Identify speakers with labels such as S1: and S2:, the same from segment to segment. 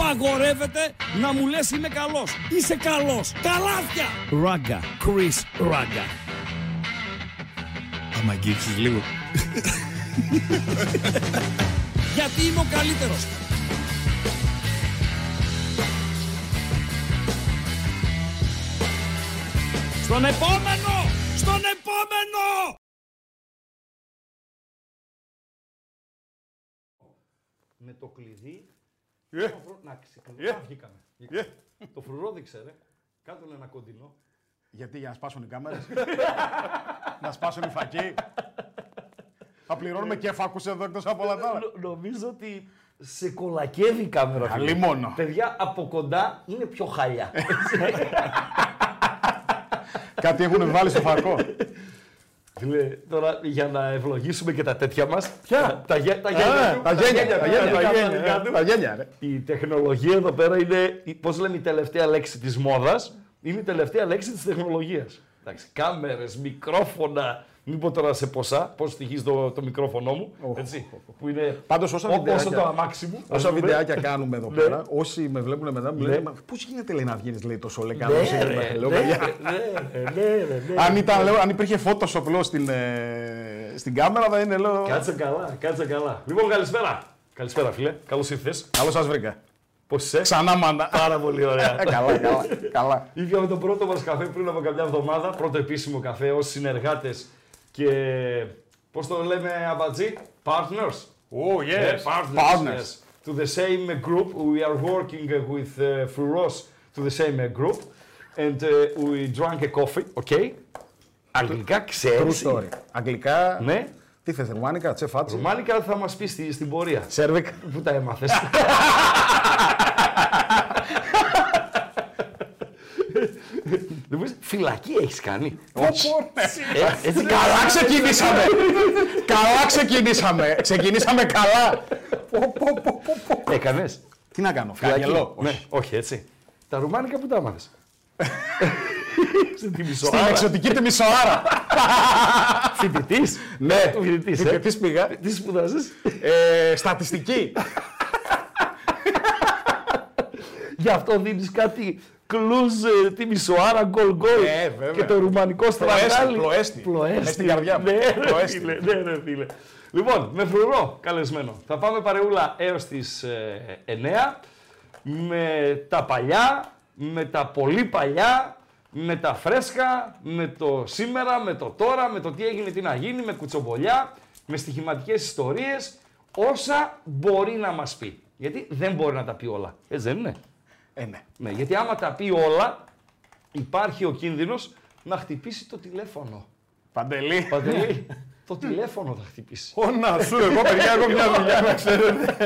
S1: απαγορεύεται να μου λες είμαι καλός. Είσαι καλός. Καλάθια. Ράγκα. Chris Ράγκα.
S2: Άμα αγγίξεις λίγο.
S1: Γιατί είμαι ο καλύτερος. Στον επόμενο! Στον επόμενο!
S3: με το κλειδί.
S4: Ε.
S3: το φρου- Να ξεκινήσουμε.
S4: Ε.
S3: Βγήκαμε.
S4: Ε.
S3: βγήκαμε. Το φρουρό δεν ξέρε. Κάτω ένα κοντινό.
S4: Γιατί, για να σπάσουν οι κάμερες. να σπάσουν οι φακοί. Θα πληρώνουμε και φακούς εδώ εκτός από όλα τα άλλα.
S3: Νο- νομίζω ότι σε κολακεύει η κάμερα.
S4: Καλή
S3: φίλε.
S4: μόνο.
S3: Παιδιά από κοντά είναι πιο χαλιά.
S4: Κάτι έχουν βάλει στο φακό.
S3: Φίλε, τώρα για να ευλογήσουμε και τα τέτοια μας. Ποια? Τα, γέ- τα γένια.
S4: Α,
S3: του,
S4: ναι, Τα γένια, Ε, τα γένια, τα
S3: τα
S4: γένια,
S3: δικά
S4: ε,
S3: του.
S4: τα γένια, ρε.
S3: Η τεχνολογία εδώ πέρα είναι, η- πώς λέμε η τελευταία λέξη της μόδας, είναι η τελευταία λέξη της τεχνολογίας. Εντάξει, κάμερες, μικρόφωνα, μην πω τώρα σε ποσά, πώς στοιχείς το, το μικρόφωνο μου, έτσι, που είναι
S4: Πάντως, όσα
S3: ό- όσο
S4: βιντεάκια-
S3: το αμάξι μου. ας
S4: Όσα
S3: πούμε.
S4: βιντεάκια κάνουμε εδώ
S3: Ναι.
S4: πέρα, όσοι με βλέπουν μετά μου λένε
S3: Ναι.
S4: «Μα πώς γίνεται λέει, να βγαίνεις λέει, τόσο
S3: Ναι,
S4: λεκάνος»
S3: ρε, ναι, ναι, ναι, ναι, ναι.
S4: αν, ήταν, λέω, αν υπήρχε Photoshop λέω, στην, ε, στην κάμερα θα είναι λέω
S3: Κάτσε καλά, κάτσε καλά. Λοιπόν, καλησπέρα. Καλησπέρα, φίλε. Καλώς ήρθες.
S4: «Καλώς σας βρήκα».
S3: Πώς είσαι.
S4: Ξανά μάνα.
S3: Πάρα πολύ ωραία.
S4: Ε, καλά, καλά, καλά.
S3: Ήπιαμε τον πρώτο μας καφέ πριν από καμιά εβδομάδα, πρώτο επίσημο καφέ ως συνεργάτες και πώς το λέμε αμπατζή, partners.
S4: Oh,
S3: Yeah, partners.
S4: Partners.
S3: yes. To the same group, we are working with uh, Furos to the same group and uh, we drank a coffee, okay. Αγγλικά
S4: True
S3: ξέρεις.
S4: story. Αγγλικά,
S3: Ναι.
S4: τι θες, ρουμάνικα, τσεφάτσι,
S3: Ρουμάνικα θα μας πεις στη- στην πορεία.
S4: σέρβικ.
S3: Πού τα έμαθες. Λοιπόν, φυλακή έχεις κάνει. Ε, Έτσι
S4: Καλά
S3: καλά.
S4: ξεκινήσαμε. καλά ξεκινήσαμε. Ξεκινήσαμε καλά. Πω, πω, πω, πω, πω.
S3: Έκανες.
S4: Τι να κάνω,
S3: Φυλακή.
S4: φράγγελο.
S3: Ναι, όχι έτσι. Τα ρουμάνικα που τα έμαθες. Στην
S4: Στην
S3: Τιμισοάρα.
S4: εξωτική τη μισοάρα.
S3: Φοιτητής.
S4: ναι,
S3: Φοιτητής, ε.
S4: φοιτητής πήγα.
S3: Τι σπουδάζεις.
S4: Ε, στατιστική.
S3: Γι' αυτό δίνεις κάτι κλουζ, ε, τη μισοάρα, γκολ γκολ.
S4: Ε, βέβαια.
S3: Και το ρουμανικό στραγάλι.
S4: πλοέστη. Μες στην καρδιά μου.
S3: Ναι, ρε,
S4: Πλοέστη.
S3: φίλε, ναι, ρε, φίλε. Λοιπόν, με φρουρό καλεσμένο. Θα πάμε παρεούλα έως τις ε, 9. Με τα παλιά, με τα πολύ παλιά, με τα φρέσκα, με το σήμερα, με το τώρα, με το τι έγινε, τι να γίνει, με κουτσομπολιά, με στοιχηματικές ιστορίες, όσα μπορεί να μας πει. Γιατί δεν μπορεί να τα πει όλα. Έτσι δεν είναι.
S4: ε, ναι.
S3: Ναι, γιατί άμα τα πει όλα, υπάρχει ο κίνδυνος να χτυπήσει το τηλέφωνο.
S4: Παντελή.
S3: Παντελή,
S4: Ναι.
S3: το τηλέφωνο θα χτυπήσει.
S4: Ωνα σου, εγώ παιδιά, εγώ μια δουλειά να ξέρετε.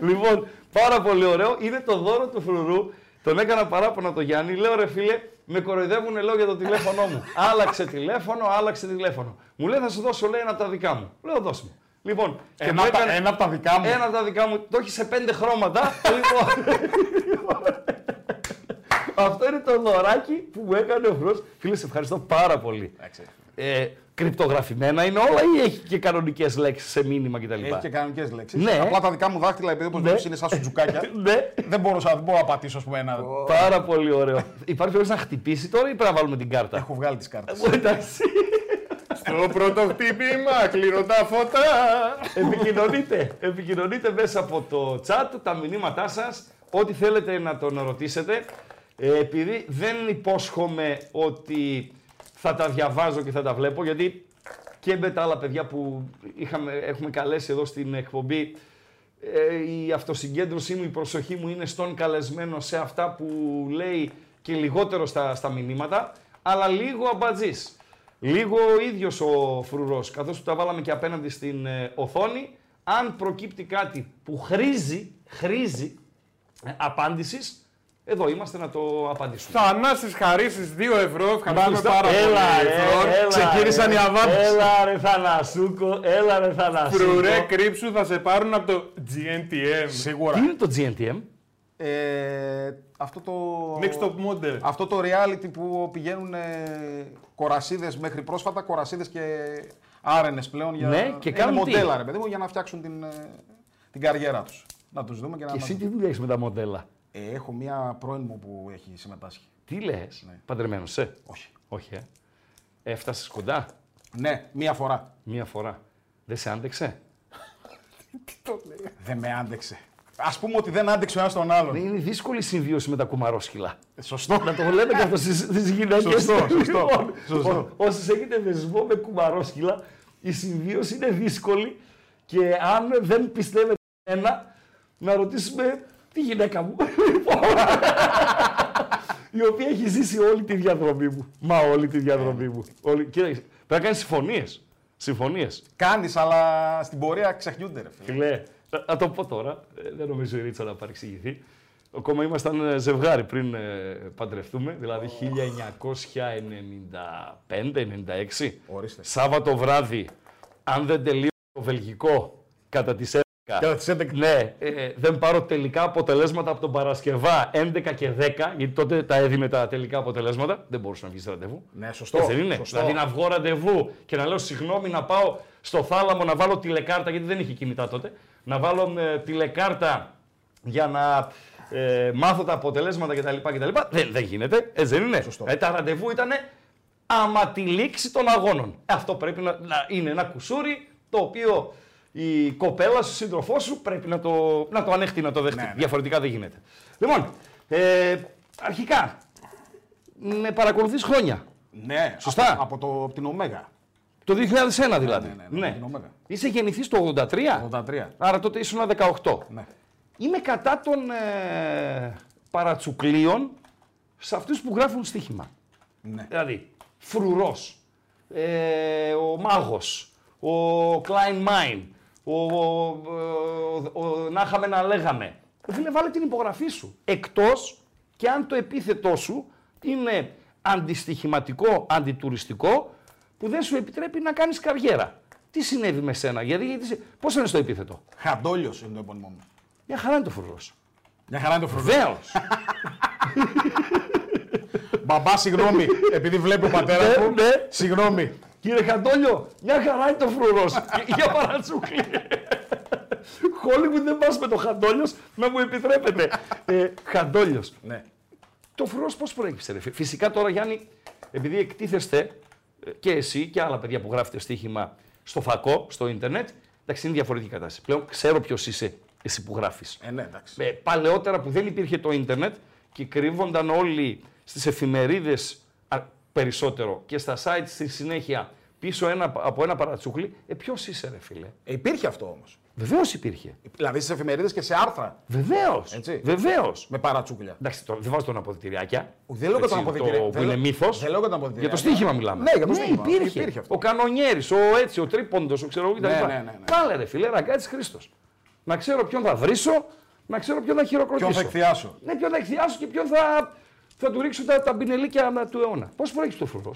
S3: λοιπόν, πάρα πολύ ωραίο. Είναι το δώρο του φρουρού. Τον έκανα παράπονα το Γιάννη. Λέω ρε φίλε, με κοροϊδεύουν λέω για το τηλέφωνό μου. άλλαξε τηλέφωνο, άλλαξε τηλέφωνο. Μου λέει θα σου δώσω λέει ένα από τα δικά μου. Λέω δώσ' μου. Λοιπόν, και
S4: Ένα
S3: μου
S4: απ' Ε, τα-
S3: έκανε-
S4: Ένα από τα δικά μου.
S3: Ένα από τα δικά μου. Το έχει σε πέντε χρώματα. λοιπόν. Αυτό είναι το δωράκι που μου έκανε ο Φρός. Φίλε, σε ευχαριστώ πάρα πολύ. Ε, κρυπτογραφημένα είναι όλα ή έχει και κανονικές λέξεις σε μήνυμα κτλ.
S4: Έχει Ε, και κανονικές λέξεις.
S3: Ναι.
S4: Απλά τα δικά μου δάχτυλα, επειδή όπως
S3: Ναι.
S4: βλέπεις είναι σαν σουτζουκάκια.
S3: Ναι,
S4: δεν μπορούσα, δεν μπορώ να πατήσω, ας πούμε, ένα.
S3: πάρα πολύ ωραίο. Υπάρχει περίπτωση να χτυπήσει τώρα ή πρέπει να βάλουμε την κάρτα.
S4: Έχω βγάλει τις κάρτες.
S3: Εντάξει,
S4: Το πρώτο χτύπημα, κλείνω τα φώτα.
S3: επικοινωνείτε. Επικοινωνείτε μέσα από το chat τα μηνύματά σας, ό,τι θέλετε να τον ρωτήσετε. Ε, επειδή δεν υπόσχομαι ότι θα τα διαβάζω και θα τα βλέπω, γιατί και με τα άλλα παιδιά που είχαμε, έχουμε καλέσει εδώ στην εκπομπή, ε, η αυτοσυγκέντρωσή μου, η προσοχή μου είναι στον καλεσμένο σε αυτά που λέει και λιγότερο στα, στα μηνύματα, αλλά λίγο αμπατζής. Λίγο ο ίδιος ο φρουρός, καθώς που τα βάλαμε και απέναντι στην ε, οθόνη, αν προκύπτει κάτι που χρήζει, χρήζει ε, απάντησης, εδώ είμαστε να το απαντήσουμε.
S5: Θανάσης Χαρίσης 2 ευρώ, ευχαριστούμε
S4: Μάλιστα.
S5: πάρα
S3: Έλα,
S5: πολύ.
S3: ε,
S5: ευρώ.
S3: έλα,
S4: ξεκίνησαν
S3: ε,
S4: οι αβάμπες.
S3: Έλα ρε Θανασούκο, έλα ρε Θανασούκο.
S5: Φρουρέ κρύψου θα σε πάρουν από το GNTM.
S3: Τι
S4: Σίγουρα.
S3: είναι το GNTM?
S4: Ε, αυτό το.
S5: Mixed up model.
S4: Αυτό το reality που πηγαίνουν κορασίδες μέχρι πρόσφατα, κορασίδες και άρενες πλέον για
S3: Ναι, και
S4: είναι
S3: κάνουν τι?
S4: μοντέλα, ρε παιδί μου, για να φτιάξουν την, ε, την καριέρα τους. Να τους δούμε και να.
S3: Και
S4: να-
S3: εσύ τι δουλειά έχεις με τα μοντέλα.
S4: Ε, έχω μία πρώην μου που έχει συμμετάσχει.
S3: Τι λες, ναι. παντρεμένος, σε.
S4: Όχι.
S3: Όχι, ε. Έφτασες κοντά
S4: Ναι, μία φορά.
S3: μία φορά. Δεν σε άντεξε.
S4: Δεν με άντεξε. Ας πούμε ότι δεν άντεξε ο ένας τον άλλον.
S3: Ναι, είναι δύσκολη η συμβίωση με τα κουμαρόσκυλα.
S4: Ε, Σωστό.
S3: Να το λέμε και αυτό στις γυναίκες.
S4: Σωστό, σωστό, σωστό.
S3: Όσοι Λοιπόν, έχετε δεσμό με κουμαρόσκυλα, η συμβίωση είναι δύσκολη και αν δεν πιστεύετε ένα, να ρωτήσουμε τη γυναίκα μου. Λοιπόν, η οποία έχει ζήσει όλη τη διαδρομή μου. Μα όλη τη διαδρομή μου.
S4: Ε.
S3: Όλη... Κοίταξε, πρέπει να κάνεις συμφωνίες. Συμφωνίες.
S4: Κάνεις, αλλά στην πορεία ξεχνιούνται, ρε φίλε.
S3: Φιλέ, θα, θα το πω τώρα. Ε, Δεν νομίζω η Ρίτσα να παρεξηγηθεί. Ακόμα ήμασταν ε, ζευγάρι πριν ε, παντρευτούμε, δηλαδή 1995-96.
S4: Ορίστε.
S3: Σάββατο βράδυ, αν δεν τελείω το βελγικό κατά τις 11.
S4: Κατά τις 11.
S3: Ναι, ε, δεν πάρω τελικά αποτελέσματα από τον Παρασκευά 11 και 10, γιατί τότε τα έδινε τα τελικά αποτελέσματα. Δεν μπορούσε να βγει ραντεβού.
S4: Ναι, σωστό.
S3: Έτσι δεν είναι.
S4: σωστό.
S3: Δηλαδή να βγω ραντεβού και να λέω συγγνώμη να πάω στο θάλαμο να βάλω τηλεκάρτα, γιατί δεν είχε κινητά τότε. Να βάλω ε, τηλεκάρτα για να ε, μάθω τα αποτελέσματα κτλ. κτλ. Δεν, δεν γίνεται. Έτσι δεν είναι.
S4: Σωστό.
S3: Ε, τα ραντεβού ήταν άμα τη λήξη των αγώνων. Ε, Αυτό πρέπει να, να είναι ένα κουσούρι το οποίο η κοπέλα σου, σύντροφός σου, πρέπει να το, να το ανέχτη, να το δεχτεί.
S4: Ναι, ναι.
S3: Διαφορετικά δεν γίνεται. Λοιπόν, ε, αρχικά, με παρακολουθείς χρόνια.
S4: Ναι,
S3: Σωστά.
S4: Από, από το, από την Ωμέγα.
S3: Το 2001 δηλαδή.
S4: ναι, ναι, την Ωμέγα.
S3: Είσαι γεννηθής το 83.
S4: 83.
S3: Άρα τότε ήσουν 18.
S4: Ναι.
S3: Είμαι κατά των ε, παρατσουκλίων σε αυτούς που γράφουν στοίχημα.
S4: ναι.
S3: Δηλαδή, φρουρός, ε, ο μάγος, ο Κλάιν Μάιν, ο, ο, ο- ο- να είχαμε να λέγαμε. Φίλε, βάλε την υπογραφή σου. Εκτός και αν το επίθετό σου είναι αντιστοιχηματικό, αντιτουριστικό, που δεν σου επιτρέπει να κάνεις καριέρα. Τι συνέβη με σένα, γιατί, γιατί σε- πώς είναι στο επίθετο.
S4: Χαντόλιος είναι το επώνυμό μου.
S3: Μια χαρά είναι το φρουρός.
S4: Μια χαρά είναι το φρουρός.
S3: Βέος.
S4: Μπαμπά, συγγνώμη, επειδή βλέπει ο πατέρα
S3: Ναι,
S4: μου.
S3: ναι.
S4: Συγγνώμη.
S3: Κύριε Χαντόλιο, μια χαρά είναι το φρουρός. Για παρατσούκλι. Χόλιγου δεν πας με το Χαντόλιος να μου επιτρέπετε. ε, Χαντόλιος.
S4: Ναι.
S3: Το φρουρός πώς προέκυψε, ρε. φι- Φυσικά τώρα, Γιάννη, επειδή εκτίθεστε ε, και εσύ και άλλα παιδιά που γράφετε στοίχημα στο φακό, στο ίντερνετ, εντάξει, είναι διαφορετική κατάσταση. Πλέον ξέρω ποιος είσαι εσύ που γράφεις.
S4: Ε, ναι, εντάξει.
S3: Ε, παλαιότερα που δεν υπήρχε το ίντερνετ και κρύβονταν όλοι στις εφημερίδες α, περισσότερο και στα site στη συνέχεια πίσω ένα, από ένα παρατσούκλι, ε, ποιος είσαι ρε φίλε.
S4: Ε, υπήρχε αυτό όμως.
S3: Βεβαίως υπήρχε.
S4: Δηλαδή στις εφημερίδες και σε άρθρα
S3: Βεβαίως.
S4: Έτσι.
S3: Βεβαίως.
S4: με παρατσούκλια.
S3: Εντάξει, τώρα δεν βάζω τον αποδητηριάκια.
S4: Δεν λέω για τον
S3: Έτσι,
S4: αποδητήρι-
S3: Το,
S4: δεν
S3: που είναι
S4: λέω-
S3: μύθος.
S4: δεν λέω για τον αποδητήρι.
S3: Για το στοίχημα μιλάμε.
S4: Ναι, για το στοίχημα.
S3: Υπήρχε.
S4: Υπήρχε αυτό.
S3: Ο κανονιέρης, ο έτσι, ο τρίποντος, ο ξέρω εγώ κτλ.
S4: Ναι, ναι, ναι, ναι.
S3: Πάλε ρε φιλέ, ραγκάτσι Χρήστος. Να ξέρω ποιον θα βρίσω, να ξέρω ποιον θα χειροκροτήσω.
S4: Ποιον θα εκθιάσω.
S3: Ναι, ποιον θα εκθιάσω και ποιον θα, θα του ρίξω τα, τα μπινελίκια του αιώνα. Πώ προέκυψε το φρουρός.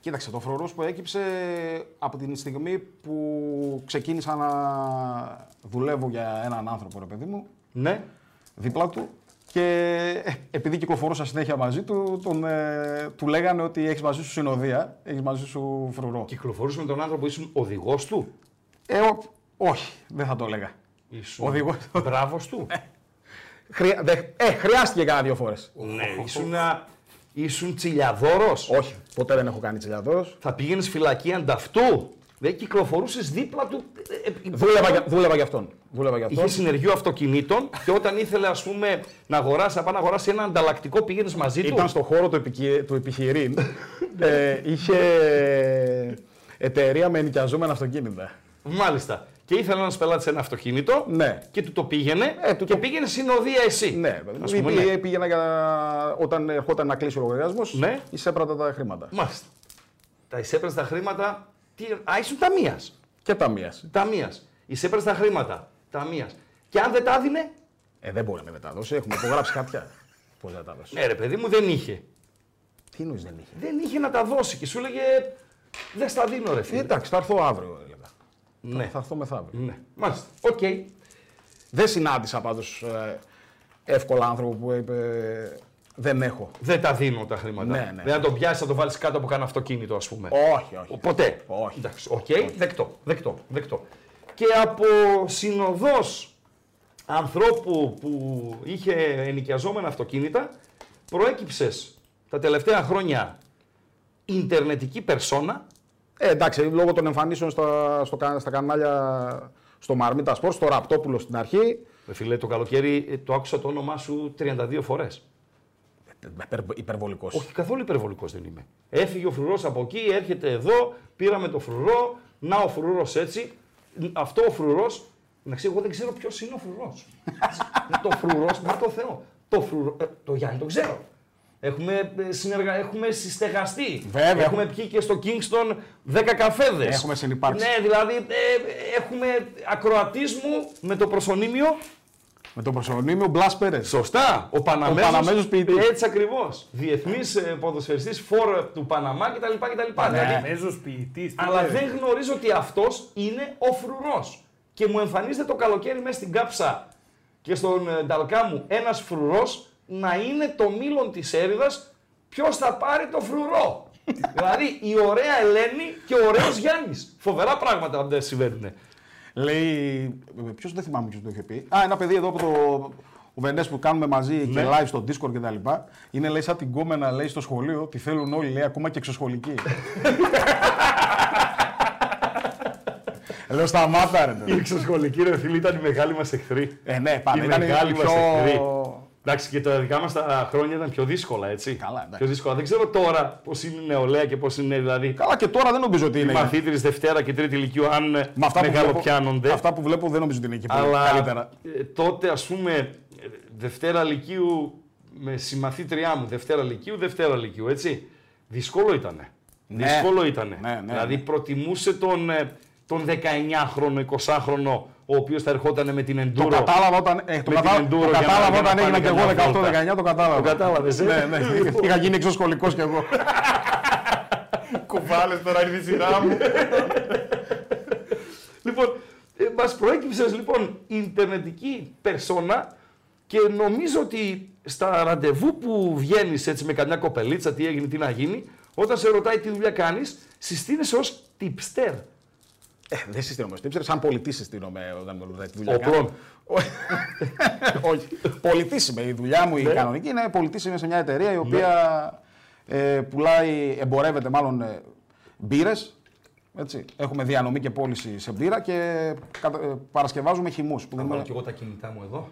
S4: Κοίταξε, το φρουρός που έκυψε από την στιγμή που ξεκίνησα να δουλεύω για έναν άνθρωπο, ρε παιδί μου,
S3: Ναι.
S4: δίπλα του. Και ε, επειδή κυκλοφορούσα συνέχεια μαζί του, τον, ε, του λέγανε ότι έχεις μαζί σου συνοδεία, έχεις μαζί σου φρουρό.
S3: Κυκλοφορούσε με τον άνθρωπο, ήσουν οδηγός του.
S4: Ε, ο- όχι, δεν θα το έλεγα.
S3: Ήσουν
S4: Οδηγός.
S3: Μπράβος του.
S4: Χρεια- δε- ε, χρειάστηκε κάνα δύο φορές.
S3: ναι, ήσουν, α- ήσουν τσιλιαδόρος.
S4: Όχι, ποτέ δεν έχω κάνει τσιλιαδόρος.
S3: Θα πήγαινες φυλακή ανταυτού. Δεν κυκλοφορούσες δίπλα του. Ε,
S4: Δούλευα, για- δούλευα για αυτόν. Δούλευα για αυτόν.
S3: Είχε συνεργείο αυτοκινήτων και όταν ήθελε, ας πούμε, να αγοράσεις, να πάει να αγοράσεις ένα ανταλλακτικό, πήγαινες μαζί του.
S4: Ήταν στον χώρο του, επικυ... του επιχειρήν. ε, είχε εταιρεία με ενοικιαζόμενα αυτοκίνητα.
S3: Μάλιστα. Και ήθελε ένα πελάτη ένα αυτοκίνητο
S4: Ναι.
S3: και του το πήγαινε
S4: Ε, του
S3: και
S4: το-
S3: πήγαινε συνοδεία εσύ.
S4: Ναι,
S3: ας
S4: Ή-
S3: πούμε,
S4: ή-
S3: ναι.
S4: πήγαινα για... όταν ερχόταν να κλείσει ο λογαριασμός,
S3: Ναι.
S4: εισέπρατα τα χρήματα.
S3: Μάλιστα. Τα εισέπραζε τα χρήματα. Τι... Α, ήσουν ταμείας.
S4: Και ταμείας.
S3: Ταμείας. Εισέπραζε τα χρήματα. Ταμείας. Και αν δεν τα έδινε.
S4: Ε, δεν μπορεί να με μεταδώσει, έχουμε υπογράψει χαρτιά. Πώς να τα δώσει.
S3: Ναι, ρε παιδί μου, δεν είχε.
S4: Τι νοεί δεν είχε.
S3: Δεν είχε να τα δώσει και σου έλεγε. Δεν στα δίνω, ρε
S4: Ε,
S3: φίλε.
S4: εντάξει, θα έρθω αύριο, έλεγα.
S3: Ναι.
S4: Θα έρθω μεθαύριο.
S3: ναι. Μάλιστα. Οκ.
S4: Δεν συνάντησα πάντως εύκολα άνθρωπο που είπε Δεν έχω.
S3: Δεν τα δίνω τα χρήματα.
S4: Ναι, ναι.
S3: Δεν θα τον πιάσεις, θα το βάλεις κάτω από κανένα αυτοκίνητο, ας πούμε.
S4: Όχι, όχι.
S3: Ποτέ.
S4: Όχι.
S3: Εντάξει, οκ, δεκτό, δεκτό, δεκτό. Και από συνοδός ανθρώπου που είχε ενοικιαζόμενα αυτοκίνητα, προέκυψες τα τελευταία χρόνια ιντερνετική περσόνα.
S4: Ε, εντάξει, λόγω των εμφανίσεων στα, στο, κα- στα κανάλια στο Μαρμίτα Σπορ, στο Ραπτόπουλο στην αρχή.
S3: Ρε Φίλε, το καλοκαίρι ε, το άκουσα το όνομά σου 32 φορέ.
S4: Υπερβολικός.
S3: Όχι, καθόλου υπερβολικός δεν είμαι. Έφυγε ο φρουρός από εκεί, έρχεται εδώ, πήραμε το φρουρό. Να ο φρουρός έτσι. Ν- Αυτό ο φρουρός. Να ξέρω, εγώ δεν ξέρω ποιος είναι ο φρουρός. το φρουρός, μα το Θεό. Το, φρουρό, ε, το Γιάννη το ξέρω. Έχουμε, ε, συνεργα... έχουμε συστεγαστεί.
S6: Βέβαια.
S3: Έχουμε πιει και στο Kingston 10 καφέδες.
S6: Έχουμε συνυπάρξει.
S3: Ναι, δηλαδή ε, έχουμε ακροατίσμου με το προσωνύμιο
S6: Με τον προσωνύμιο Μπλα Πέρε.
S3: Σωστά. Ο Παναμέζος,
S6: Ο Παναμέζος ποιητής.
S3: Έτσι ακριβώς. Διεθνής ποδοσφαιριστή φόρ του Παναμά κτλ. κτλ. Δηλαδή,
S5: Αμέσω ποιητή.
S3: αλλά δεν γνωρίζω ότι αυτός είναι ο φρουρός. Και μου εμφανίζεται το καλοκαίρι μέσα στην κάψα και στον ε, νταλκά μου ένας φρουρός να είναι το μήλον της έρηδας. Ποιος θα πάρει το φρουρό. δηλαδή η ωραία Ελένη και ο ωραίος Γιάννης. Φοβερά πράγματα δεν συμβαίνουν.
S6: Λέει. Ποιος δεν θυμάμαι ποιος το είχε πει. Α, ένα παιδί εδώ από το. Ο Βενές που κάνουμε μαζί και live στο Discord και τα λοιπά, είναι λέει σαν την κόμενα λέει στο σχολείο, τη θέλουν όλοι λέει ακόμα και εξωσχολικοί. Λέω σταμάτα ρε.
S3: Η εξωσχολική ρε φίλοι ήταν η μεγάλη μα εχθρή.
S6: Ε, ναι, πάντα.
S3: Η
S6: Ήταν
S3: μεγάλη
S6: πιο...
S3: μας εχθρή. Εντάξει, και τα δικά μας τα χρόνια ήταν πιο δύσκολα, έτσι.
S6: Καλά, εντάξει.
S3: Πιο δύσκολα. Δεν ξέρω τώρα πώς είναι η νεολαία και πώς είναι δηλαδή.
S6: Καλά και τώρα δεν νομίζω ότι
S3: οι
S6: είναι.
S3: μαθήτρε Δευτέρα και Τρίτη Λυκειού, αν
S6: Με αυτά που, βλέπω,
S3: μεγαλοπιάνονται.
S6: αυτά που βλέπω δεν νομίζω ότι είναι εκεί πολύ
S3: Αλλά
S6: καλύτερα.
S3: ε, τότε, ας πούμε, ε, Δευτέρα Λυκειού με συμμαθήτριά μου, Δευτέρα Λυκειού, Δευτέρα Λυκειού, έτσι. Δύσκολο ήταν.
S6: Ναι.
S3: Δύσκολο ήταν.
S6: Ναι, ναι,
S3: δηλαδή,
S6: ναι.
S3: προτιμούσε τον, ε, τον 19χρονο, 20χρονο, ο οποίος θα ερχόταν με την
S6: Το
S3: εντούρο.
S6: κατάλαβα όταν, ε, το
S3: Με την
S6: κατάλαβα,
S3: Enduro
S6: το
S3: για να-
S6: κατάλαβα
S3: για να
S6: όταν
S3: πάνε
S6: έγινα και εγώ
S3: καμιά
S6: 18-19, το κατάλαβα.
S3: Το κατάλαβες, ε.
S6: Ναι, ναι.
S3: Λοιπόν.
S6: Είχα γίνει εξωσχολικός κι εγώ.
S5: Κουβάλες τώρα είναι η σειρά μου.
S3: Λοιπόν, ε, μας προέκυψες λοιπόν ιντερνετική περσόνα και νομίζω ότι στα ραντεβού που βγαίνεις έτσι με καμιά κοπελίτσα, τι έγινε, τι να γίνει, όταν σε ρωτάει τι δουλειά κάνεις, συστήνεσαι ως tipster.
S4: Ε, δεν συστήνομαι ως τύψερ, σαν πολιτή συστήνομαι όταν με ρωτάει τη δουλειά.
S3: Ο
S4: κάνω.
S3: πλών.
S4: Όχι. πολιτής είμαι. Η δουλειά
S3: Ναι.
S4: μου η κανονική είναι πολιτής. Είμαι σε μια εταιρεία η οποία ε, πουλάει, εμπορεύεται μάλλον ε, μπύρες. Έτσι. Έχουμε διανομή και πώληση σε μπύρα και κατα- ε, παρασκευάζουμε χυμούς.
S3: εγώ τα κινητά μου εδώ.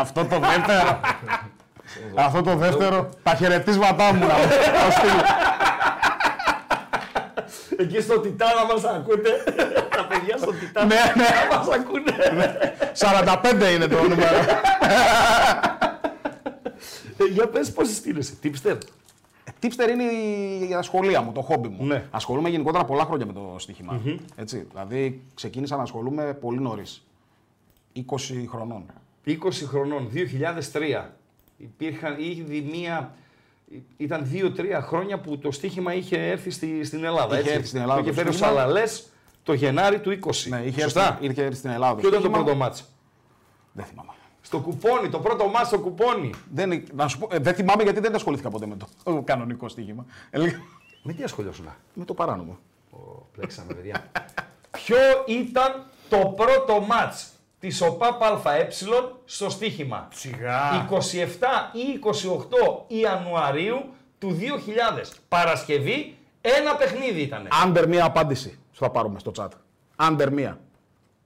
S6: Αυτό το δεύτερο. Αυτό το δεύτερο. Τα χαιρετίσματά μου να να στείλω.
S3: Εκεί στο Τιτάνα μας ακούτε. τα παιδιά στο Τιτάνα
S6: Ναι, ναι.
S3: μας ακούνε.
S6: 45 είναι το νούμερο.
S3: Ε, Για πες πώς συστήνεσαι, tipster.
S4: Τύψτερ είναι η η ασχολία μου, το χόμπι μου.
S3: Ναι.
S4: Ασχολούμαι γενικότερα πολλά χρόνια με το στοίχημα. Έτσι. Δηλαδή ξεκίνησα να ασχολούμαι πολύ νωρίς. 20 χρονών.
S3: 20 χρονών, 2003, υπήρχαν ήδη μία. Ήταν 2-3 χρόνια που το στοίχημα είχε έρθει στη, στην Ελλάδα.
S4: Είχε
S3: έτσι.
S4: έρθει στην Ελλάδα
S3: Το είχε
S4: το
S3: φέρει ο
S4: στοίχημα.
S3: Σαλαλές το Γενάρη του 20.
S4: Ναι, είχε
S3: Σωστά.
S4: έρθει, ήρθε στην Ελλάδα.
S3: Ποιο ήταν το
S4: στοίχημα.
S3: πρώτο μάτς.
S4: Δεν θυμάμαι.
S3: Στο κουπόνι, το πρώτο μάτς στο κουπόνι.
S4: Δεν, να σου πω, ε, δεν θυμάμαι γιατί δεν ασχολήθηκα ποτέ με το ε, κανονικό στοίχημα. Έλεγα,
S3: Με τι ασχολιώσουν.
S6: Ναι.
S3: α?
S4: με το παράνομο.
S3: Ω, Πλέξαμε, παιδιά. Ποιο ήταν το πρώτο μάτς της ΟΠΑΠ ΑΕ στο στοίχημα.
S5: Σιγά.
S3: 27 ή 28 Ιανουαρίου του 2000. Παρασκευή, ένα παιχνίδι ήταν.
S4: Άντερ μία απάντηση θα πάρουμε στο chat. Άντερ μία.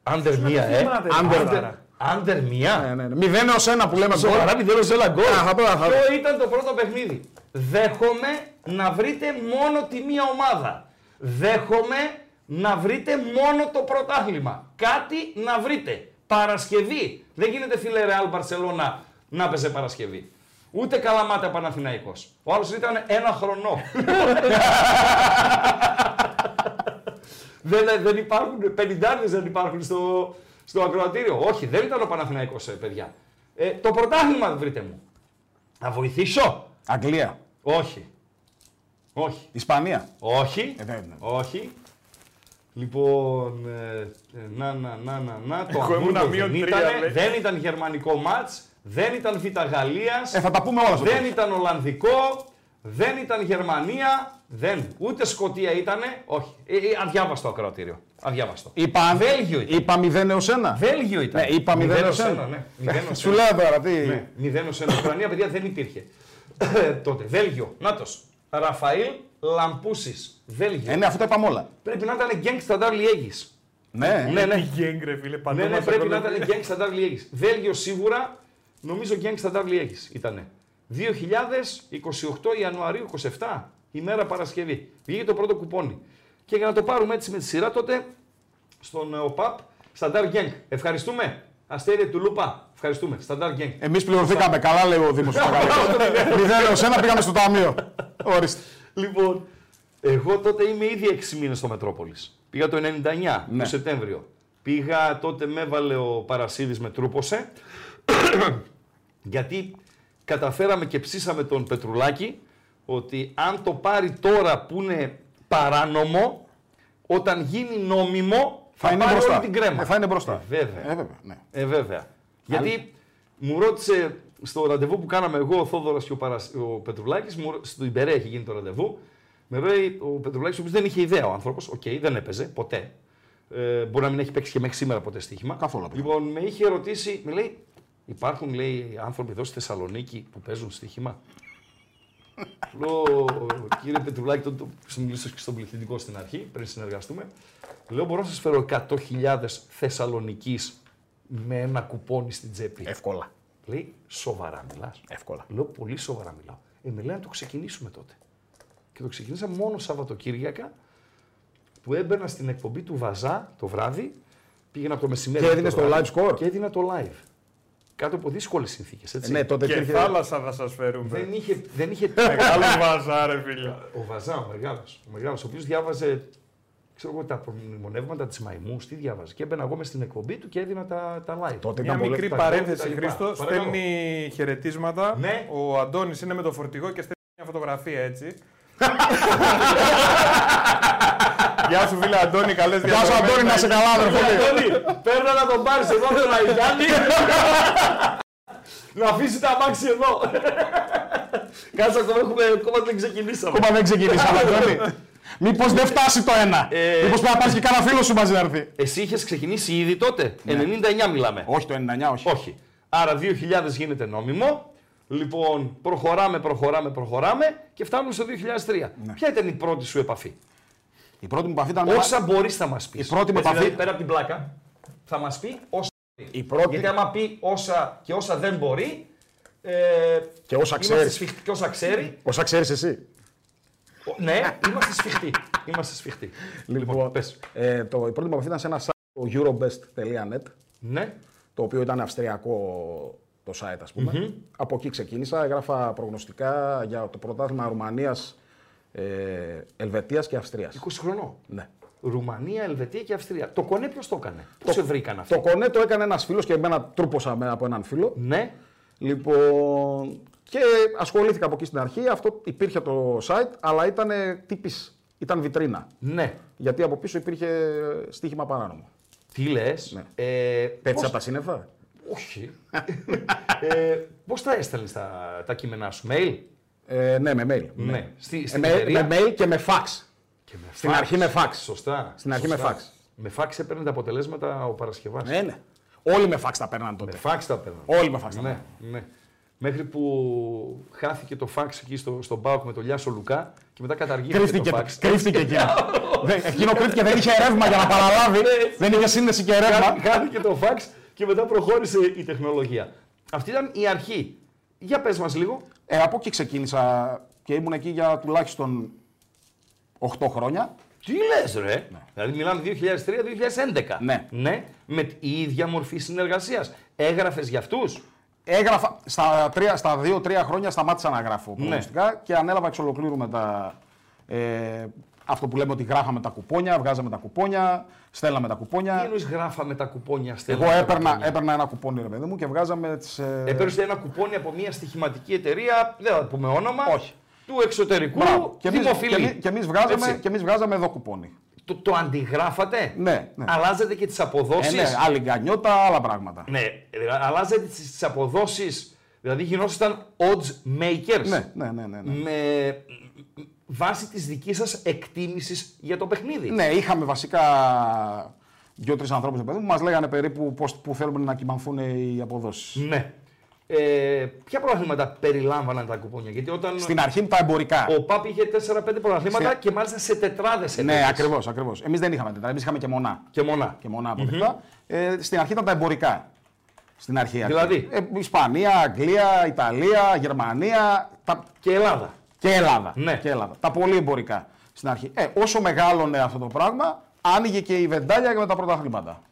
S3: Άντερ μία, ε.
S4: Άντερ.
S3: Άντερ
S4: Ναι,
S3: μία.
S4: ναι, ναι. Μηδέν έως ένα που λέμε
S3: Σοβαρά,
S4: γκολ.
S3: μηδέν ένα γκολ.
S4: Α, θα πω, θα πω.
S3: Ποιο ήταν το πρώτο παιχνίδι. Δέχομαι να βρείτε μόνο τη μία ομάδα. Δέχομαι να βρείτε μόνο το πρωτάθλημα. Κάτι να βρείτε. Παρασκευή. Δεν γίνεται φίλε Ρεάλ Μπαρσελώνα να παίζει Παρασκευή. Ούτε Καλαμάτα Παναθηναϊκός. Ο άλλος ήταν ένα χρονό. Δεν, δεν υπάρχουν, πενηντάδες δεν υπάρχουν στο, στο ακροατήριο. Όχι, δεν ήταν ο Παναθηναϊκός, ε, παιδιά. Ε, το πρωτάθλημα βρείτε μου. Να βοηθήσω.
S4: Αγγλία.
S3: Όχι. Όχι.
S4: Ισπανία.
S3: Όχι.
S4: Ε, δεν είναι.
S3: Όχι. Λοιπόν, ε, ε, να, να, να, να, να, το
S5: Εγώ ήμουν
S3: Αμβούργος
S5: μείον
S3: δεν
S5: τρία,
S3: ήταν,
S5: λέει.
S3: δεν ήταν γερμανικό μάτς, δεν ήταν Β' Γαλλίας,
S4: Ε, θα τα πούμε όλα στο
S3: δεν
S4: τέλος.
S3: ήταν Ολλανδικό, δεν ήταν Γερμανία, δεν. Ούτε Σκοτία ήτανε, όχι. Ε, ε, αδιάβαστο ακροατήριο. Αδιάβαστο.
S4: Είπα,
S3: Βέλγιο ήταν.
S4: είπα 0 έω 1.
S3: Βέλγιο ήταν.
S4: Ναι, είπα 0 έω 1.
S3: ναι. Μηδέν ως
S4: Σου
S3: ένα.
S4: λέω τώρα τι.
S3: Ναι, 0 ω 1. Ουκρανία, παιδιά, δεν υπήρχε. Τότε. Βέλγιο. Νάτο. Ραφαήλ Λαμπούσης. Βέλγιο.
S4: Ε, ναι, αφού τα είπαμε όλα.
S3: Πρέπει να ήταν γκέγκ σταντάρ Λιέγη.
S4: Ναι,
S3: Ναι, ναι.
S5: Η Γκέγκ, ρε Ε, φίλε, παντού
S3: Ναι, ναι,
S5: μας
S3: πρέπει να
S5: ακολουθεί.
S3: ήταν γκέγκ σταντάρ Λιέγη. Βέλγιο σίγουρα, νομίζω γκέγκ σταντάρ Λιέγη ήταν. 2028 Ιανουαρίου 27, ημέρα Παρασκευή. Βγήκε το πρώτο κουπόνι. Και για να το πάρουμε έτσι με τη σειρά τότε, στον ε, ΟΠΑΠ, σταντάρ γκέγκ. Ευχαριστούμε. Αστέρια του Λούπα. Ευχαριστούμε. Σταντάρ γκέγκ.
S4: Εμείς πληρωθήκαμε. Καλά λέει ο Δήμος. 0 έω 1 πήγαμε στο ταμείο. Ορίστε.
S3: Λοιπόν, εγώ τότε είμαι ήδη 6 μήνες στο Μετρόπολης. Πήγα το 99
S4: Ναι.
S3: το Σεπτέμβριο. Πήγα τότε, με έβαλε ο Παρασίδης, με τρούπωσε. γιατί καταφέραμε και ψήσαμε τον Πετρουλάκη ότι αν το πάρει τώρα που είναι παράνομο, όταν γίνει νόμιμο θα,
S4: Θα είναι
S3: πάρει
S4: μπροστά.
S3: όλη την κρέμα.
S4: Ε, θα είναι μπροστά.
S3: Ε, βέβαια.
S4: Ε, βέβαια, ναι.
S3: Ε, βέβαια. Γιατί μου ρώτησε στο ραντεβού που κάναμε εγώ, ο Θόδωρας και ο, Παρασ... ο Πετρουλάκης, μου... ρω- στην Περέα είχε γίνει το ραντεβού. Με λέει ο Πετρουλάκης, ο οποίος δεν είχε ιδέα ο άνθρωπος. Οκ, δεν έπαιζε ποτέ. Ε, μπορεί να μην έχει παίξει και μέχρι σήμερα ποτέ στοίχημα.
S4: Καθόλου απ'
S3: Λοιπόν, με είχε ρωτήσει, με λέει, υπάρχουν λέει, άνθρωποι εδώ στη Θεσσαλονίκη που παίζουν στοίχημα. Λέω, κύριε Πετρουλάκη, τότε το μιλήσω και στον πληθυντικό στην αρχή, πριν συνεργαστούμε. Λέω, μπορώ να σας φέρω 100.000 Θεσσαλονική με ένα κουπόνι στην τσέπη.
S4: Εύκολα.
S3: Λέει, σοβαρά μιλάς.
S4: Εύκολα.
S3: Λέω, πολύ σοβαρά μιλάω. Ε, με λέει να το ξεκινήσουμε τότε. Και το ξεκινήσαμε μόνο Σαββατοκύριακα που έμπαινα στην εκπομπή του Βαζά το βράδυ. Πήγαινα από το μεσημέρι.
S4: Και έδινες
S3: το
S4: το
S3: βράδυ
S4: live score.
S3: Και έδινα το live. Κάτω από δύσκολες συνθήκες, έτσι.
S4: Ναι, τότε Ε,
S5: Και
S4: υπήρχε.
S5: θάλασσα θα σας φέρουμε.
S3: δεν είχε, δεν είχε
S5: Μεγάλο βάζα, ρε φίλε.
S3: ο Βαζά, ο μεγάλος. Ο, μεγάλος, ο οποίος διάβαζε ξέρω εγώ, τα προμνημονεύματα της Μαϊμούς, τι διάβαζε. Και έμπαινα εγώ μες στην εκπομπή του και έδινα τα, τα live.
S4: Τότε
S5: Μια
S4: ήταν πολύ.
S5: μικρή
S3: τα λοιπά, τα
S5: παρένθεση,
S3: λοιπά.
S5: Χρήστο.
S3: Παρακαλώ.
S5: Στέλνει χαιρετίσματα.
S3: Ναι.
S5: Ο Αντώνης είναι με το φορτηγό και στέλνει μια φωτογραφία έτσι. Γεια σου, φίλε Αντώνη, καλές
S4: Γεια σου,
S5: διαδρομές.
S4: Αντώνη, να σε καλά, αδερφέ.
S3: Παίρνω να τον πάρει εδώ, θέλω να γιάνει. να αφήσει τα μάξι εδώ. Κάτσε ακόμα, έχουμε, ακόμα δεν ξεκινήσαμε.
S4: Ακόμα δεν ξεκινήσαμε, Αντώνη. Μήπως δεν φτάσει το ένα.
S3: Ε.
S4: Μήπως πρέπει να πάρεις και κανένα φίλο σου μαζί να έρθει.
S3: Εσύ είχες ξεκινήσει ήδη τότε. 99 μιλάμε.
S4: Όχι το 99, όχι.
S3: Όχι. Άρα 2000 γίνεται νόμιμο. Λοιπόν, προχωράμε, προχωράμε, προχωράμε και φτάνουμε στο 2003. Ποια ήταν η πρώτη σου επαφή.
S4: Ναι. Η πρώτη μου επαφή ήταν.
S3: Όσα μπορείς να μας πεις. Η
S4: πρώτη μου επαφή-
S3: δηλαδή, πέρα από την πλάκα, θα μας πει όσα.
S4: Η πρώτη-
S3: Γιατί άμα πει όσα και όσα δεν μπορεί. Ε,
S4: Και όσα
S3: είμαστε
S4: ξέρεις.
S3: σφιχτ- Και όσα ξέρει.
S4: Όσα ξέρεις εσύ.
S3: Ο- ναι, είμαστε σφιχτοί. Είμαστε σφιχτοί.
S4: Λοιπόν,
S3: πες.
S4: ε, το, η πρώτη μου επαφή ήταν σε ένα site, το eurobest.net,
S3: Ναι.
S4: το οποίο ήταν αυστριακό το site, ας πουμε Από εκεί ξεκίνησα, έγραφα προγνωστικά για το πρωτάθλημα Ρουμανίας, ε, Ελβετίας και Αυστρίας.
S3: 20 χρονών.
S4: Ναι.
S3: Ρουμανία, Ελβετία και Αυστρία. Το κονέ ποιος το έκανε. Πώ σε βρήκαν αυτό.
S4: Το κονέ το έκανε ένας φίλος και εμένα τρούπωσα με- από έναν φίλο.
S3: Ναι.
S4: Λοιπόν, και ασχολήθηκα από εκεί στην αρχή. Αυτό υπήρχε το site, αλλά ήταν τύπης, ήταν βιτρίνα.
S3: Ναι.
S4: Γιατί από πίσω υπήρχε στοίχημα παράνομο.
S3: Τι λες. Ε,
S4: Ναι. Πέτσα
S3: πώς-
S4: από τα σύννεφα.
S3: Όχι. ε, Πώς τα έστελνες τα, τα κείμενά σου, mail.
S4: Ε, ναι, με mail.
S3: Ναι. Στη,
S4: Ε,
S3: στην
S4: με,
S3: εταιρεία.
S4: με mail και με fax.
S3: Και με
S4: Στην
S3: fax.
S4: αρχή με fax.
S3: Σωστά.
S4: Στην αρχή με
S3: σωστά.
S4: fax.
S3: Με fax έπαιρνε τα αποτελέσματα ο Παρασκευάς.
S4: Ναι, ναι. Όλοι με fax τα παίρναν τότε.
S3: Με fax τα έπαιρνε.
S4: Όλοι με fax
S3: Ναι,
S4: τα παίρναν.
S3: ναι. Μέχρι που χάθηκε το fax εκεί στο, στον Πάοκ με τον Λιάσο Λουκά και μετά καταργήθηκε
S4: Κρύφτηκε,
S3: το fax.
S4: κρύφτηκε εκείνο. Δεν- εκείνο κρύφτηκε, δεν είχε ρεύμα για να παραλάβει. δεν είχε σύνδεση και ρεύμα.
S3: Χά- Χάθηκε το fax και μετά προχώρησε η τεχνολογία. Αυτή ήταν η αρχή. Για πες μας λίγο.
S4: Ε, από εκεί ξεκίνησα και ήμουν εκεί για τουλάχιστον 8 χρόνια.
S3: Τι λες, ρε. Δηλαδή, μιλάμε 2003-2011.
S4: Ναι.
S3: Με τη- η ίδια μορφή συνεργασίας. Έγραφες για αυτούς.
S4: Έγραφα στα, τρία, στα δύο-τρία χρόνια σταμάτησα να γράφω προγνωστικά και ανέλαβα εξ ολοκλήρου με τα. Ε, αυτό που λέμε ότι γράφαμε τα κουπόνια, βγάζαμε τα κουπόνια, στέλναμε τα
S3: Τι
S4: κουπόνια.
S3: εννοείς γράφαμε τα κουπόνια στέλνω.
S4: Εγώ έπαιρνα, έπαιρνα ένα κουπόνι, ρε παιδί μου, και βγάζαμε ε, τι.
S3: Έπαιρνε ένα κουπόνι από μια στοιχηματική εταιρεία, δεν θα πούμε όνομα.
S4: Όχι.
S3: Του εξωτερικού
S4: Μπράβο. Και εμείς,
S3: δημοφιλή.
S4: και, εμείς- και εμείς βγάζαμε,
S3: Έτσι.
S4: και εμείς βγάζαμε εδώ κουπόνι.
S3: Το, το αντιγράφατε.
S4: Ναι, ναι.
S3: Αλλάζετε και τις
S4: Ε,
S3: αποδόσει.
S4: ναι, άλλη γκανιώτα, άλλα πράγματα.
S3: δηλαδή, Ναι, ε, αλλάζετε τις τις αποδόσεις Δηλαδή γινόσασταν odds makers.
S4: Ναι, ναι, ναι, ναι, ναι.
S3: Με βάση της δικής σας εκτίμησης για το παιχνίδι.
S4: Ναι, είχαμε βασικά δύο-τρει ανθρώπους που μας λέγανε περίπου πώς, που θέλουμε να κοιμανθούν οι αποδόσεις.
S3: Ναι. Ε, ποια προαθλήματα περιλάμβαναν τα κουπόνια, Γιατί όταν
S4: Στην αρχή τα εμπορικά.
S3: ο Παπ είχε 4-5 προαθλήματα
S4: Στην-
S3: και μάλιστα σε τετράδες
S4: Ναι, ακριβώς, ακριβώς. Εμείς δεν είχαμε τέτοια, εμείς είχαμε και μονά.
S3: Και μονά.
S4: Και μονά αποδεκτά. Ε, στην αρχή ήταν τα εμπορικά. Στην αρχή. αρχή.
S3: Δηλαδή?
S4: Ε, Ισπανία, Αγγλία, Ιταλία, Γερμανία. Τα...
S3: Και Ελλάδα.
S4: Και Ελλάδα.
S3: Ναι.
S4: Και Ελλάδα. Τα πολύ εμπορικά στην αρχή. Ε, όσο μεγάλωνε αυτό το πράγμα, άνοιγε και η βεντάλια με τα πρωταθλήματα.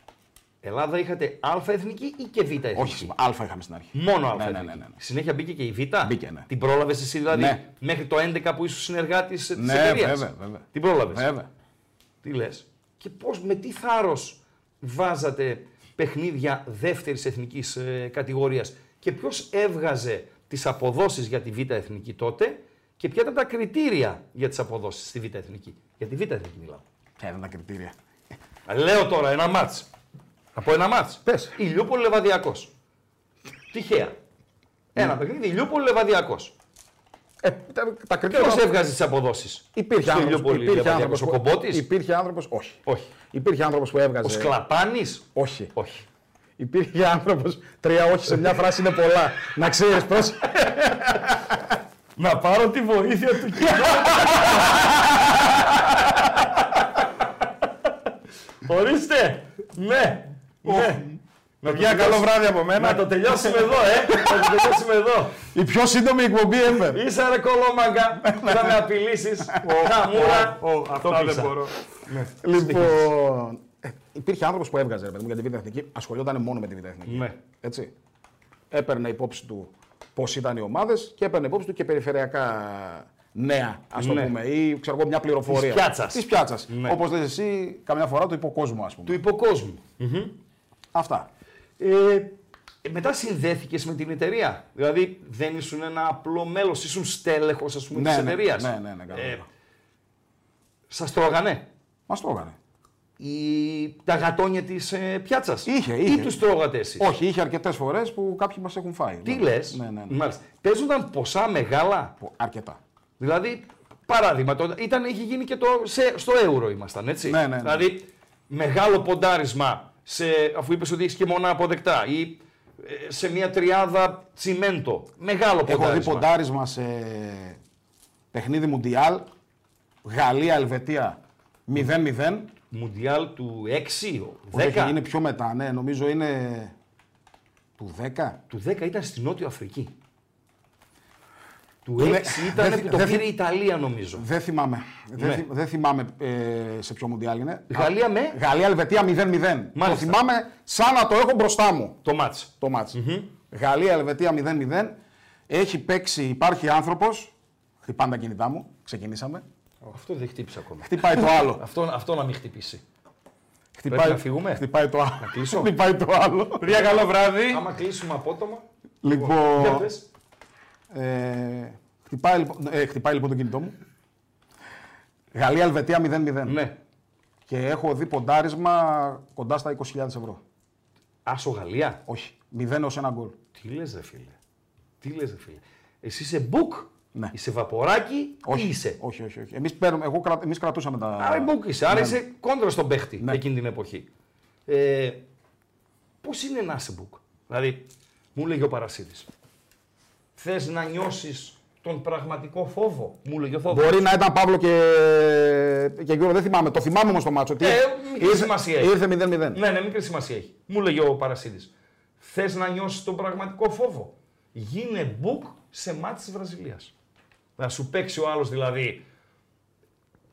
S3: Ελλάδα είχατε Α εθνική ή και Β εθνική.
S4: Όχι, Α είχαμε στην αρχή.
S3: Μόνο Α.
S4: ναι, ναι,
S3: εθνική.
S4: ναι, ναι, ναι.
S3: Συνέχεια μπήκε και η Β.
S4: Μπήκε, ναι.
S3: Την πρόλαβες εσύ δηλαδή
S4: Ναι.
S3: μέχρι το 11 που ήσουν συνεργάτης της
S4: Ναι,
S3: εταιρείας.
S4: βέβαια, βέβαια.
S3: Την πρόλαβες.
S4: ναι. Βέβαια.
S3: Τι λες. Και πώς, με τι θάρρος βάζατε παιχνίδια δεύτερης εθνικής ε, κατηγορίας και ποιος έβγαζε τις αποδόσεις για τη Β' Εθνική τότε και ποια ήταν τα κριτήρια για τις αποδόσεις στη Β' Εθνική. Για τη Β' Εθνική μιλάω. Ε,
S4: Ποια Ε, ήταν τα κριτήρια.
S3: Λέω τώρα ένα μάτ. Από ένα μάτ.
S4: Πες.
S3: Ηλιούπολη Λεβαδιακός. Τυχαία. Ένα παιχνίδι Ηλιούπολη Λεβαδιακός.
S4: Ε, τα, τα κριτήρια.
S3: Ποιο έβγαζε τις αποδόσεις.
S4: Υπήρχε άνθρωπο. Υπήρχε άνθρωπος
S3: Ο
S4: που-
S3: Κομπότης.
S4: Υπήρχε άνθρωπος. Όχι.
S3: Όχι.
S4: Υπήρχε άνθρωπος που έβγαζε.
S3: Ο Σκλαπάνης.
S4: Όχι.
S3: Όχι.
S4: Υπήρχε άνθρωπος. Τρία όχι σε μια φράση είναι πολλά. Να ξέρεις πώς.
S3: Να πάρω τη βοήθεια του Ορίστε. Ναι. Ναι.
S5: Παιδιά, καλό βράδυ από μένα.
S3: Να το τελειώσουμε εδώ, ε. Να το τελειώσουμε εδώ.
S4: Η πιο σύντομη εκπομπή ever.
S3: Είσαι ρε κολόμαγκα. Θα με απειλήσεις. Χαμούρα.
S5: Ω, Αυτά δεν μπορώ.
S4: λοιπόν. ε, Υπήρχε άνθρωπος που έβγαζε ρε παιδί μου, για τη Β' Εθνική. Ασχολιόταν μόνο με τη Β' Εθνική.
S3: Ναι.
S4: Έτσι. Έπαιρνε υπόψη του πώς ήταν οι ομάδες και έπαιρνε υπόψη του και περιφερειακά νέα, ας το
S3: Ναι.
S4: πούμε, ή ξέρω εγώ μια πληροφορία.
S3: Της πιάτσας.
S4: Της πιάτσας.
S3: Ναι.
S4: Όπως λες εσύ, καμιά φορά του υποκόσμου, ας πούμε.
S3: Του υποκόσμου.
S4: Αυτά.
S3: Ε, μετά συνδέθηκες με την εταιρεία. Δηλαδή δεν ήσουν ένα απλό μέλος, ήσουν στέλεχος ας πούμε
S4: Ναι,
S3: της
S4: ναι.
S3: εταιρείας. Ε,
S4: Ναι, ναι, ναι, καλά.
S3: σας τρώγανε.
S4: Μας το έκανε.
S3: Η, τα γατόνια της ε, πιάτσας.
S4: Είχε,
S3: Ή
S4: είχε.
S3: τους τρώγατε εσείς.
S4: Όχι, είχε αρκετές φορές που κάποιοι μας έχουν φάει.
S3: Τι
S4: Ναι.
S3: λες.
S4: Ναι, ναι, ναι.
S3: Μάλιστα. Παίζονταν ποσά μεγάλα.
S4: Που- Αρκετά.
S3: Δηλαδή, παράδειγμα, τότε ήταν, είχε γίνει και το, σε, στο ευρώ ήμασταν, έτσι.
S4: Ναι, ναι, ναι.
S3: Δηλαδή, μεγάλο ποντάρισμα, σε, αφού είπες ότι έχεις και μονά αποδεκτά, ή ε, σε μια τριάδα τσιμέντο. Μεγάλο ποντάρισμα.
S4: Έχω δει ποντάρισμα σε παιχνίδι Μουντιάλ, Γαλλία-Ελβετία 0-0.
S3: Μουντιάλ του 6,
S4: Όχι,
S3: 10.
S4: είναι πιο μετά, ναι, νομίζω είναι του 10.
S3: Του 10 ήταν στη Νότιο Αφρική. Του 6
S4: Είναι-
S3: ήταν,
S4: δεν θυ-
S3: το
S4: δεν θυ-
S3: πήρε η Ιταλία νομίζω.
S4: Δεν θυμάμαι, δεν,
S3: Ναι.
S4: θυ- δεν θυμάμαι ε, σε ποιο Μουντιάλ είναι.
S3: Γαλλία με
S4: Γαλλία-Ελβετία 0-0. Το
S3: Μάλιστα.
S4: θυμάμαι σαν να το έχω μπροστά μου
S3: το μάτς.
S4: το μάτς. Γαλλία-Ελβετία 0-0. Έχει παίξει, υπάρχει άνθρωπος, χτυπάνε τα κινητά μου, ξεκινήσαμε.
S3: Αυτό δεν χτύπησε ακόμα.
S4: Χτυπάει το άλλο.
S3: Αυτό, αυτό να μην χτυπήσει.
S4: Χτυπάει,
S3: να φύγουμε?
S4: χτυπάει το άλλο.
S3: κλείσω?
S4: χτυπάει το άλλο.
S5: Παιδιά, καλό βράδυ.
S3: Άμα κλείσουμε απότομα, για
S4: λοιπόν,
S3: πες.
S4: ε, χτυπάει, λοιπόν, ε, χτυπάει λοιπόν το κινητό μου. Γαλλία-Ελβετία 0-0.
S3: Ναι.
S4: Και έχω δει ποντάρισμα κοντά στα 20.000 ευρώ.
S3: Άσο Γαλλία.
S4: Όχι. 0 έως 1 γκολ.
S3: Τι λες ρε φίλε. Τι λες ρε φίλε. Εσύ είσαι μπουκ,
S4: Ναι.
S3: είσαι βαποράκι,
S4: Όχι.
S3: τι είσαι.
S4: Όχι, όχι. όχι. Εμείς, παίρνουμε, εγώ, κρα- εμείς κρατούσαμε τα.
S3: Άρα μπουκ είσαι. Άρα είσαι κόντρα στον παίχτη
S4: Ναι.
S3: εκείνη την εποχή. Ε, Πώς είναι να είσαι μπουκ. Δηλαδή, μου λέγει ο Παρασίδης. Θες να νιώσεις τον πραγματικό φόβο, μου λέγει ο Θόδωρο.
S4: Μπορεί να ήταν Παύλο και, και Γιώργο, δεν θυμάμαι. Το θυμάμαι όμως το μάτσο. ότι
S3: Ε, μικρή σημασία έχει.
S4: ήρθε 0-0.
S3: Ναι, ναι, μικρή σημασία έχει. Μου λέγει ο Παρασίδης. Θες να νιώσεις τον πραγματικό φόβο. Γίνε μπουκ σε μάτι της Βραζιλίας. Να σου παίξει ο άλλος δηλαδή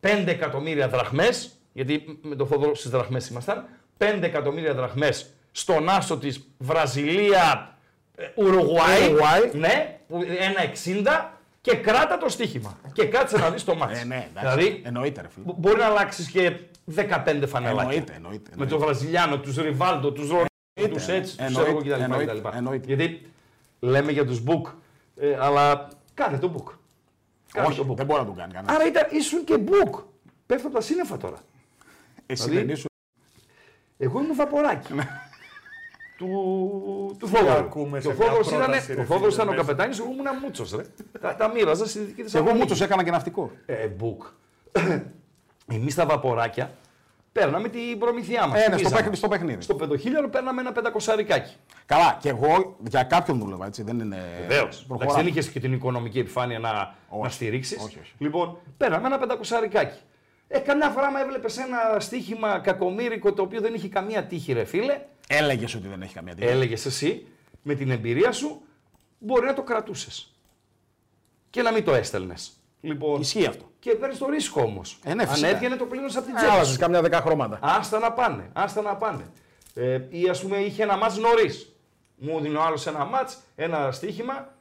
S3: 5 εκατομμύρια δραχμές, γιατί με τον Θόδωρο στις δραχμές ήμασταν, 5 εκατομμύρια δραχμές στον άσο της Βραζιλία, ε, Ουρουγουάη,
S4: Ουρουγουάη.
S3: ναι, που- 1,60 και κράτα το στοίχημα. Και κάτσε να δεις το μάτς.
S4: Ε, ναι, εντάξει.
S3: δηλαδή,
S4: Εννοείται, ρε φίλε.
S3: μπο- μπορεί να αλλάξεις και 15 φανελάκια.
S4: Εννοείται, εννοείται.
S3: Με τον Βραζιλιάνο, τους Ριβάλντο, τους Ρονάλντο, του
S4: Εννοείται,
S3: έτσι, τους
S4: εννοείται,
S3: Σέργο κτλ.
S4: εννοείται,
S3: κτλ.
S4: εννοείται.
S3: Γιατί λέμε για τους Μπουκ, ε, αλλά κάνε το Μπουκ. Κάνε
S4: Όχι,
S3: το Μπουκ.
S4: δεν μπορεί να τον κάνει κανένας.
S3: Άρα ήταν, ήσουν και Μπουκ. Πέφτω από τα σύννεφα τώρα.
S4: Εσύ
S3: δηλαδή-
S4: δεν ήσουν. Ναι.
S3: Εγώ ήμουν βαποράκι. του, του Φόβολου.
S5: ακούμε
S3: Και
S5: σε
S3: ο
S5: μια
S3: Φόβολος ήταν,
S5: πρόταση, ρε
S3: ο Φόβολος
S5: φίλε,
S3: ήταν ο
S5: μέσα.
S3: καπετάνιος, εγώ ήμουν μούτσο. τα, τα μοίραζα στη δική της
S4: Και εγώ μου του έκανα και ναυτικό.
S3: Ε, μπουκ. Εμείς τα βαποράκια παίρναμε την προμηθειά μας.
S4: Ε, ναι, στο παίχνι- στο παιχνίδι.
S3: Στο πεντοχίλιαρο παίρναμε ένα πεντακοσαρικάκι.
S4: Καλά, και εγώ για κάποιον δούλευα, έτσι. Δεν είναι.
S3: Βεβαίως.
S4: Προχωράμε.
S3: Δεν είχες και την οικονομική επιφάνεια να, να στηρίξεις.
S4: Όχι, όχι.
S3: Λοιπόν, παίρναμε ένα πεντακοσαρικάκι. Ε, καμιά φορά άμα έβλεπες ένα στοίχημα κακομήρικο το οποίο δεν είχε καμία τύχη, ρε φίλε,
S4: Έλεγες ότι δεν έχει καμία τύχη.
S3: έλεγες εσύ με την εμπειρία σου, μπορεί να το κρατούσες. Και να μην το έστελνες. Λοιπόν,
S4: Ισχύει αυτό.
S3: και παίρνεις το ρίσκο όμως.
S4: Ε, ναι,
S3: Αν
S4: φυσικά.
S3: έβγαινε το πλήρωνες από την τσέπη.
S4: Άλλαζες καμιά δεκά χρώματα.
S3: Άστα να πάνε, άστα να πάνε. Ε, ή ας πούμε είχε ένα μάτ νωρίς. Μου δίνει ο άλλος ένα μάτ, ένα στοίχημα.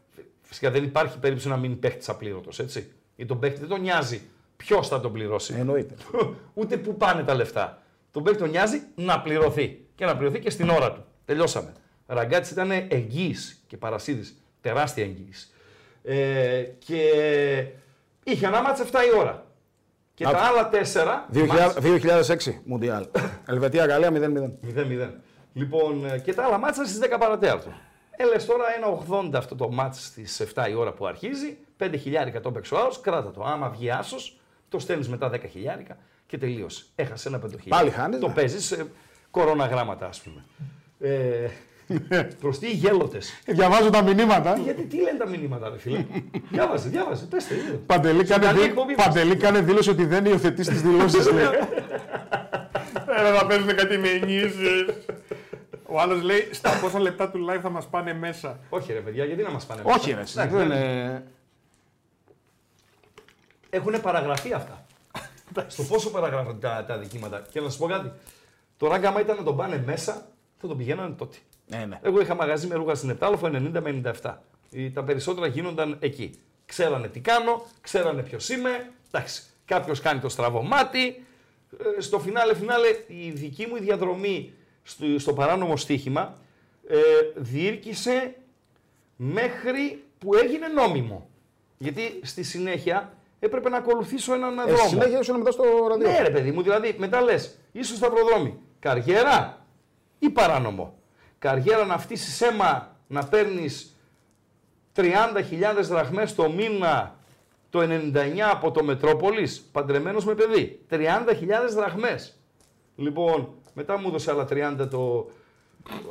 S3: Φυσικά δεν υπάρχει περίπτωση να μείνει παίχτης απλήρωτος, έτσι. Ή τον παίχτη δεν τον νοιάζει ποιος θα τον πληρώσει.
S4: Εννοείται.
S3: Ούτε που πάνε τα λεφτά. Τον παίχτη τον νοιάζει να πληρωθεί. Και να πληρωθεί και στην ώρα του. Τελειώσαμε. Ραγκάτσι ήταν εγγύης και παρασίδης. Τεράστια εγγύη. Ε, και είχε ένα μάτς 7 η ώρα. Και τα άλλα 4.
S4: 2006 Μουντιάλ. Ελβετία, Γαλλία 0-0.
S3: 0-0. Λοιπόν, ε, και τα άλλα μάτσα στι 10 παρατέταρτο. Έλε Ε, τώρα ένα 80 αυτό το μάτς στις 7 η ώρα που αρχίζει. 5 χιλιάρικα το παίξει ο άλλος, κράτα το. Άμα βγει άσος, το στέλνεις μετά 10 χιλιάρικα και τελείωσε. Έχασε ένα 5 χιλιάρικα.
S4: Πάλι χάνεις,
S3: Το
S4: ναι.
S3: παίζεις ε, κορώνα γράμματα, ας πούμε. Ε, προς τι γέλοτες.
S6: Διαβάζω τα μηνύματα.
S3: Γιατί τι λένε τα μηνύματα, ρε φίλε. διάβασε, διάβασε. Πες τα, είδε.
S6: Παντελή
S3: Στην
S6: κάνε,
S3: καλή
S6: δήλ-
S3: εκπομπή μας.
S6: Παντελή κάνε δήλωση ότι δεν υιοθετείς τις
S4: Ναι.
S6: δηλώσεις, λέει.
S5: Έλα να παίζουν κάτι με ενίσεις. Ο άλλος λέει στα πόσα λεπτά του live θα μας πάνε μέσα.
S3: Όχι, ρε παιδιά, γιατί να μας πάνε.
S4: Όχι, ρε. εσύ,
S3: Εντάξει,
S4: Δεν είναι.
S3: Έχουν παραγραφεί αυτά. Στο πόσο παραγράφονται τα, τα δικήματα. Και να σας πω κάτι. Το ράγκα, άμα ήταν να τον πάνε μέσα, θα τον πηγαίνανε τότε.
S4: Ναι, ναι.
S3: Εγώ είχα μαγαζί με ρούχα στην Επτάλοφο 90 με 97. Οι- Τα περισσότερα γίνονταν εκεί. Ξέρανε τι κάνω, ξέρανε ποιος είμαι. Εντάξει, κάποιος κάνει το στραβό μάτι. Ε, στο φινάλε, φινάλε, η δική μου διαδρομή στο, στο παράνομο στοίχημα ε, διήρκησε μέχρι που έγινε νόμιμο. Γιατί στη συνέχεια έπρεπε να ακολουθήσω έναν
S4: Ε,
S3: δρόμο.
S4: στη συνέχεια ήσουν μετά στο ραντεβού.
S3: Ναι, ρε παιδί μου, δηλαδή μετά λες, ίσως σταυροδρόμι. Καριέρα ή παράνομο. Καριέρα να φτύσει αίμα να παίρνεις 30.000 δραχμές το μήνα το 99 από το Μετρόπολης, παντρεμένος με παιδί. 30.000 δραχμές. Λοιπόν, μετά μου έδωσε άλλα 30 το,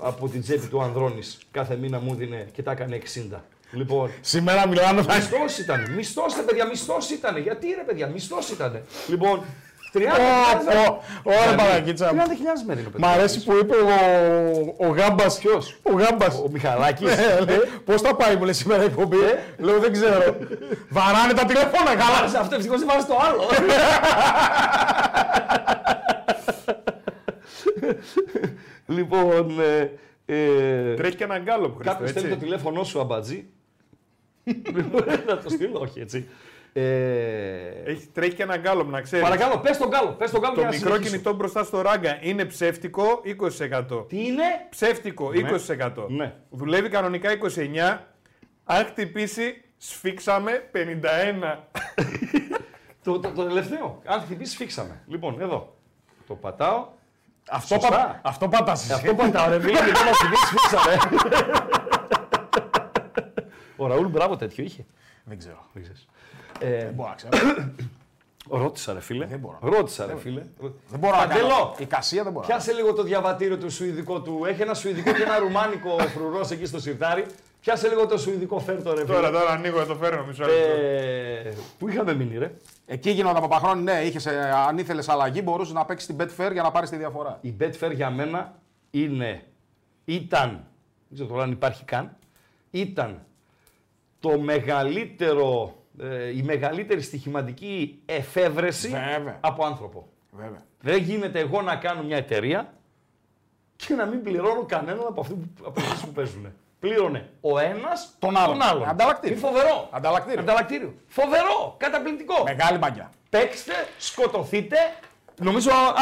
S3: από την τσέπη του Ανδρώνης. Κάθε μήνα μου δίνε και τα έκανε 60. Λοιπόν,
S4: Σήμερα μιλάμε.
S3: Μισθός ήταν. Μισθός ήταν, παιδιά. Μισθός ήταν. Γιατί ρε, παιδιά, μισθός ήταν. Λοιπόν, 30.000. Δηλαδή,
S6: Ωραία, Παναγίτσα.
S3: 30.000
S6: μου.
S3: μέρη είναι,
S6: Μ'
S3: παιδιά.
S6: αρέσει που είπε ο, ο Γάμπας. Ποιος? Ο Γάμπας.
S3: Ο Μιχαλάκης.
S6: Πώς θα πάει, μου λέει σήμερα η εκπομπή. ε? Λέω δεν ξέρω. Βαράνε τα τηλεφώνα, καλά.
S3: Αυτό ευτυχώς δεν βάζει το άλλο. λοιπόν. Ε, ε,
S5: Τρέχει και ένα γκάλο που
S3: Κάποιο
S5: χρειάζεται.
S3: θέλει το
S5: έτσι.
S3: τηλέφωνό σου, αμπατζή. να το στείλω, όχι έτσι. Ε,
S5: Έχει, τρέχει και ένα γκάλο, να ξέρεις.
S3: παρακαλώ, πες τον κάλο. Πες τον κάλο
S5: Το
S3: για να
S5: μικρό
S3: συνεχίσω.
S5: κινητό μπροστά στο ράγκα είναι ψεύτικο 20%.
S3: Τι είναι,
S5: Ψεύτικο 20%.
S3: Ναι.
S5: Δουλεύει κανονικά 29. Αν χτυπήσει, σφίξαμε 51.
S3: Το, το, το τελευταίο. Αν χτυπήσει, φίξαμε. Λοιπόν, εδώ. Το πατάω.
S4: Αυτό,
S3: Σωστά.
S4: πα... αυτό πατάς εσύ.
S3: Αυτό πατάω, ρε φίλε, και να χτυπήσει, φίξαμε. Ο Ραούλ μπράβο τέτοιο είχε.
S4: Δεν ξέρω.
S3: Δεν ξέρεις. Ε,
S4: Δεν μπορώ να ξέρω.
S3: ρώτησα, ρε φίλε.
S4: Δεν μπορώ.
S3: Ρώτησα, ρε φίλε.
S4: δεν μπορώ να
S3: Παντελό.
S4: κάνω. Η κασία δεν μπορώ. να
S3: Πιάσε λίγο το διαβατήριο του σουηδικό του. Έχει ένα σουηδικό και ένα ρουμάνικο φρουρός εκεί στο σιρτάρι. Πιάσε λίγο το σουηδικό φέρτο, ρε
S5: τώρα,
S3: φίλε.
S5: τώρα ανοίγω, το φέρνω μισό λεπτό.
S3: Ε, Πού είχαμε μείνει, ρε.
S4: Εκεί γίνονταν από παχρόνι, ναι, είχες, ε, αν ήθελες αλλαγή, μπορούσες να παίξεις την Betfair για να πάρεις τη διαφορά.
S3: Η Betfair για μένα είναι, ήταν, δεν ξέρω τώρα αν υπάρχει καν, ήταν το μεγαλύτερο, ε, η μεγαλύτερη στοιχηματική εφεύρεση
S4: Βέβαια.
S3: από άνθρωπο.
S4: Βέβαια.
S3: Δεν γίνεται εγώ να κάνω μια εταιρεία και να μην πληρώνω κανέναν από αυτού που, από αυτούς που παίζουν. Πλήρωνε ο ένας τον
S4: Τον
S3: άλλον.
S4: άλλον.
S3: Τον άλλον.
S4: Ανταλλακτήριο.
S3: Είναι φοβερό.
S4: Ανταλλακτήριο.
S3: Ανταλλακτήριο. Φοβερό. Καταπληκτικό.
S4: Μεγάλη μαγιά.
S3: Παίξτε, σκοτωθείτε. Νομίζω α,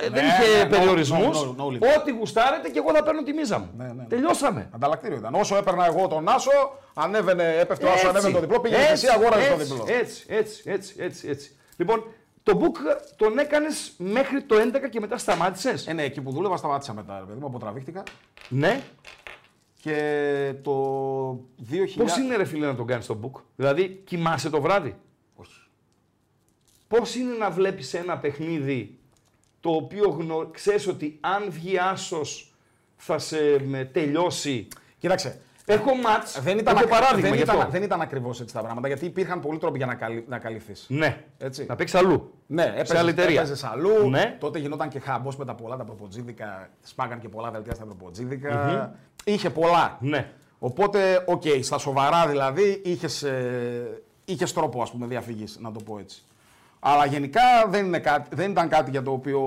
S3: ε, ε, δεν
S4: Ναι,
S3: είχε
S4: ναι, no-
S3: περιορισμού.
S4: no- no- no limit.
S3: Ό,τι γουστάρετε και εγώ θα παίρνω τη μίζα μου.
S4: ναι, ναι.
S3: Τελειώσαμε.
S4: Ανταλλακτήριο ήταν. Όσο έπαιρνα εγώ τον Άσο, ανέβαινε, έπεφτε ο Άσο, ανέβαινε το διπλό, πήγαινε εσύ, αγόραζε το διπλό.
S3: Έτσι, έτσι, έτσι, έτσι, έτσι. Λοιπόν, Το book τον έκανες μέχρι το 11 και μετά σταμάτησες.
S4: Ε, ναι, εκεί που δούλευα σταμάτησα μετά, ρε παιδί μου, αποτραβήχτηκα.
S3: ναι.
S4: Και το 2000...
S3: Πώς είναι ρε φίλε να τον κάνεις το book, Δηλαδή κοιμάσαι το βράδυ.
S4: Όχι.
S3: Πώς είναι να βλέπεις ένα παιχνίδι το οποίο γνω... ξέρεις ότι αν βγει άσος θα σε με, τελειώσει.
S4: Κοίταξε,
S3: Έχω μάτς,
S4: δεν ήταν,
S3: έχω
S4: ακ-
S3: παράδειγμα
S4: δεν
S3: γι' αυτό.
S4: ήταν, δεν ήταν ακριβώς έτσι τα πράγματα, γιατί υπήρχαν πολλοί τρόποι για να, καλυ... να καλυφθείς.
S3: Ναι,
S4: Έτσι.
S3: να παίξεις αλλού.
S4: Ναι, έπαιζες,
S3: άλλη εταιρεία.
S4: έπαιζες αλλού.
S3: Ναι.
S4: Τότε γινόταν και χαμπό με τα πολλά τα προποτζίδικα. Σπάγαν και πολλά δελτία στα προποτζιδικα Είχε πολλά.
S3: Ναι.
S4: Οπότε, οκ, στα σοβαρά δηλαδή, είχες ε, είχες τρόπο ας πούμε, διαφυγής, να το πω έτσι. Αλλά γενικά δεν, είναι κάτι, δεν ήταν κάτι για το οποίο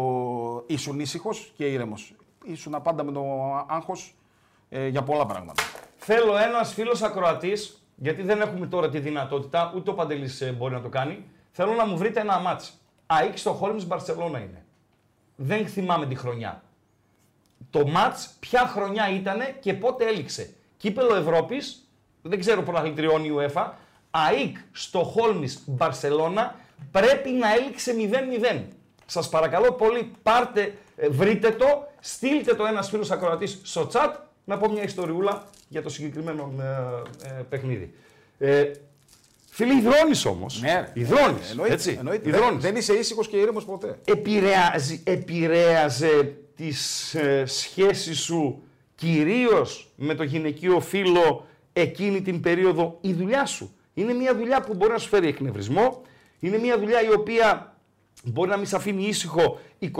S4: ήσουν ήσυχος και ήρεμος. Ήσουν πάντα με το άγχος ε, για πολλά πράγματα.
S3: Θέλω ένας φίλος ακροατής, γιατί δεν έχουμε τώρα τη δυνατότητα, ούτε ο Παντελής μπορεί να το κάνει. Θέλω να μου βρείτε ένα μάτ. ΑΕΚ στο Χόλμ Μπαρσελόνα είναι. Δεν θυμάμαι τη χρονιά. Το μάτ, ποια χρονιά ήταν και πότε έληξε. Κύπελο Ευρώπης, δεν ξέρω πρωταθλητριών η UEFA. ΑΕΚ στο Χόλμ Μπαρσελόνα πρέπει να έληξε 0-0. Σας παρακαλώ πολύ, πάρτε, ε, βρείτε το, στείλτε το ένας φίλος ακροατής στο chat να πω μια ιστοριούλα για το συγκεκριμένο ε, ε, παιχνίδι. Ε, Φίλοι, υδρώνεις όμως.
S4: Ναι,
S3: Υδρώνεις,
S4: εννοείται,
S3: έτσι.
S4: εννοείται. Δεν,
S3: Υδρώνεις
S4: δεν είσαι ήσυχος και ήρεμος ποτέ.
S3: επηρεάζει, επηρέαζε τις ε, σχέσεις σου κυρίως με το γυναικείο φίλο εκείνη την περίοδο η δουλειά σου. Είναι μια δουλειά που μπορεί να σου φέρει εκνευρισμό, είναι μια δουλειά η οποία μπορεί να μην σε αφήνει ήσυχο 24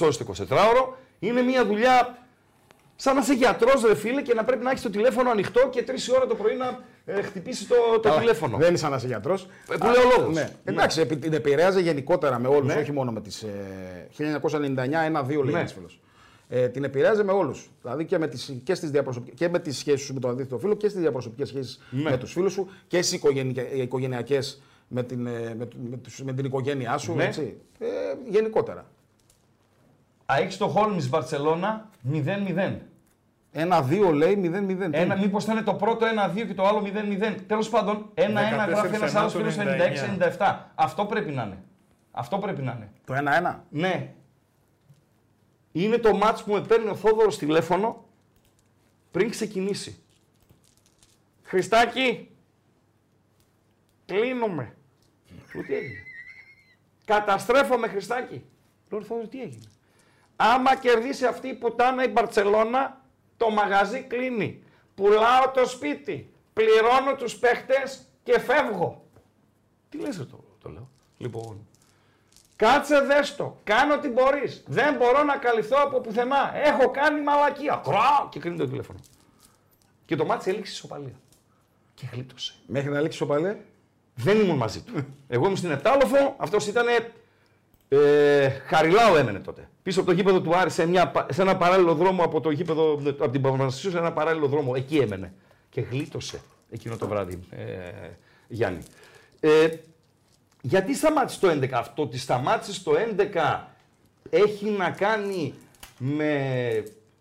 S3: ώρες το 24ωρο, είναι μια δουλειά σαν να είσαι γιατρός ρε φίλε και να πρέπει να έχεις το τηλέφωνο ανοιχτό και 3 ώρα το πρωί να ε, χτυπήσει το, το
S4: Καλά,
S3: τηλέφωνο.
S4: Δεν είσαι ένα γιατρός.
S3: Ε, που λέει ο λόγος.
S4: Ναι. Εντάξει, επι- την επηρέαζε γενικότερα με όλους, όχι μόνο με ε, τι. 1999, ένα-δύο λέει
S3: Ναι.
S4: ένας φίλος. Ε, την επηρέαζε με όλους. Δηλαδή και με τις, και, στις διαπροσωπ- και με τις σχέσεις σου με το αντίθετο φίλο και στις διαπροσωπικές σχέσεις
S3: Ναι.
S4: με τους φίλους σου και στις οικογενειακές με την, ε, με, του- με, τους- με την οικογένειά σου.
S3: Ναι.
S4: Έτσι. Ε, γενικότερα.
S3: ΑΕΚ στο Χόλμις Βαρσελώνα 0-0.
S4: Ένα-δύο λέει 0-0.
S3: Ένα, μήπως θα είναι το πρώτο 1-2 και το άλλο 0-0. Τέλος πάντων, 1-1
S5: 14
S3: γράφει ένας άλλος
S5: Σεπτεμβρίου
S3: φίλος 96-97. Αυτό πρέπει να είναι. Αυτό πρέπει να είναι.
S4: Το ένα-ένα.
S3: Ναι. Είναι το μάτς που με παίρνει ο Θόδωρος τηλέφωνο πριν ξεκινήσει. Χριστάκη, κλείνουμε. Λέω, τι έγινε. Καταστρέφομαι, Χριστάκη. Λέω, Θόδωρο, τι έγινε. Άμα κερδίσει αυτή η πουτάνα η Μπαρτσελώνα, το μαγαζί κλείνει. Πουλάω το σπίτι, πληρώνω τους παίχτες και φεύγω. Τι λες ρε, το, το λέω. Λοιπόν, Κάτσε δες το. Κάνω ό,τι μπορείς. Δεν μπορώ να καλυφθώ από πουθενά. Έχω κάνει μαλακία. Κρά! Και κλείνει το τηλέφωνο. Και το μάτι έληξε ισοπαλία. Και γλίτωσε.
S4: Μέχρι να λήξει ο παλέ.
S3: Δεν ήμουν μαζί του. Εγώ ήμουν στην Επτάλοφο, αυτό ήταν. Ε, Χαριλάου έμενε τότε. Πίσω από το γήπεδο του Άρη, σε, μια, πα- σε ένα παράλληλο δρόμο από, το γήπεδο, από την Παπαναστασίου, σε ένα παράλληλο δρόμο. Εκεί έμενε. Και γλίτωσε εκείνο το βράδυ, ε, Γιάννη. Ε, γιατί σταμάτησε το 11 αυτό, ότι σταμάτησε το 11 έχει να κάνει με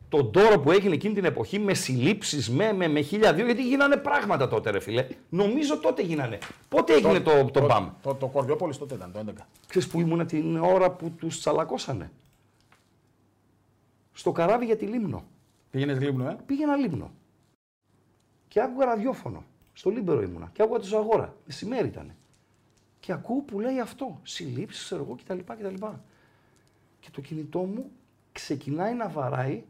S3: τον τόρο που έγινε εκείνη την εποχή, με συλλήψεις, με, με, με χίλια δύο, γιατί γίνανε πράγματα τότε, ρε φίλε. Νομίζω τότε γίνανε. Πότε έγινε το, το,
S4: το,
S3: μπαμ.
S4: το, το Κοριόπολης τότε ήταν το 11.
S3: Ξέρεις που ήμουνα την ώρα που τους τσαλακώσανε. Στο καράβι για τη Λίμνο.
S4: Πήγαινες γλύμνο, ε.
S3: Πήγαινα Λίμνο. Και άκουγα ραδιόφωνο. Στο Λίμπερο ήμουνα. Και άκουγα τη Ζαγόρα. Μεσημέρι ήταν. Και ακούω που λέει αυτό. Συλλήψεις, ξέρω εγώ κτλ. κτλ. Και το κινητό μου ξεκινάει να βαράει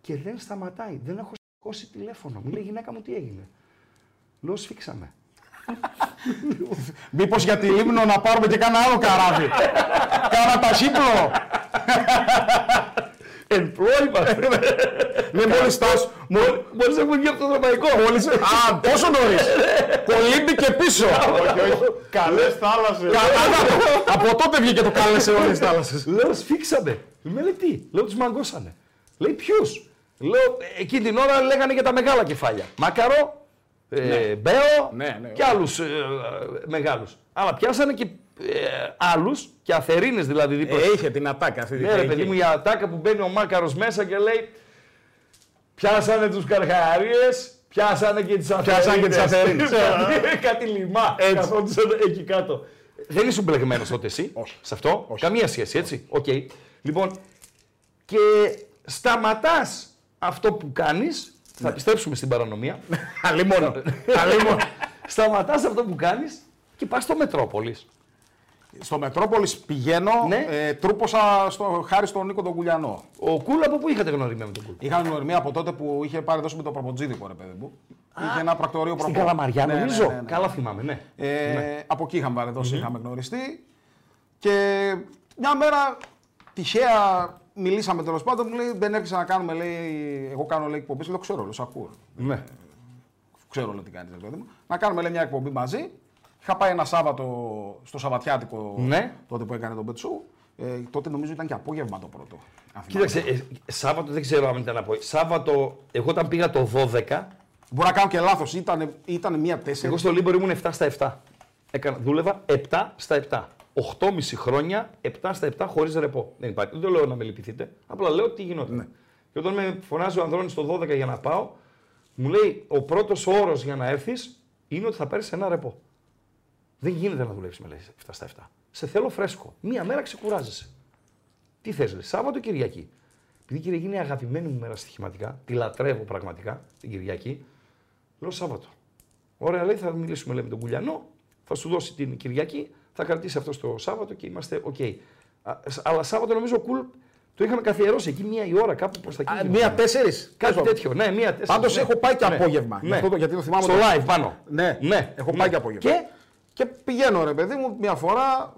S3: και δεν σταματάει. Δεν έχω σηκώσει τηλέφωνο. Μου λέει γυναίκα μου τι έγινε. Λέω σφίξαμε.
S4: Μήπως για τη Λίμνο να πάρουμε και κάνα άλλο καράβι. κάνα ταχύπλο.
S3: Εν πλώ είμαστε.
S4: Ναι, μόλις τάσου.
S3: Μπορεί να βγει από το δρομαϊκό.
S4: Α, πόσο νωρίς. Κολύμπη και πίσω.
S5: Καλές θάλασσες.
S4: Από τότε βγήκε το κάλεσε όλε τι θάλασσες.
S3: Λέω, σφίξαμε. Με λέει τι. Λέω, τους μαγκώσανε. Λέει, ποιους. Λέω, «Ε, εκείνη την ώρα λέγανε για τα μεγάλα κεφάλια. Μακαρό, ε, Μπέο
S4: Ναι, ναι,
S3: και άλλους ε, μεγάλους. Αλλά πιάσανε και ε, άλλους και αθερίνες δηλαδή δίπλα.
S4: Ε, είχε την ατάκα αυτή.
S3: ναι, ρε παιδί μου, η ατάκα που μπαίνει ο Μάκαρος μέσα και λέει. Πιάσανε τους καρχαρίες, πιάσανε και τις αθερίνες.
S4: Πιάσανε και τις αθερίνες.
S3: Κάτι λιμά. Ε, Καθόντουσαν εκεί κάτω. Δεν ήσουν μπλεγμένος τότε εσύ. Σε αυτό. Καμία σχέση, έτσι. Οκ. Λοιπόν, και σταματάς αυτό που κάνεις.
S4: Ναι.
S3: Θα πιστέψουμε στην παρανομία.
S4: Αλλήμον.
S3: Σταματάς Σταματάς αυτό που κάνεις και πας στο Μετρόπολης.
S4: Στο Μετρόπολης πηγαίνω,
S3: Ναι.
S4: ε, τρούπωσα στο, χάρη στον Νίκο τον Κουλιανό.
S3: Ο Κούλα από πού είχατε γνωριμία με τον Κούλα.
S4: Είχα γνωριμία από τότε που είχε πάρει δόση με τον Προποτζίδικο, ρε παιδί μου. είχε ένα πρακτορείο
S3: Στην
S4: προπό.
S3: Καλαμαριά,
S4: Ναι, ναι,
S3: νομίζω.
S4: ναι, ναι.
S3: Καλά θυμάμαι, ναι.
S4: Ε, Από εκεί είχαμε πάρει δόση, είχαμε γνωριστεί. Και μια μέρα τυχαία μιλήσαμε τέλος πάντων, μου λέει δεν έρχεσαι να κάνουμε, λέει, εγώ κάνω λέει εκπομπή, λέω ξέρω, λέω, σ' ακούω.
S3: ναι.
S4: ξέρω όλο τι κάνεις, παιδί μου. Να κάνουμε λέει, μια εκπομπή μαζί. Είχα πάει ένα Σάββατο στο Σαββατιάτικο
S3: Ναι.
S4: τότε που έκανε τον Πετσού. Ε, τότε νομίζω ήταν και απόγευμα το πρώτο. αν θυμάμαι.
S3: Κοίταξε, ε, Σάββατο δεν ξέρω αν ήταν από. Σάββατο, εγώ όταν πήγα το 12,
S4: Μπορεί να κάνω και λάθος. Ήταν, ήταν μία τέσσερις.
S3: εγώ στο Λίμπορ ήμουν 7 στα 7. Έκανα, δούλευα 7 στα 7. 8,5 χρόνια, 7 στα 7 χωρίς ρεπό. Δεν υπάρχει. Δεν το λέω να με λυπηθείτε. Απλά λέω τι γινόταν. Και όταν με φωνάζει ο Ανδρώνης το 12 για να πάω, μου λέει ο πρώτος όρος για να έρθεις είναι ότι θα πάρει ένα ρεπό. Δεν γίνεται να δουλέψεις με λέει 7 στα 7. Σε θέλω φρέσκο. Μία μέρα ξεκουράζεσαι. Τι θες, Σάββατο Κυριακή. Επειδή η Κυριακή είναι η αγαπημένη μου μέρα στοιχηματικά, τη λατρεύω πραγματικά την Κυριακή, λέω Σάββατο. Ωραία, λέει, θα μιλήσουμε λέει, με τον Κουλιανό, θα σου δώσει την Κυριακή, θα κρατήσει αυτό το Σάββατο και είμαστε οκ. Α, σ- Αλλά Σάββατο νομίζω ο Κουλ το είχαμε καθιερώσει εκεί μία η ώρα κάπου προς τα εκεί. γινόταν.
S4: Μία τέσσερις.
S3: Κάτι τέτοιο, ναι, μία τέσσερα.
S4: Πάντως
S3: ναι.
S4: έχω πάει και
S3: Ναι.
S4: απόγευμα. Γι'
S3: Ναι.
S4: αυτό το- γιατί το θυμάμαι
S3: Στο
S4: το-
S3: live πάνω.
S4: Ναι.
S3: ναι.
S4: Έχω
S3: ναι.
S4: πάει και απόγευμα.
S3: Και
S4: Και πηγαίνω ρε παιδί μου μία φορά.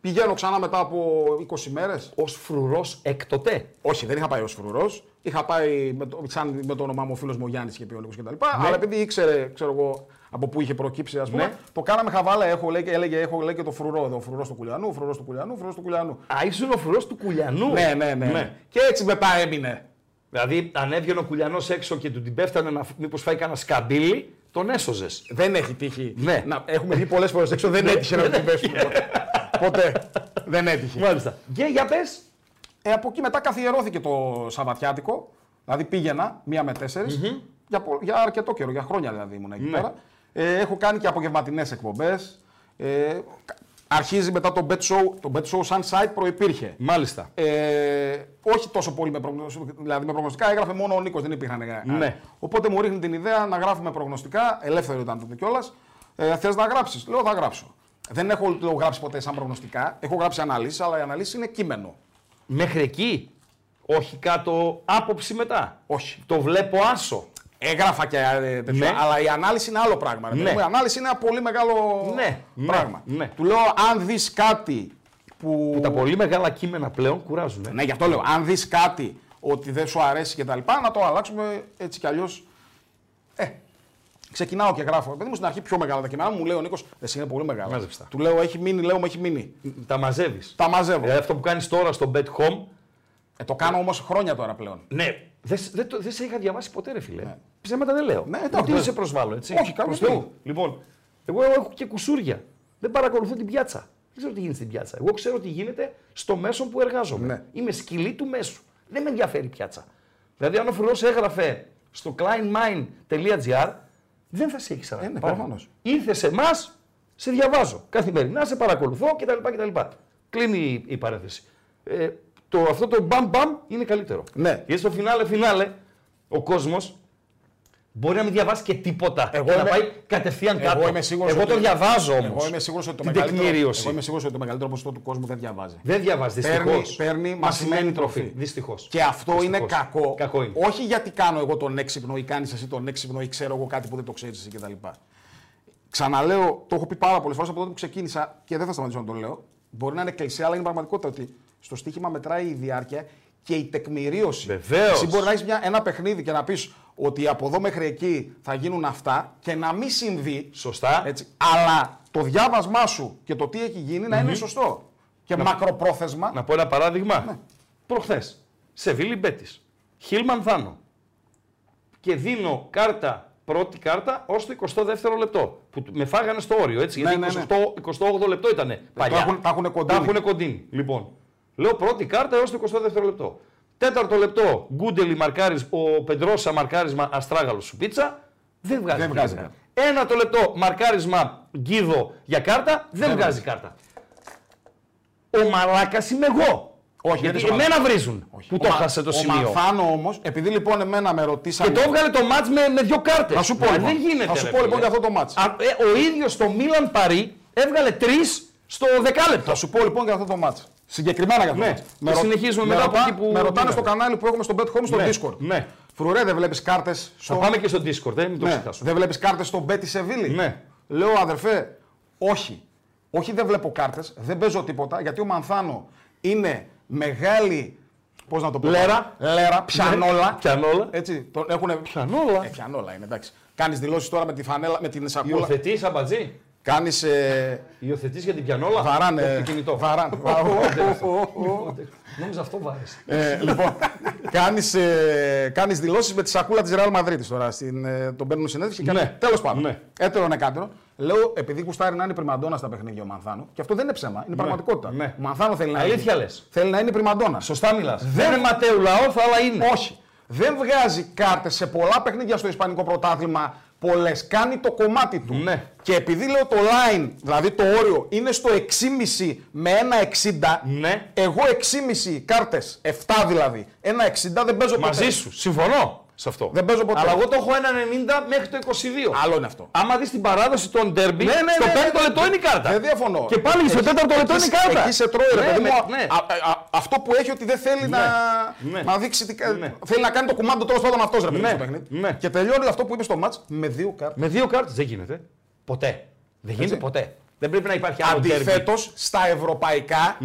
S4: Πηγαίνω ξανά μετά από 20 μέρες.
S3: ως φρουρός εκτοτέ.
S4: Όχι, δεν είχα πάει ως φρουρός. Είχα πάει με το, σαν με το όνομά μου ο φίλος μου ο Γιάννης και πει ο Νίκος και τα κτλ. Αλλά επειδή ήξερε ξέρω εγώ, από πού είχε προκύψει, ας πούμε,
S3: Ναι.
S4: το κάναμε χαβάλα. Έχω, λέει, και- έλεγε, έχω λέει, και το φρουρό εδώ. Φρουρό του Κουλιανού, φρουρό του Κουλιανού, φρουρό του Κουλιανού.
S3: Α, ήσουν ο φρουρός του Κουλιανού.
S4: Ναι, ναι, ναι, Και έτσι μετά έμεινε.
S3: Δηλαδή, αν έβγαινε ο κουλιανός έξω και του την πέφτανε να μήπως φάει κανένα σκαμπίλι, τον έσωζες.
S4: Δεν έχει τύχει.
S3: Ναι.
S4: Να, έχουμε δει πολλές φορές έξω. Δεν έτυχε να την πέσουμε. Ποτέ. Δεν έτυχε.
S3: Μάλιστα. Και για πες.
S4: Ε, από εκεί μετά καθιερώθηκε το Σαββατιάτικο. Δηλαδή πήγαινα μία με 4 για, πο- για αρκετό καιρό, για χρόνια δηλαδή ήμουν εκεί πέρα. Ε, έχω κάνει και απογευματινές εκπομπές. Ε, κα- αρχίζει μετά το Bet Show. Το Bet Show σαν site προπήρχε.
S3: Μάλιστα.
S4: Ε, όχι τόσο πολύ με προγνωστικά, δηλαδή με προγνωστικά έγραφε μόνο ο Νίκος, δεν υπήρχαν. ε,
S3: Ναι.
S4: Οπότε μου ρίχνει την ιδέα να γράφουμε προγνωστικά, ελεύθερο ήταν τότε κιόλας. Ε, Θες να γράψεις, λέω θα γράψω. Δεν έχω λέω, γράψει ποτέ σαν προγνωστικά, έχω γράψει αναλύσεις, αλλά οι αναλύσει είναι κείμενο.
S3: Μέχρι εκεί. Όχι κάτω άποψη μετά.
S4: Όχι.
S3: Το βλέπω άσο.
S4: Έγραφα και ε, τέτοιο,
S3: Ναι.
S4: αλλά η ανάλυση είναι άλλο πράγμα. ρε παιδί
S3: Ναι.
S4: μου. Η ανάλυση είναι ένα πολύ μεγάλο
S3: Ναι, ναι,
S4: πράγμα.
S3: ναι.
S4: Του λέω, αν δεις κάτι που.
S3: Τα πολύ μεγάλα κείμενα πλέον κουράζουν. ε.
S4: Ναι, γι' αυτό λέω. Αν δεις κάτι ότι δεν σου αρέσει και τα λοιπά, να το αλλάξουμε έτσι κι αλλιώς. Ε, ξεκινάω και γράφω. Επειδή μου στην αρχή πιο μεγάλα τα κείμενα μου λέει ο Νίκος, εσύ είναι πολύ μεγάλα.
S3: Μάζεψε τα.
S4: Του λέω, έχει μείνει, λέω, μου έχει μείνει.
S3: Τα μαζεύεις.
S4: Τα μαζεύω.
S3: Δηλαδή, αυτό που κάνεις τώρα στο Bet Home.
S4: Ε, το κάνω όμως χρόνια τώρα πλέον.
S3: Ναι. Δεν σ- δεν το- δεν σε είχα διαβάσει ποτέ, ρε φίλε. Ψέματα δεν λέω.
S4: Ναι, εντάξει,
S3: Δεν
S4: ναι.
S3: σε προσβάλλω, έτσι.
S4: Όχι, καλά,
S3: Προς
S4: γιατί.
S3: Θεού. Λοιπόν, εγώ έχω και κουσούρια. Δεν παρακολουθώ την πιάτσα. Δεν ξέρω τι γίνεται στην πιάτσα. Εγώ ξέρω τι γίνεται στο μέσο που εργάζομαι.
S4: Ναι.
S3: Είμαι σκυλή του μέσου. Δεν με ενδιαφέρει η πιάτσα. Δηλαδή, αν ο φρουρός έγραφε στο kleinmine.gr, δεν θα σε έχει ξανά.
S4: Ε, ναι,
S3: Πάρα.
S4: προφανώς.
S3: Ήρθε σε εμάς, σε διαβάζω καθημερινά, σε παρακολουθώ κτλ. κτλ. Κλείνει η, η παρένθεση. Ε, το, αυτό το μπαμ μπαμ είναι καλύτερο.
S4: Ναι.
S3: Γιατί στο φινάλε φινάλε ο κόσμος μπορεί να μην διαβάσει και τίποτα.
S4: Εγώ
S3: και να
S4: είμαι-
S3: πάει κατευθείαν
S4: Εγώ
S3: κάτω.
S4: είμαι σίγουρος
S3: Εγώ
S4: ότι-
S3: το διαβάζω όμω.
S4: Εγώ είμαι σίγουρος ότι, το
S3: Την
S4: μεγαλύτερο-
S3: τεκμηρίωση.
S4: εγώ είμαι σίγουρος ότι το μεγαλύτερο ποσοστό του κόσμου δεν διαβάζει.
S3: Δεν διαβάζει.
S4: Παίρνει-
S3: Δυστυχώς.
S4: παίρνει μαθημένη τροφή.
S3: Δυστυχώς.
S4: Και αυτό είναι κακό.
S3: Κακό είναι.
S4: Όχι γιατί κάνω εγώ τον έξυπνο ή κάνεις εσύ τον έξυπνο ή ξέρω εγώ κάτι που δεν το ξέρεις εσύ κτλ. Ξαναλέω, το έχω πει πάρα πολλές φορές από τότε που ξεκίνησα και δεν θα σταματήσω να το λέω. Μπορεί να είναι κλεισέ, αλλά είναι πραγματικότητα ότι στο στοίχημα μετράει η διάρκεια και η τεκμηρίωση.
S3: Βεβαίως.
S4: Εσύ μπορείς να έχεις ένα παιχνίδι και να πεις ότι από εδώ μέχρι εκεί θα γίνουν αυτά και να μην συμβεί.
S3: Σωστά.
S4: Έτσι, αλλά το διάβασμά σου και το τι έχει γίνει να είναι σωστό. Και μακροπρόθεσμα.
S3: Να πω ένα παράδειγμα. Ναι. Προχθές. Σεβίλη Μπέτης. Χίλμαν Θάνο. Και δίνω κάρτα, πρώτη κάρτα, ως το 22ο λεπτό. Που με φάγανε στο όριο, έτσι.
S4: Ναι,
S3: γιατί
S4: ναι, ναι.
S3: 28, 28 λεπτό ήταν παλιά.
S4: έχουν- τα έχουνε κοντίνει.
S3: Τα έχουνε κοντίνει. Λοιπόν. Λέω πρώτη κάρτα έως το 22ο λεπτό. Τέταρτο λεπτό, Γκούντελι μαρκάρι, ο Πεντρόσα μαρκάρισμα Αστράγαλο σου πίτσα. Δεν βγάζει.
S4: Δεν βγάζει.
S3: Ένα το λεπτό μαρκάρισμα γκίδο για κάρτα, δεν βγάζει κάρτα. Ο μαλάκας είμαι εγώ.
S4: Όχι, δεν
S3: Γιατί
S4: είσαι
S3: εμένα βρίζουν που το
S4: Ο Μα-
S3: χάσε το
S4: Ο
S3: σημείο.
S4: Μαθάνο όμως, επειδή λοιπόν εμένα με ρωτήσανε.
S3: Και το έβγαλε το μάτς με, με δύο κάρτες.
S4: Να σου πω
S3: Δεν
S4: λοιπόν.
S3: γίνεται.
S4: Να σου
S3: ρε
S4: πω, λοιπόν,
S3: φίλε.
S4: για αυτό το μάτς.
S3: Α, ε, ο ίδιος στο Μίλαν Παρί έβγαλε τρεις στο δεκάλεπτο.
S4: Θα σου πω λοιπόν για αυτό το μάτς. Συγκεκριμένα για αυτό
S3: Ναι.
S4: το μάτς.
S3: Και συνεχίζουμε μετά από εκεί που
S4: Με ρωτάνε
S3: μείναμε.
S4: στο κανάλι που έχουμε στο Bet Home στο
S3: Ναι,
S4: Discord.
S3: ναι.
S4: Φρουρέ, δεν βλέπεις κάρτες στο.
S3: Θα πάμε και στο Discord, ε, μην το
S4: Ναι.
S3: ξεχάσουμε.
S4: Δεν βλέπεις κάρτες στο Bet τη Σεβίλη.
S3: Ναι.
S4: Λέω αδερφέ, όχι. Όχι, δεν βλέπω κάρτες, δεν παίζω τίποτα γιατί ο Μανθάνο είναι μεγάλη. Πώς να το πω.
S3: Λέρα.
S4: Λέρα, πιανόλα.
S3: Ναι, πιανόλα.
S4: Έτσι, τον έχουν...
S3: Πιανόλα.
S4: Ε, πιανόλα είναι, εντάξει. Κάνεις δηλώσεις τώρα με, τη φανέλα, με την σακούλα.
S3: Υιοθετείς, αμπατζή.
S4: Κάνεις. Ε...
S3: Υιοθετείς για την πιανόλα.
S4: Βαράνε.
S3: Το κινητό.
S4: Βαράνε.
S3: Νόμιζα αυτό βάρεσε.
S4: Ε, λοιπόν, κάνεις, ε, κάνεις δηλώσεις με τη σακούλα της Real Madrid τώρα. Στην, ε, τον παίρνουν συνέντευξη και ναι. τέλος πάντων.
S3: Ναι.
S4: Έτερο νεκάτερο. Λέω, επειδή κουστάρει να είναι πριμαντόνα στα παιχνίδια ο Μανθάνο, και αυτό δεν είναι ψέμα, είναι πραγματικότητα.
S3: Ναι.
S4: Ο Μανθάνο θέλει να
S3: Αλήθεια
S4: είναι.
S3: λες.
S4: Θέλει να είναι πριμαντόνα.
S3: Σωστά μιλάς. Δεν είναι ματέου λαό, αλλά είναι.
S4: Όχι. Δεν βγάζει κάρτες σε πολλά παιχνίδια στο Ισπανικό πρωτάθλημα. Πολλέ. Κάνει το κομμάτι του.
S3: Ναι.
S4: Και επειδή λέω το line, δηλαδή το όριο, είναι στο 6,5 με 1,60.
S3: Ναι.
S4: Εγώ 6,5 κάρτε. 7 δηλαδή. 1,60 δεν παίζω ποτέ.
S3: Μαζί σου. Συμφωνώ σε αυτό.
S4: Δεν παίζω ποτέ.
S3: Αλλά εγώ το έχω 1,90 μέχρι το 22.
S4: Άλλο είναι αυτό.
S3: Άμα δεις την παράδοση των ντέρμπι,
S4: Ναι, ναι,
S3: στο
S4: ναι,
S3: 5
S4: ναι, ναι.
S3: λεπτό είναι η κάρτα.
S4: Δεν διαφωνώ.
S3: Και πάλι στο 4 λεπτό είναι η κάρτα.
S4: Εκεί σε τρώει, ρε
S3: Ναι,
S4: παιδί μου.
S3: με- ναι.
S4: Α- α- Αυτό που έχει ότι δεν θέλει να,
S3: ναι.
S4: να δείξει. Τι... κα-
S3: Ναι.
S4: Θέλει να κάνει το κουμάντο τέλος πάντων αυτός, ρε παιδί μου.
S3: Ναι,
S4: στο παιχνίδι.
S3: ναι.
S4: Και τελειώνει αυτό που είπες στο μάτ με δύο κάρτες.
S3: Με δύο κάρτες δεν γίνεται. Ποτέ. Δεν γίνεται ποτέ. Δεν πρέπει να υπάρχει άλλο ντέρμπι.
S4: Αντιθέτως, στα ευρωπαικα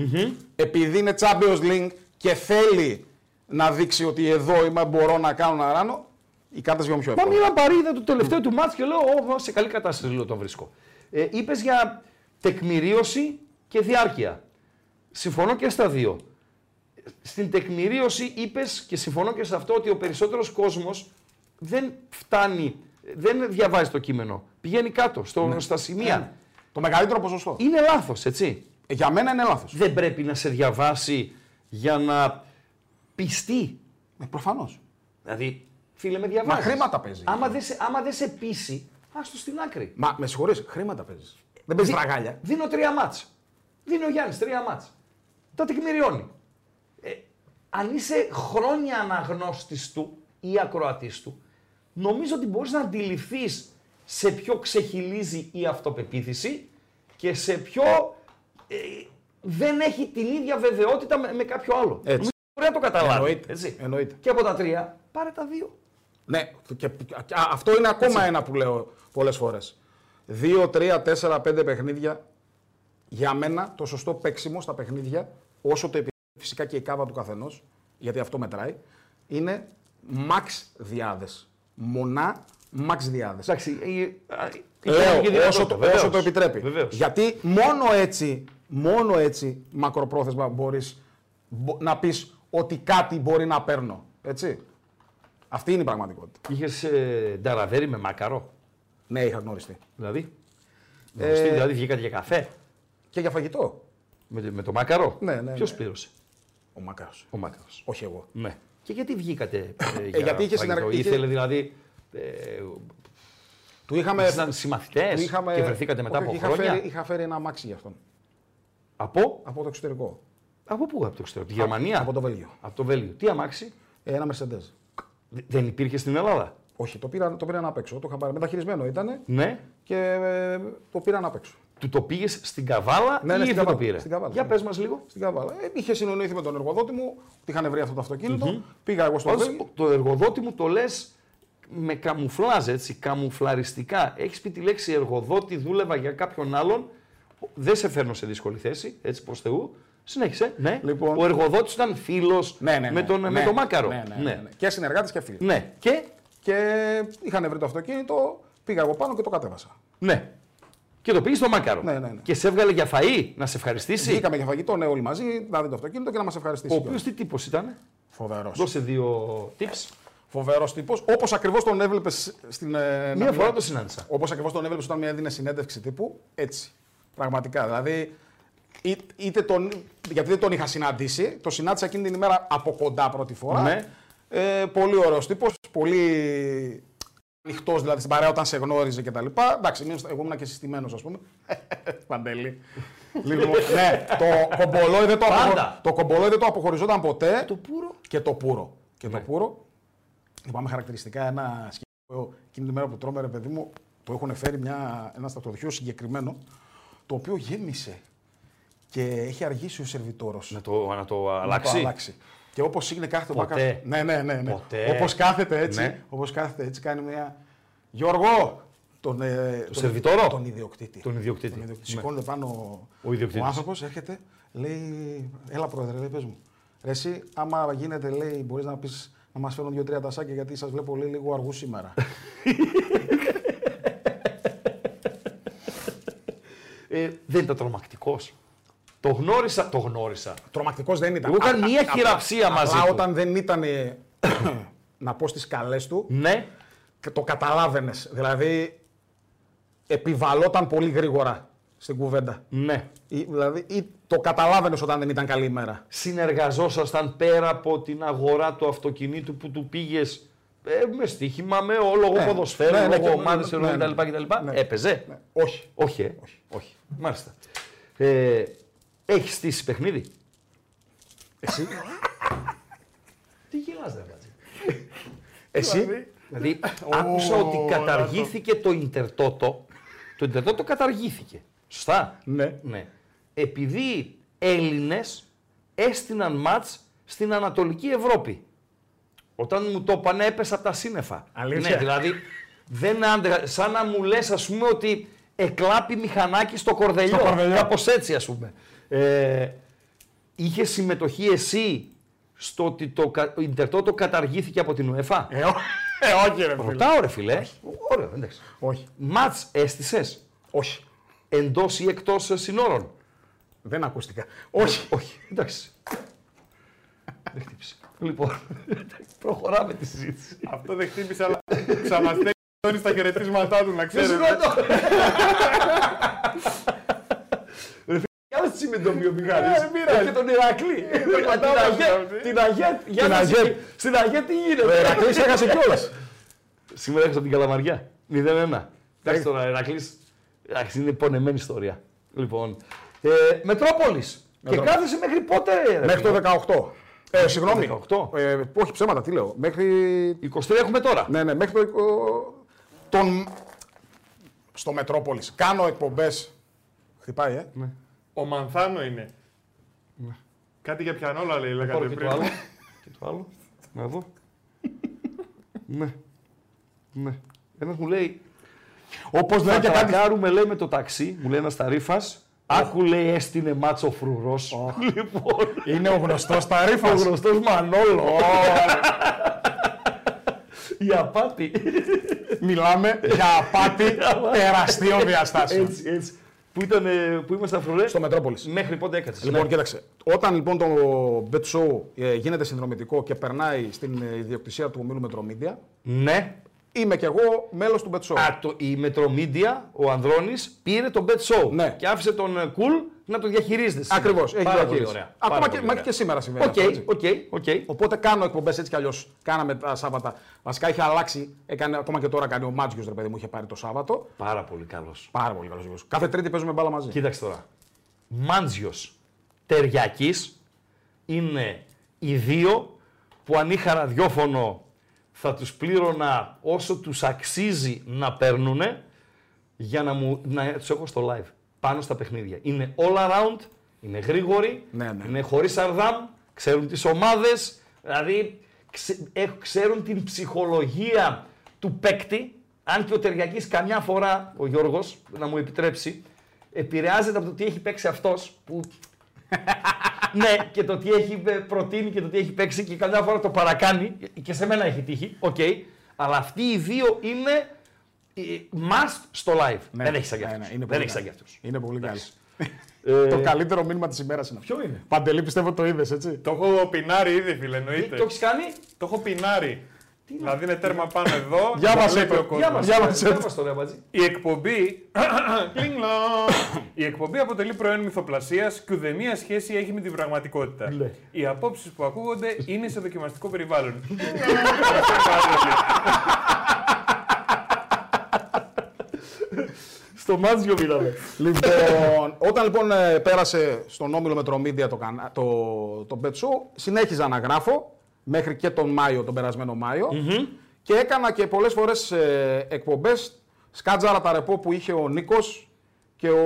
S4: επειδή είναι Champions League και θέλει να δείξει ότι εδώ είμαι, μπορώ να κάνω να ράνω, οι κάρτες βγαίνουν πιο
S3: Μα
S4: εύκολα.
S3: μίλα παρή, είδα το τελευταίο του μάτς και λέω: Ω, σε καλή κατάσταση λέω τον βρίσκω. Ε, Είπες για τεκμηρίωση και διάρκεια. Συμφωνώ και στα δύο. Στην τεκμηρίωση είπες και συμφωνώ και σε αυτό ότι ο περισσότερος κόσμος δεν φτάνει, δεν διαβάζει το κείμενο. Πηγαίνει κάτω, στο,
S4: Ναι.
S3: στα σημεία.
S4: Το μεγαλύτερο ποσοστό.
S3: Είναι λάθος, έτσι.
S4: Ε, Για μένα είναι λάθος.
S3: Δεν πρέπει να σε διαβάσει για να πιστεί
S4: Ε, Προφανώς.
S3: Δηλαδή, φίλε με διαβάζεις.
S4: χρήματα παίζεις.
S3: Άμα δεν σε, άμα δεν σε πείσει, άστο στην άκρη.
S4: Μα με συγχωρείς, χρήματα παίζεις. Δεν παίζεις
S3: Δι-
S4: τραγάλια.
S3: Δίνω τρία μάτς. Δίνει ο Γιάννης τρία μάτς. Τα τεκμηριώνει. Ε, αν είσαι χρόνια αναγνώστης του ή ακροατής του, νομίζω ότι μπορείς να αντιληφθείς σε ποιο ξεχυλίζει η αυτοπεποίθηση και σε ποιο ε, δεν έχει την ίδια βεβαιότητα με, με κάποιο άλλο.
S4: Έτσι.
S3: Νομίζω Μπορεί να το καταλάβει.
S4: Εννοείται.
S3: έτσι.
S4: Εννοείται.
S3: Και από τα τρία, πάρε τα δύο.
S4: Ναι, και, και- α, αυτό είναι ακόμα ένα που λέω πολλές φορές. Δύο, τρία, τέσσερα, πέντε παιχνίδια. Για μένα το σωστό παίξιμο στα παιχνίδια, όσο το επιθυμεί φυσικά και η κάβα του καθενός, γιατί αυτό μετράει, είναι max διάδε. Μονά max διάδε.
S3: Εντάξει, η- α, η-
S4: Λέω
S3: η- η-
S4: Ε, όσο το,
S3: βεβαίως.
S4: όσο το επιτρέπει.
S3: Βεβαίως.
S4: Γιατί μόνο έτσι, μόνο έτσι μακροπρόθεσμα μπορεί να πει ότι κάτι μπορεί να παίρνω. Έτσι. Αυτή είναι η πραγματικότητα.
S3: Είχες ε, νταραβέρι με μακαρό.
S4: Ναι, είχα γνωριστεί.
S3: Δηλαδή.
S4: Ναι. Ε,
S3: Γνωστή, δηλαδή βγήκατε για καφέ
S4: Και για φαγητό.
S3: με, με το μακαρό.
S4: Ναι, ναι,
S3: Ποιος
S4: ναι.
S3: πλήρωσε.
S4: Ο Μακάρος.
S3: Ο μακαρό.
S4: Όχι εγώ.
S3: Ναι. Και γιατί βγήκατε. Ε, για
S4: γιατί είχε
S3: φαγητό?
S4: συνεργα- είχε-
S3: Ήθελε δηλαδή. Ε,
S4: Του είχαμε.
S3: ήσασταν συμμαθητές
S4: του είχαμε-
S3: και βρεθήκατε μετά
S4: όχι,
S3: από
S4: είχα
S3: χρόνια.
S4: Φέρει, είχα φέρει ένα αμάξι για αυτόν.
S3: Από,
S4: Από το εξωτερικό.
S3: από πού, από το εξωτερικό, από τη Γερμανία.
S4: από το Βέλγιο.
S3: Από το Βέλγιο. Τι αμάξι
S4: Ε, Ένα Mercedes.
S3: δε- δεν υπήρχε στην Ελλάδα.
S4: Όχι, το πήραν, το πήραν απ' έξω. Το είχα πάρει. Μεταχειρισμένο ήταν
S3: Ναι.
S4: και ε, το πήραν απ' έξω.
S3: Του το πήγες στην Καβάλα
S4: Ναι, ναι,
S3: ή
S4: στην
S3: ήρθε
S4: Καβάλα,
S3: το πήρε.
S4: στην Καβάλα. ναι.
S3: Για πες μας λίγο.
S4: Στην Καβάλα. Ε, είχε συνεννοηθεί με τον εργοδότη μου, ότι είχαν βρει αυτό το αυτοκινητο Πήγα εγώ στο
S3: Πάντως,
S4: Βέλγιο.
S3: το εργοδότη μου το λες με καμουφλάζ, έτσι, καμουφλαριστικά. Έχεις πει τη λέξη εργοδότη, δούλευα για κάποιον άλλον. Δεν σε φέρνω σε δύσκολη θέση, έτσι προς Θεού. Συνέχισε. Ναι.
S4: Λοιπόν.
S3: Ο εργοδότης ήταν φίλος
S4: Ναι, ναι, ναι,
S3: με, τον-
S4: ναι,
S3: με
S4: ναι,
S3: το μάκαρο.
S4: Ναι, ναι, ναι, ναι. Και συνεργάτες και φίλοι.
S3: Ναι. Και,
S4: Και είχαν βρει το αυτοκίνητο, πήγα εγώ πάνω και το κατέβασα.
S3: ναι. και το πήγες στο μάκαρο.
S4: Ναι, ναι, ναι.
S3: Και σε έβγαλε για φαΐ, να σε ευχαριστήσει.
S4: Βγήκαμε για φαγητό, ναι, όλοι μαζί, να δει το αυτοκίνητο και να μας
S3: Ο
S4: ευχαριστήσει.
S3: οποίος τι τύπος ήταν.
S4: Φοβερός.
S3: Δώσε δύο tips.
S4: Φοβερός τύπος. Όπως ακριβώς τον έβλεπε στην. ε,
S3: Μία φορά το συνάντησα.
S4: Όπως ακριβώς τον έβλεπε όταν έδινε συνέντευξη τύπου, έτσι. Πραγματικά. Δηλαδή, ή- είτε τον, γιατί δεν τον είχα συναντήσει, τον συνάντησα εκείνη την ημέρα από κοντά πρώτη φορά.
S3: Ναι.
S4: Ε, πολύ ωραίος τύπος, πολύ ανοιχτός δηλαδή στην παρέα όταν σε γνώριζε και τα λοιπά. Εντάξει, ήμουν- εγώ ήμουν και συστημένος, ας πούμε. Παντελή. Λίγο, ναι, το κομπολόι δεν το, αποχω-
S3: Πάντα.
S4: το κομπολόι δεν το αποχωριζόταν ποτέ.
S3: Το πουρο. Ναι.
S4: Και το πουρο. Και το πουρο. Θυμάμαι χαρακτηριστικά ένα σκηνικό εκείνη τη μέρα που τρώμε, ρε παιδί μου, το έχουν φέρει μια, ένα σταυτοδοχείο συγκεκριμένο, το οποίο γέμισε. Και έχει αργήσει ο σερβιτόρος.
S3: Να το, να το
S4: Να το
S3: αλλάξει.
S4: αλλάξει. Και όπως είναι κάθεται
S3: Ποτέ.
S4: μπακάς- Ναι, ναι, ναι. ναι.
S3: Ποτέ.
S4: Όπως κάθεται έτσι,
S3: Ναι.
S4: όπως κάθεται έτσι κάνει μια. Γιώργο! Τον, ε, τον,
S3: σερβιτόρο?
S4: Τον ιδιοκτήτη.
S3: Τον ιδιοκτήτη. Ναι.
S4: Σηκώνεται πάνω ο,
S3: Ο ιδιοκτήτης.
S4: ο άνθρωπος, έρχεται, λέει: Έλα, πρόεδρε, λέει, πες μου. Ρε, εσύ, άμα γίνεται, λέει, μπορείς να πεις να μας φέρουν δύο-τρία τασάκια γιατί σας βλέπω λέει, λίγο αργούς σήμερα.
S3: Ε, δεν ήταν τρομακτικός. Το γνώρισα. Το γνώρισα.
S4: Τρομακτικός δεν ήταν.
S3: Εγώ είχα
S4: Απλά-
S3: μία
S4: απλά-
S3: χειραψία μαζί
S4: Απλά
S3: του.
S4: όταν δεν ήταν. ε, να πω στις καλές του,
S3: Ναι.
S4: και το καταλάβαινες. Δηλαδή, επιβαλόταν πολύ γρήγορα στην κουβέντα.
S3: Ναι.
S4: Ή, δηλαδή, ή το καταλάβαινες όταν δεν ήταν καλή ημέρα.
S3: συνεργαζόσασταν πέρα από την αγορά του αυτοκινήτου που του πήγες με στοίχημα, με ο- λόγω
S4: Ναι.
S3: ποδοσφαίρου,
S4: Ναι, ναι,
S3: λόγω
S4: και-
S3: ομάδες
S4: ναι, ναι.
S3: κτλ. κτλ.
S4: Ναι.
S3: Έπαιζε.
S4: Όχι.
S3: Όχι, ε. όχι. Μάλιστα. Ε, Έχεις στήσει παιχνίδι.
S4: Εσύ.
S3: Τι γελάς, δεν βάζει.
S4: εσύ.
S3: Δηλαδή, άκουσα ότι καταργήθηκε το Ιντερτότο. Το Ιντερτότο καταργήθηκε. Σωστά.
S4: Ναι.
S3: ναι. Επειδή Έλληνες έστειναν μάτ στην Ανατολική Ευρώπη. Όταν μου το είπανε, έπεσα από τα σύννεφα.
S4: Αλήθεια.
S3: Ναι, δηλαδή, δεν άντεγα. Σαν να μου λες, ας πούμε, ότι εκλάπει μηχανάκι στο κορδελιό.
S4: Στο κορδελιό.
S3: Κάπως έτσι, ας πούμε. Ε, είχε συμμετοχή εσύ στο ότι το κα- Ιντερτότο καταργήθηκε από την UEFA.
S4: Ε, ό- ε, όχι, ρε φίλε.
S3: Ρωτάω ρε φίλε. Ωραία, εντάξει.
S4: Όχι.
S3: Μάτς έστησες.
S4: Όχι.
S3: Εντός ή εκτός συνόρων.
S4: Δεν ακούστηκα. Όχι.
S3: Όχι, εντάξει. Δεν χτύπησε. Λοιπόν, εντάξει, προχωράμε τη συζήτηση.
S5: Αυτό δεν χτύπησε, αλλά ξαναστέλνει στα χαιρετίσματά του, να ξέρετε.
S3: Συγγνώμη. Κάνε τσι με τον βιομηχανής. Ε, Δεν πειράζει. Και τον Ηρακλή. Μα την Αγία- Την Αγία. για να
S4: Αγία.
S3: σε- Στην Αγία τι
S4: Ο
S3: γίνεται.
S4: Ερακλή έχασε κιόλας.
S3: Σήμερα έχασα την Καλαμαριά. 0-1. Εντάξει τώρα, Ερακλή. Εντάξει, είναι πονεμένη ιστορία. Λοιπόν. Ε, Μετρόπολης. Και κάθεσαι μέχρι πότε, ρε,
S4: Μέχρι
S3: φίλε?
S4: το 18. Ε, συγγνώμη.
S3: 18.
S4: Ε, όχι ψέματα, τι λέω. Μέχρι.
S3: 23 έχουμε τώρα.
S4: Ναι, ναι, μέχρι το. ε, Τον... Στο Μετρόπολης. Κάνω εκπομπές. Χτυπάει, ε.
S5: Ο Μανθάνο είναι. Κάτι για πιανόλα λέει,
S3: Πάρω
S5: λέγατε
S3: Ναι. και
S5: πριν.
S3: το άλλο. και το άλλο. Να δω. ναι. Ναι. Ένας μου λέει.
S4: Όπως
S3: Θα
S4: λέει και κάτι.
S3: τρακάρουμε, λέει με το ταξί. Μου λέει ένας ταρήφα. Άκου λέει έστεινε μάτσο φρουρός. Λοιπόν.
S4: Είναι ο γνωστός ταρήφα.
S3: Ο γνωστός Μανόλο. Η απάτη.
S4: Μιλάμε για απάτη τεραστίων διαστάσεων.
S3: έτσι, έτσι. Που, ήταν, ε, που ήμασταν φρουρέ.
S4: Στο Μετρόπολης.
S3: Μέχρι πότε έκατσε.
S4: Λοιπόν, κοίταξε. Όταν λοιπόν το Bet Show ε, γίνεται συνδρομητικό και περνάει στην ε, ιδιοκτησία του ομίλου Μετρομίδια,
S3: ναι.
S4: είμαι κι εγώ μέλος του Bet Show.
S3: Α, το, η Μετρομίντια, ο Ανδρώνης, πήρε τον Bet Show
S4: Ναι.
S3: και άφησε τον ε, Κουλ να το διαχειρίζεται. σήμερα.
S4: Ακριβώς. Έχει
S3: Πάρα πολύ
S4: διαχείριση.
S3: ωραία.
S4: Ακόμα
S3: Πάρα
S4: και,
S3: πολύ
S4: μα
S3: ωραία.
S4: και σήμερα συμβαίνει.
S3: Οκ,
S4: αυτό, έτσι.
S3: οκ, οκ.
S4: Οπότε κάνω εκπομπές έτσι κι αλλιώς. Κάναμε τα Σάββατα. Βασικά είχε αλλάξει. Έκανε, ακόμα και τώρα κάνει ο Μάτζιος, ρε παιδί μου, είχε πάρει το Σάββατο.
S3: Πάρα πολύ καλός.
S4: Πάρα πολύ καλός γιος. Κάθε Τρίτη παίζουμε μπάλα μαζί.
S3: Κοίταξε τώρα. Μάντζιος Τεριακής είναι οι δύο που αν είχα ραδιόφωνο θα τους πλήρωνα όσο τους αξίζει να παίρνουν για να, μου, να τους έχω στο live πάνω στα παιχνίδια. Είναι all around, είναι γρήγοροι,
S4: Ναι, ναι.
S3: είναι χωρίς αρδάμ, ξέρουν τις ομάδες, δηλαδή ξε- έχ- ξέρουν την ψυχολογία του παίκτη, αν και ο Τεριακής καμιά φορά, ο Γιώργος, να μου επιτρέψει, επηρεάζεται από το τι έχει παίξει αυτός, που ναι, και το τι έχει ε, προτείνει και το τι έχει παίξει και καμιά φορά το παρακάνει. Και σε μένα έχει τύχει. Οκ. Αλλά αυτοί οι δύο είναι ε, must στο live. Δεν έχει σαν κι
S4: ναι,
S3: αυτούς.
S4: ναι, είναι
S3: Δεν
S4: πολύ
S3: έχει σαν κι
S4: καλή.
S3: αυτούς.
S4: Είναι πολύ καλή.
S3: Ε,
S4: Το καλύτερο μήνυμα της ημέρας είναι αυτό.
S3: Ποιο είναι.
S4: Παντελή, πιστεύω το είδες, έτσι.
S5: Το έχω πινάρει ήδη, φίλε, εννοείται.
S3: Ε, Το έχεις κάνει.
S5: Το έχω πινάρει. Δηλαδή είναι τέρμα πάνω εδώ.
S4: Για
S5: το
S4: μας
S5: βλέπει
S4: το.
S5: ο κόσμος.
S3: Για μας,
S4: Για
S3: για
S4: μας, έτσι.
S3: μας το ρε Μπατζή.
S5: Η εκπομπή. Κλινγκ λονγκ. Η εκπομπή αποτελεί προϊόν μυθοπλασίας και ουδέμια σχέση έχει με την πραγματικότητα.
S3: Ναι.
S5: Οι απόψεις που ακούγονται είναι σε δοκιμαστικό περιβάλλον.
S3: Στο Μάτζιο μιλάμε.
S4: Λοιπόν, όταν λοιπόν ε, πέρασε στον όμιλο Μετρομίδια το, κανα- το, το Bet Show, συνέχιζα να γράφω μέχρι και τον Μάιο, τον περασμένο Μάιο, Και έκανα και πολλές φορές εκπομπές. Σκάτζαρα τα ρεπό που είχε ο Νίκος και ο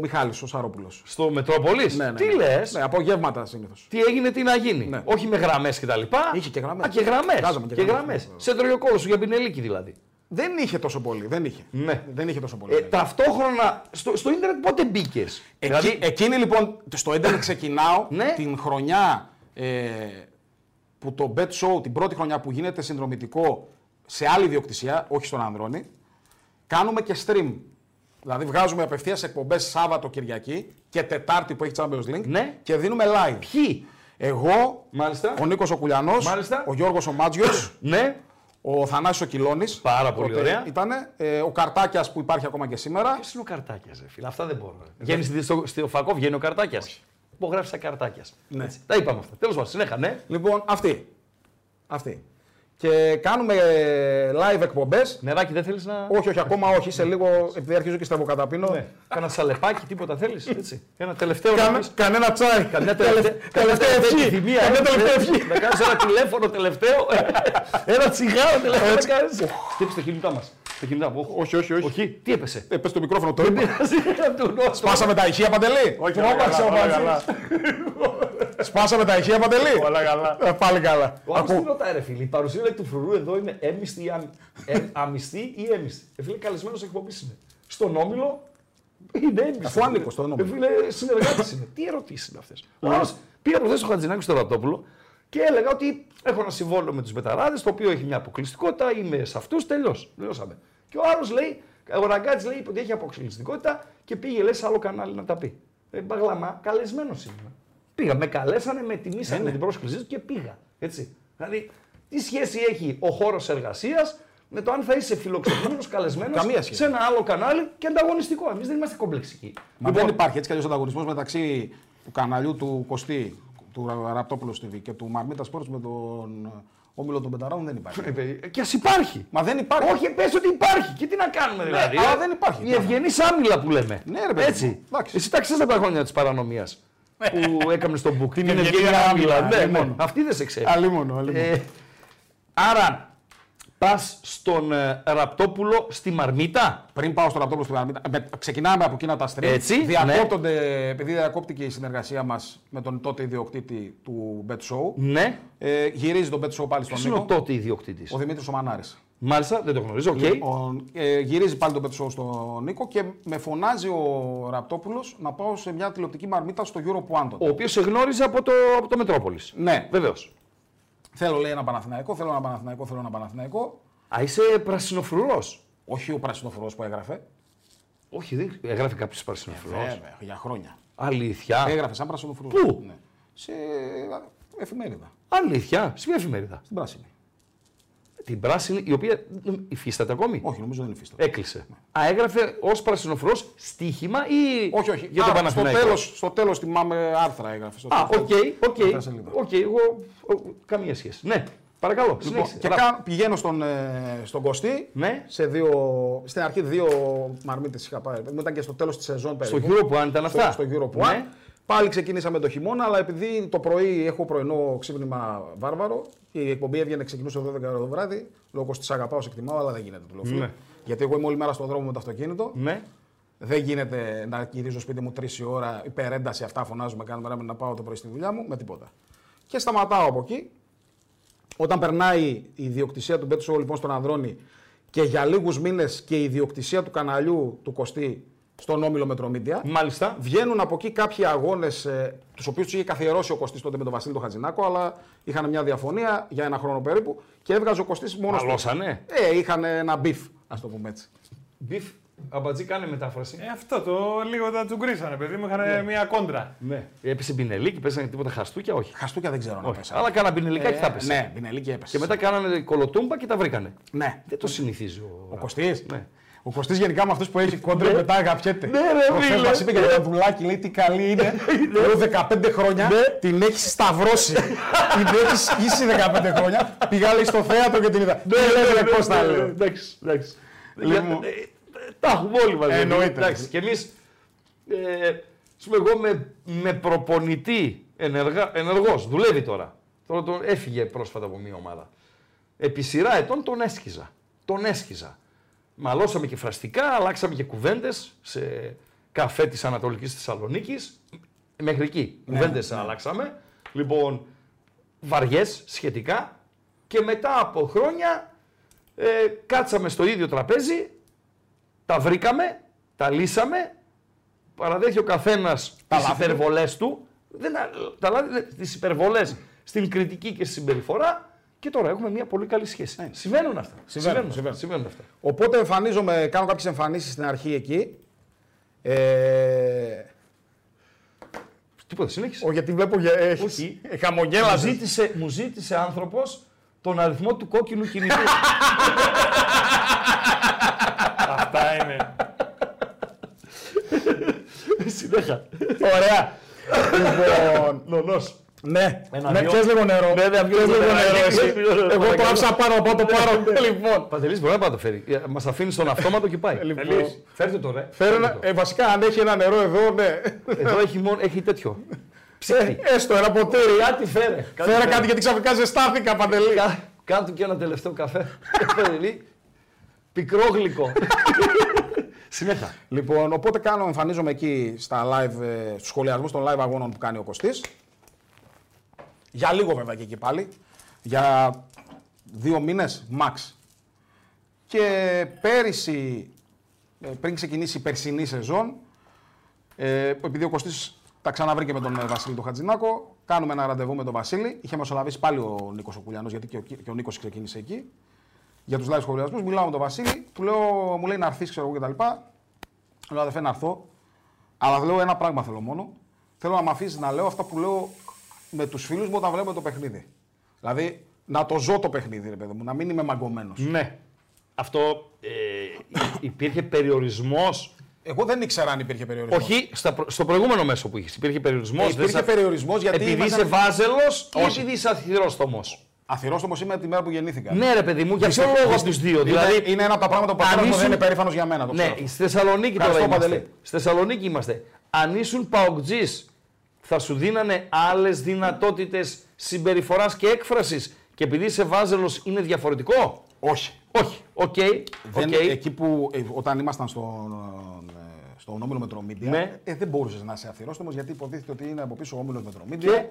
S4: Μιχάλης, ο Σαρόπουλος.
S3: Στο Μετρόπολης. Τι λες.
S4: Ναι, απογεύματα συνήθως.
S3: Τι έγινε, τι να γίνει. Όχι με γραμμές και τα λοιπά.
S4: Ναι. Είχε και γραμμές.
S3: Α, και γραμμές.
S4: Βγάζαμε και
S3: Και
S4: γραμμές.
S3: γραμμές. Σε τρώει ο κόλο σου για πινελίκη δηλαδή.
S4: Δεν είχε τόσο πολύ. Δεν είχε.
S3: Ναι.
S4: Δεν είχε τόσο πολύ.
S3: Ε, ταυτόχρονα στο, στο ίντερνετ πότε Δηλαδή, μπήκες.
S4: Εκεί- Εκείνη λοιπόν, στο έντελ ξεκινάω
S3: Ναι.
S4: την χρονιά ε, που το Bet Show, την πρώτη χρονιά που γίνεται συνδρομητικό σε άλλη ιδιοκτησία, όχι στον Ανδρώνη, κάνουμε και stream. Δηλαδή βγάζουμε απευθείας εκπομπές Σάββατο, Κυριακή και Τετάρτη που έχει Champions League
S3: Ναι.
S4: και δίνουμε live.
S3: Ποιοι.
S4: Εγώ,
S3: Μάλιστα.
S4: ο Νίκος Κουλιανός,
S3: Μάλιστα.
S4: ο Γιώργος ο Μάτζιος,
S3: Ναι.
S4: ο Θανάσης ο Κιλώνη.
S3: Πάρα πολύ ωραία.
S4: Ήταν, ε, ο Καρτάκιας που υπάρχει ακόμα και σήμερα.
S3: Ποιος είναι ο καρτάκιας, ρε φίλε. Αυτά δεν μπορώ. ρε. Βγαίνει στη- στο, στο φακό, βγαίνει ο καρτάκιας. Υπογράφησα καρτάκια.
S4: Ναι.
S3: Τα είπαμε αυτά. Τέλος πάντων, συνέχα, ναι.
S4: Λοιπόν, αυτή. Αυτή. Και κάνουμε ε, live εκπομπές.
S3: Νεράκι, δεν θέλεις να.
S4: Όχι, όχι, ακόμα όχι. Σε λίγο, επειδή αρχίζω και στραβοκαταπίνω.
S3: Ναι. Κάνα σαλεπάκι, τίποτα θέλεις. Έτσι. Ένα τελευταίο. να
S4: Κάνε,
S3: πεις.
S4: κανένα τσάι.
S3: Καμιά τελευταία
S4: τελευταία ευχή.
S3: επιθυμία,
S4: Καμιά
S3: ε.
S4: τελευταία ευχή.
S3: Να κάνεις ένα τηλέφωνο τελευταίο. ένα τσιγάρο τελευταίο. να κάνεις. Χτύπησε το κινητό μας. Το κινητό μου.
S4: Όχι, όχι, όχι.
S3: Όχι, τι έπεσε.
S4: Ε, πες το μικρόφωνο το είπα. Σπάσαμε τα ηχεία παντελή.
S5: Όχι,
S4: Τρώμαξε
S5: όλα
S4: ο
S5: καλά, όλα
S4: Μάτζης.
S5: καλά.
S4: Σπάσαμε τα ηχεία παντελή.
S5: Όλα καλά.
S4: Ε, Πάλι καλά.
S3: Ο Άμις τι ρωτάει, ρε φίλε. Η παρουσία λέει, του φρουρού εδώ είναι έμιστη ή αν- ε, αμυστή ή έμιστη. Ε, φίλε, καλεσμένος εκπομπής είναι. στον όμιλο είναι έμιστη.
S4: Αφού ανήκω στον Όμιλο.
S3: Ε, φίλε, συνεργάτης είναι. Τι ερωτήσεις είναι αυτές.
S4: Ναι.
S3: Ο άλλος πήγα προχθέ στο Χατζηνάκης στο Ραπτόπουλο και έλεγα ότι έχω ένα συμβόλαιο με τους Μπεταράδε, το οποίο έχει μια αποκλειστικότητα, είμαι σε αυτούς, τελειώ. Τελειώσαμε. Και ο άλλος λέει, ο Ραγκάτζη λέει ότι έχει αποκλειστικότητα και πήγε λες άλλο κανάλι να τα πει. Ε, μπαγλαμά, καλεσμένος ήμουν. Πήγα, με καλέσανε, με
S4: Ε, ναι.
S3: τιμήσανε με την πρόσκλησή τους και πήγα. Έτσι. Δηλαδή, τι σχέση έχει ο χώρος εργασίας με το αν θα είσαι φιλοξενούμενος, καλεσμένος
S4: Καμία σχέση.
S3: σε ένα άλλο κανάλι και ανταγωνιστικό. Εμείς δεν είμαστε κομπλεξικοί. Λοιπόν,
S4: Μα δεν υπάρχει έτσι κι αλλιώς ανταγωνισμός μεταξύ του καναλιού του Κωστή, του Ρα- Ραπτόπουλου TV και του Μαρμίτα Sports με τον όμιλο των Πενταράων δεν υπάρχει.
S3: Ε, Και ας υπάρχει.
S4: Μα δεν υπάρχει.
S3: Όχι, πες ότι υπάρχει. Και τι να κάνουμε δηλαδή.
S4: αλλά
S3: ε?
S4: δεν υπάρχει.
S3: Η ευγενή άμυλα που λέμε.
S4: Ναι, ρε παιδί μου.
S3: Έτσι.
S4: Εντάξει.
S3: Εσύ τα ξέρεις τα χρόνια της παρανομίας που έκανε στον Μπουκ. Την
S5: ευγενή άμυλα,
S3: Ναι,
S5: ναι,
S3: ναι. Αυτή δεν σε ξέρει.
S5: Αλίμονο, αλίμονο.
S3: Ε, άρα, πας στον ε, Ραπτόπουλο στη Μαρμίτα.
S4: Πριν πάω στο Ραπτόπουλο στην Αρμίτα, με- ξεκινάμε από εκείνα τα stream.
S3: Έτσι, ναι.
S4: Διακόπτονται, επειδή διακόπτηκε η συνεργασία μας με τον τότε ιδιοκτήτη του Bet Show.
S3: Ναι.
S4: Ε, γυρίζει τον Bet Show πάλι στον
S3: Ποιος είναι ο
S4: Νίκο.
S3: τότε ιδιοκτήτης.
S4: Ο Δημήτρης ο Μανάρης.
S3: Μάλιστα, δεν το γνωρίζω. οκ.
S4: Ο, ε, γυρίζει πάλι τον Bet Show στον Νίκο και με φωνάζει ο Ραπτόπουλος να πάω σε μια τηλεοπτική μαρμίτα στο Euro Quantum.
S3: Ο οποίος σε γνώριζε από το, από το Μετρόπολης.
S4: Ναι.
S3: Βεβαίως.
S4: Θέλω λέει ένα Παναθηναϊκό, θέλω ένα Παναθηναϊκό, θέλω ένα Παναθηναϊκό.
S3: Α, είσαι πρασινοφρουρός.
S4: Όχι ο πρασινοφρουρός που έγραφε.
S3: Όχι, δεν έγραφε κάποιος πρασινοφρουρός.
S4: Βέβαια, για χρόνια.
S3: Αλήθεια.
S4: Έγραφε σαν πρασινοφρουρός.
S3: Πού?
S4: Ναι. Σε εφημερίδα.
S3: Αλήθεια. Σε ποια εφημερίδα.
S4: Στην πράσινη.
S3: Την πράσινη, η οποία νομ- υφίσταται ακόμη.
S4: Όχι, νομίζω δεν υφίσταται.
S3: Έκλεισε. Α, έγραφε ως πρασινοφρουρό στοίχημα ή.
S4: Όχι, όχι.
S3: Ε, Για
S4: Α,
S3: τον
S4: στο
S3: Παναθηναϊκό.
S4: τέλος, στο τέλος θυμάμαι άρθρα έγραφε. Στο
S3: Α,
S4: τέλος.
S3: οκ, οκ.
S4: Μετά σελίδα.
S3: Οκ, εγώ. ο, Καμία σχέση. Ναι, παρακαλώ. συνέχισε.
S4: Λοιπόν, και
S3: Ρα-
S4: κάν, πηγαίνω στον, ε, στον Κωστή.
S3: Ναι.
S4: Σε δύο, στην αρχή δύο μαρμίτες είχα πάρει. Μου ήταν και στο τέλος της σεζόν
S3: Στο
S4: περίπου.
S3: Euro που αν ήταν αυτά.
S4: στο, στο Europe One.
S3: Ναι.
S4: Πάλι ξεκινήσαμε το χειμώνα, αλλά επειδή το πρωί έχω πρωινό ξύπνημα βάρβαρο, η εκπομπή έβγαινε, ξεκινούσε 12 ώρα το βράδυ. Λόγω της αγαπάω, σε εκτιμάω, αλλά δεν γίνεται του λέω φίλε.
S3: Ναι.
S4: Γιατί εγώ είμαι όλη μέρα στον δρόμο με το αυτοκίνητο.
S3: Ναι.
S4: Δεν γίνεται να γυρίζω σπίτι μου 3 η ώρα, υπερένταση αυτά φωνάζουμε, κάνουμε ράμεν να πάω το πρωί στη δουλειά μου, με τίποτα. Και σταματάω από εκεί. Όταν περνάει η ιδιοκτησία του Μπέτσο λοιπόν στον Ανδρώνη και για λίγους μήνες και η ιδιοκτησία του καναλιού του Κωστή στον όμιλο Μετρομίντια,
S3: Μάλιστα.
S4: Βγαίνουν από εκεί κάποιοι αγώνες, ε, τους οποίους τους είχε καθιερώσει ο Κωστής τότε με τον Βασίλη τον Χατζηνάκο, αλλά είχαν μια διαφωνία για ένα χρόνο περίπου και έβγαζε ο Κωστής μόνος του.
S3: Μαλώσανε.
S4: Ε, είχαν ένα μπιφ, ας το πούμε έτσι.
S3: Μπιφ, αμπατζή, κάνε μετάφραση.
S5: Ε, αυτό το λίγο τα τσουγκρίσανε, παιδί μου. Είχαν μια κόντρα.
S3: Ναι. Έπεσε πινελίκι, πέσανε τίποτα χαστούκια, όχι.
S4: Χαστούκια δεν ξέρω να
S3: όχι.
S4: πέσει.
S3: Αλλά κάνα πινελικά και θα πέσει.
S4: Ναι, Πινελίκη έπεσε.
S3: Και μετά κάνανε κολοτούμπα και τα βρήκανε.
S4: Ναι.
S3: Δεν το συνηθίζει ο.
S4: Ο Κωστής.
S3: Ναι.
S4: Ο Κωστής γενικά με αυτούς που έχει κόντρα μετά αγαπιέται.
S3: Ναι, ρε,
S4: Προχθές
S3: φίλε.
S4: μας είπε για το δουλάκι, λέει τι καλή είναι. Λέω 15 χρόνια
S3: Ναι.
S4: την έχει σταυρώσει. την έχει σκίσει 15 χρόνια.
S3: Ναι,
S4: Πήγα λέει στο θέατρο και την είδα. Τι λέτε, ρε, Κώστα, λέω.
S3: Εντάξει, εντάξει.
S4: Λοιπόν.
S3: Ε, ε, Τα έχουμε όλοι μαζί.
S6: Εννοείται.
S3: Εντάξει, και εμείς. Ε, ας πούμε, εγώ με, με προπονητή ενεργά, ενεργός, δουλεύει τώρα. Τώρα τον έφυγε πρόσφατα από μια ομάδα. Επί σειρά ετών τον έσκιζα. Τον έσκιζα. Μαλώσαμε και φραστικά, αλλάξαμε και κουβέντες σε καφέ της Ανατολικής Θεσσαλονίκης. Μέχρι εκεί. κουβέντε αλλάξαμε. Λοιπόν, βαριές σχετικά. Και μετά από χρόνια ε, κάτσαμε στο ίδιο τραπέζι, τα βρήκαμε, τα λύσαμε, παραδέχει ο καθένας τι υπερβολές του, δεν, α- τα λάθη, τις υπερβολές στην κριτική και στη συμπεριφορά και τώρα έχουμε μια πολύ καλή σχέση. Συμβαίνουν αυτά.
S4: Ναι.
S3: συμβαίνουν,
S4: Συμβαίνουν, συμβαίνουν.
S3: συμβαίνουν αυτά.
S4: Οπότε εμφανίζομαι, κάνω κάποιες εμφανίσεις στην αρχή εκεί. Ε,
S3: Τίποτα, συνέχισε.
S4: όχι, γιατί βλέπω. γε- έχεις-
S3: Όχι.
S4: ε,
S3: Μου
S4: Χαμογέλασες.
S3: ζήτησε, μου ζήτησε άνθρωπος τον αριθμό του κόκκινου κινητού.
S5: Αυτά είναι.
S3: Συνέχα.
S4: Ωραία. λοιπόν,
S3: Νονός.
S4: ναι,
S3: Ένα,
S4: ναι
S3: δύο.
S4: πιες λίγο νερό.
S3: Ναι, ναι, πιες
S4: Πιες
S3: λίγο
S4: λίγο
S3: νερό,
S4: νερό,
S3: εσύ.
S4: εσύ. Εγώ το
S3: Παρακαλώ.
S4: άφησα πάνω, πάω το πάρω. Λοιπόν,
S3: Παντελής μπορεί να πάει να το φέρει. Μας αφήνεις στον αυτόματο και πάει.
S4: Λοιπόν.
S3: Φέρτε το ρε.
S4: Θέλω
S3: Φέρτε
S4: να-
S3: το.
S4: ε, βασικά, αν έχει ένα νερό εδώ, ναι.
S3: ε, Εδώ έχει, μόνο, έχει τέτοιο. Ψυχή.
S4: Ε, Έστω ένα ποτήρι.
S3: Κάτι φέρε. Κάτι
S4: Φέρα κάτι γιατί ξαφνικά ζεστάθηκα, Παντελή.
S3: Κα- Κάτω και ένα τελευταίο καφέ. Παντελή. Πικρό γλυκό. Συνέχα.
S4: Λοιπόν, οπότε κάνω, εμφανίζομαι εκεί στα live, ε, στους σχολιασμούς των live αγώνων που κάνει ο Κωστής. Για λίγο βέβαια και εκεί πάλι. Για δύο μήνες, max. Και πέρυσι, ε, πριν ξεκινήσει η περσινή σεζόν, ε, επειδή ο Κωστής τα ξαναβρήκε με τον ε, Βασίλη τον Χατζηνάκο, κάνουμε ένα ραντεβού με τον Βασίλη. Είχε μεσολαβήσει πάλι ο Νίκος ο Κουλιανός, γιατί και ο, Κι- και ο Νίκος ξεκίνησε εκεί. Για τους live σχολιασμούς, μιλάω με τον Βασίλη, του λέω, μου λέει να έρθεις, ξέρω εγώ κτλ. Λέω, αδερφέ, να έρθω. Αλλά λέω ένα πράγμα θέλω μόνο. Θέλω να με αφήσεις να λέω αυτά που λέω με τους φίλους μου όταν βλέπουμε το παιχνίδι. Δηλαδή, να το ζω το παιχνίδι, ρε παιδί μου, να μην είμαι μαγκωμένος.
S3: Ναι. Αυτό ε, υπήρχε περιορισμός.
S4: Εγώ δεν ήξερα αν υπήρχε περιορισμός.
S3: Όχι, στα προ- στο προηγούμενο μέσο που είχες. Υπήρχε περιορισμός.
S4: Ε, υπήρχε περιορισμός, γιατί
S3: Επειδή
S4: ήμασταν-
S3: είσαι βάζελος ή
S4: Όχι.
S3: επειδή είσαι αθυρόστομος.
S4: Αθυρόστομος είμαι από τη μέρα που γεννήθηκα.
S3: Ναι, ρε παιδί μου, για ποιο
S4: Δυστυχώς,
S3: λόγο από του δύο. Δηλαδή,
S4: είναι, είναι ένα από τα πράγματα που ο πατέρας μου
S3: ήσουν-
S4: δεν είναι περήφανος για μένα. Το
S3: Ναι,
S4: ξέρω.
S3: στη Θεσσαλονίκη τώρα
S4: Ευχαριστώ,
S3: είμαστε.
S4: Παντελή.
S3: Στη Θεσσαλονίκη είμαστε. Αν ήσουν παοκτζής, θα σου δίνανε άλλες δυνατότητες συμπεριφοράς και έκφρασης. Και επειδή είσαι βάζελος, είναι διαφορετικό.
S4: Όχι.
S3: Όχι. Οκ.
S4: Δεν,
S3: οκ.
S4: Εκεί που ε, όταν ήμασταν στον, ε, στον όμιλο Μετρομίντια,
S3: Ναι.
S4: ε, δεν μπορούσες να είσαι αθυρόστομο γιατί υποτίθεται ότι είναι από πίσω ο όμιλος Μετρομίντια.
S3: Και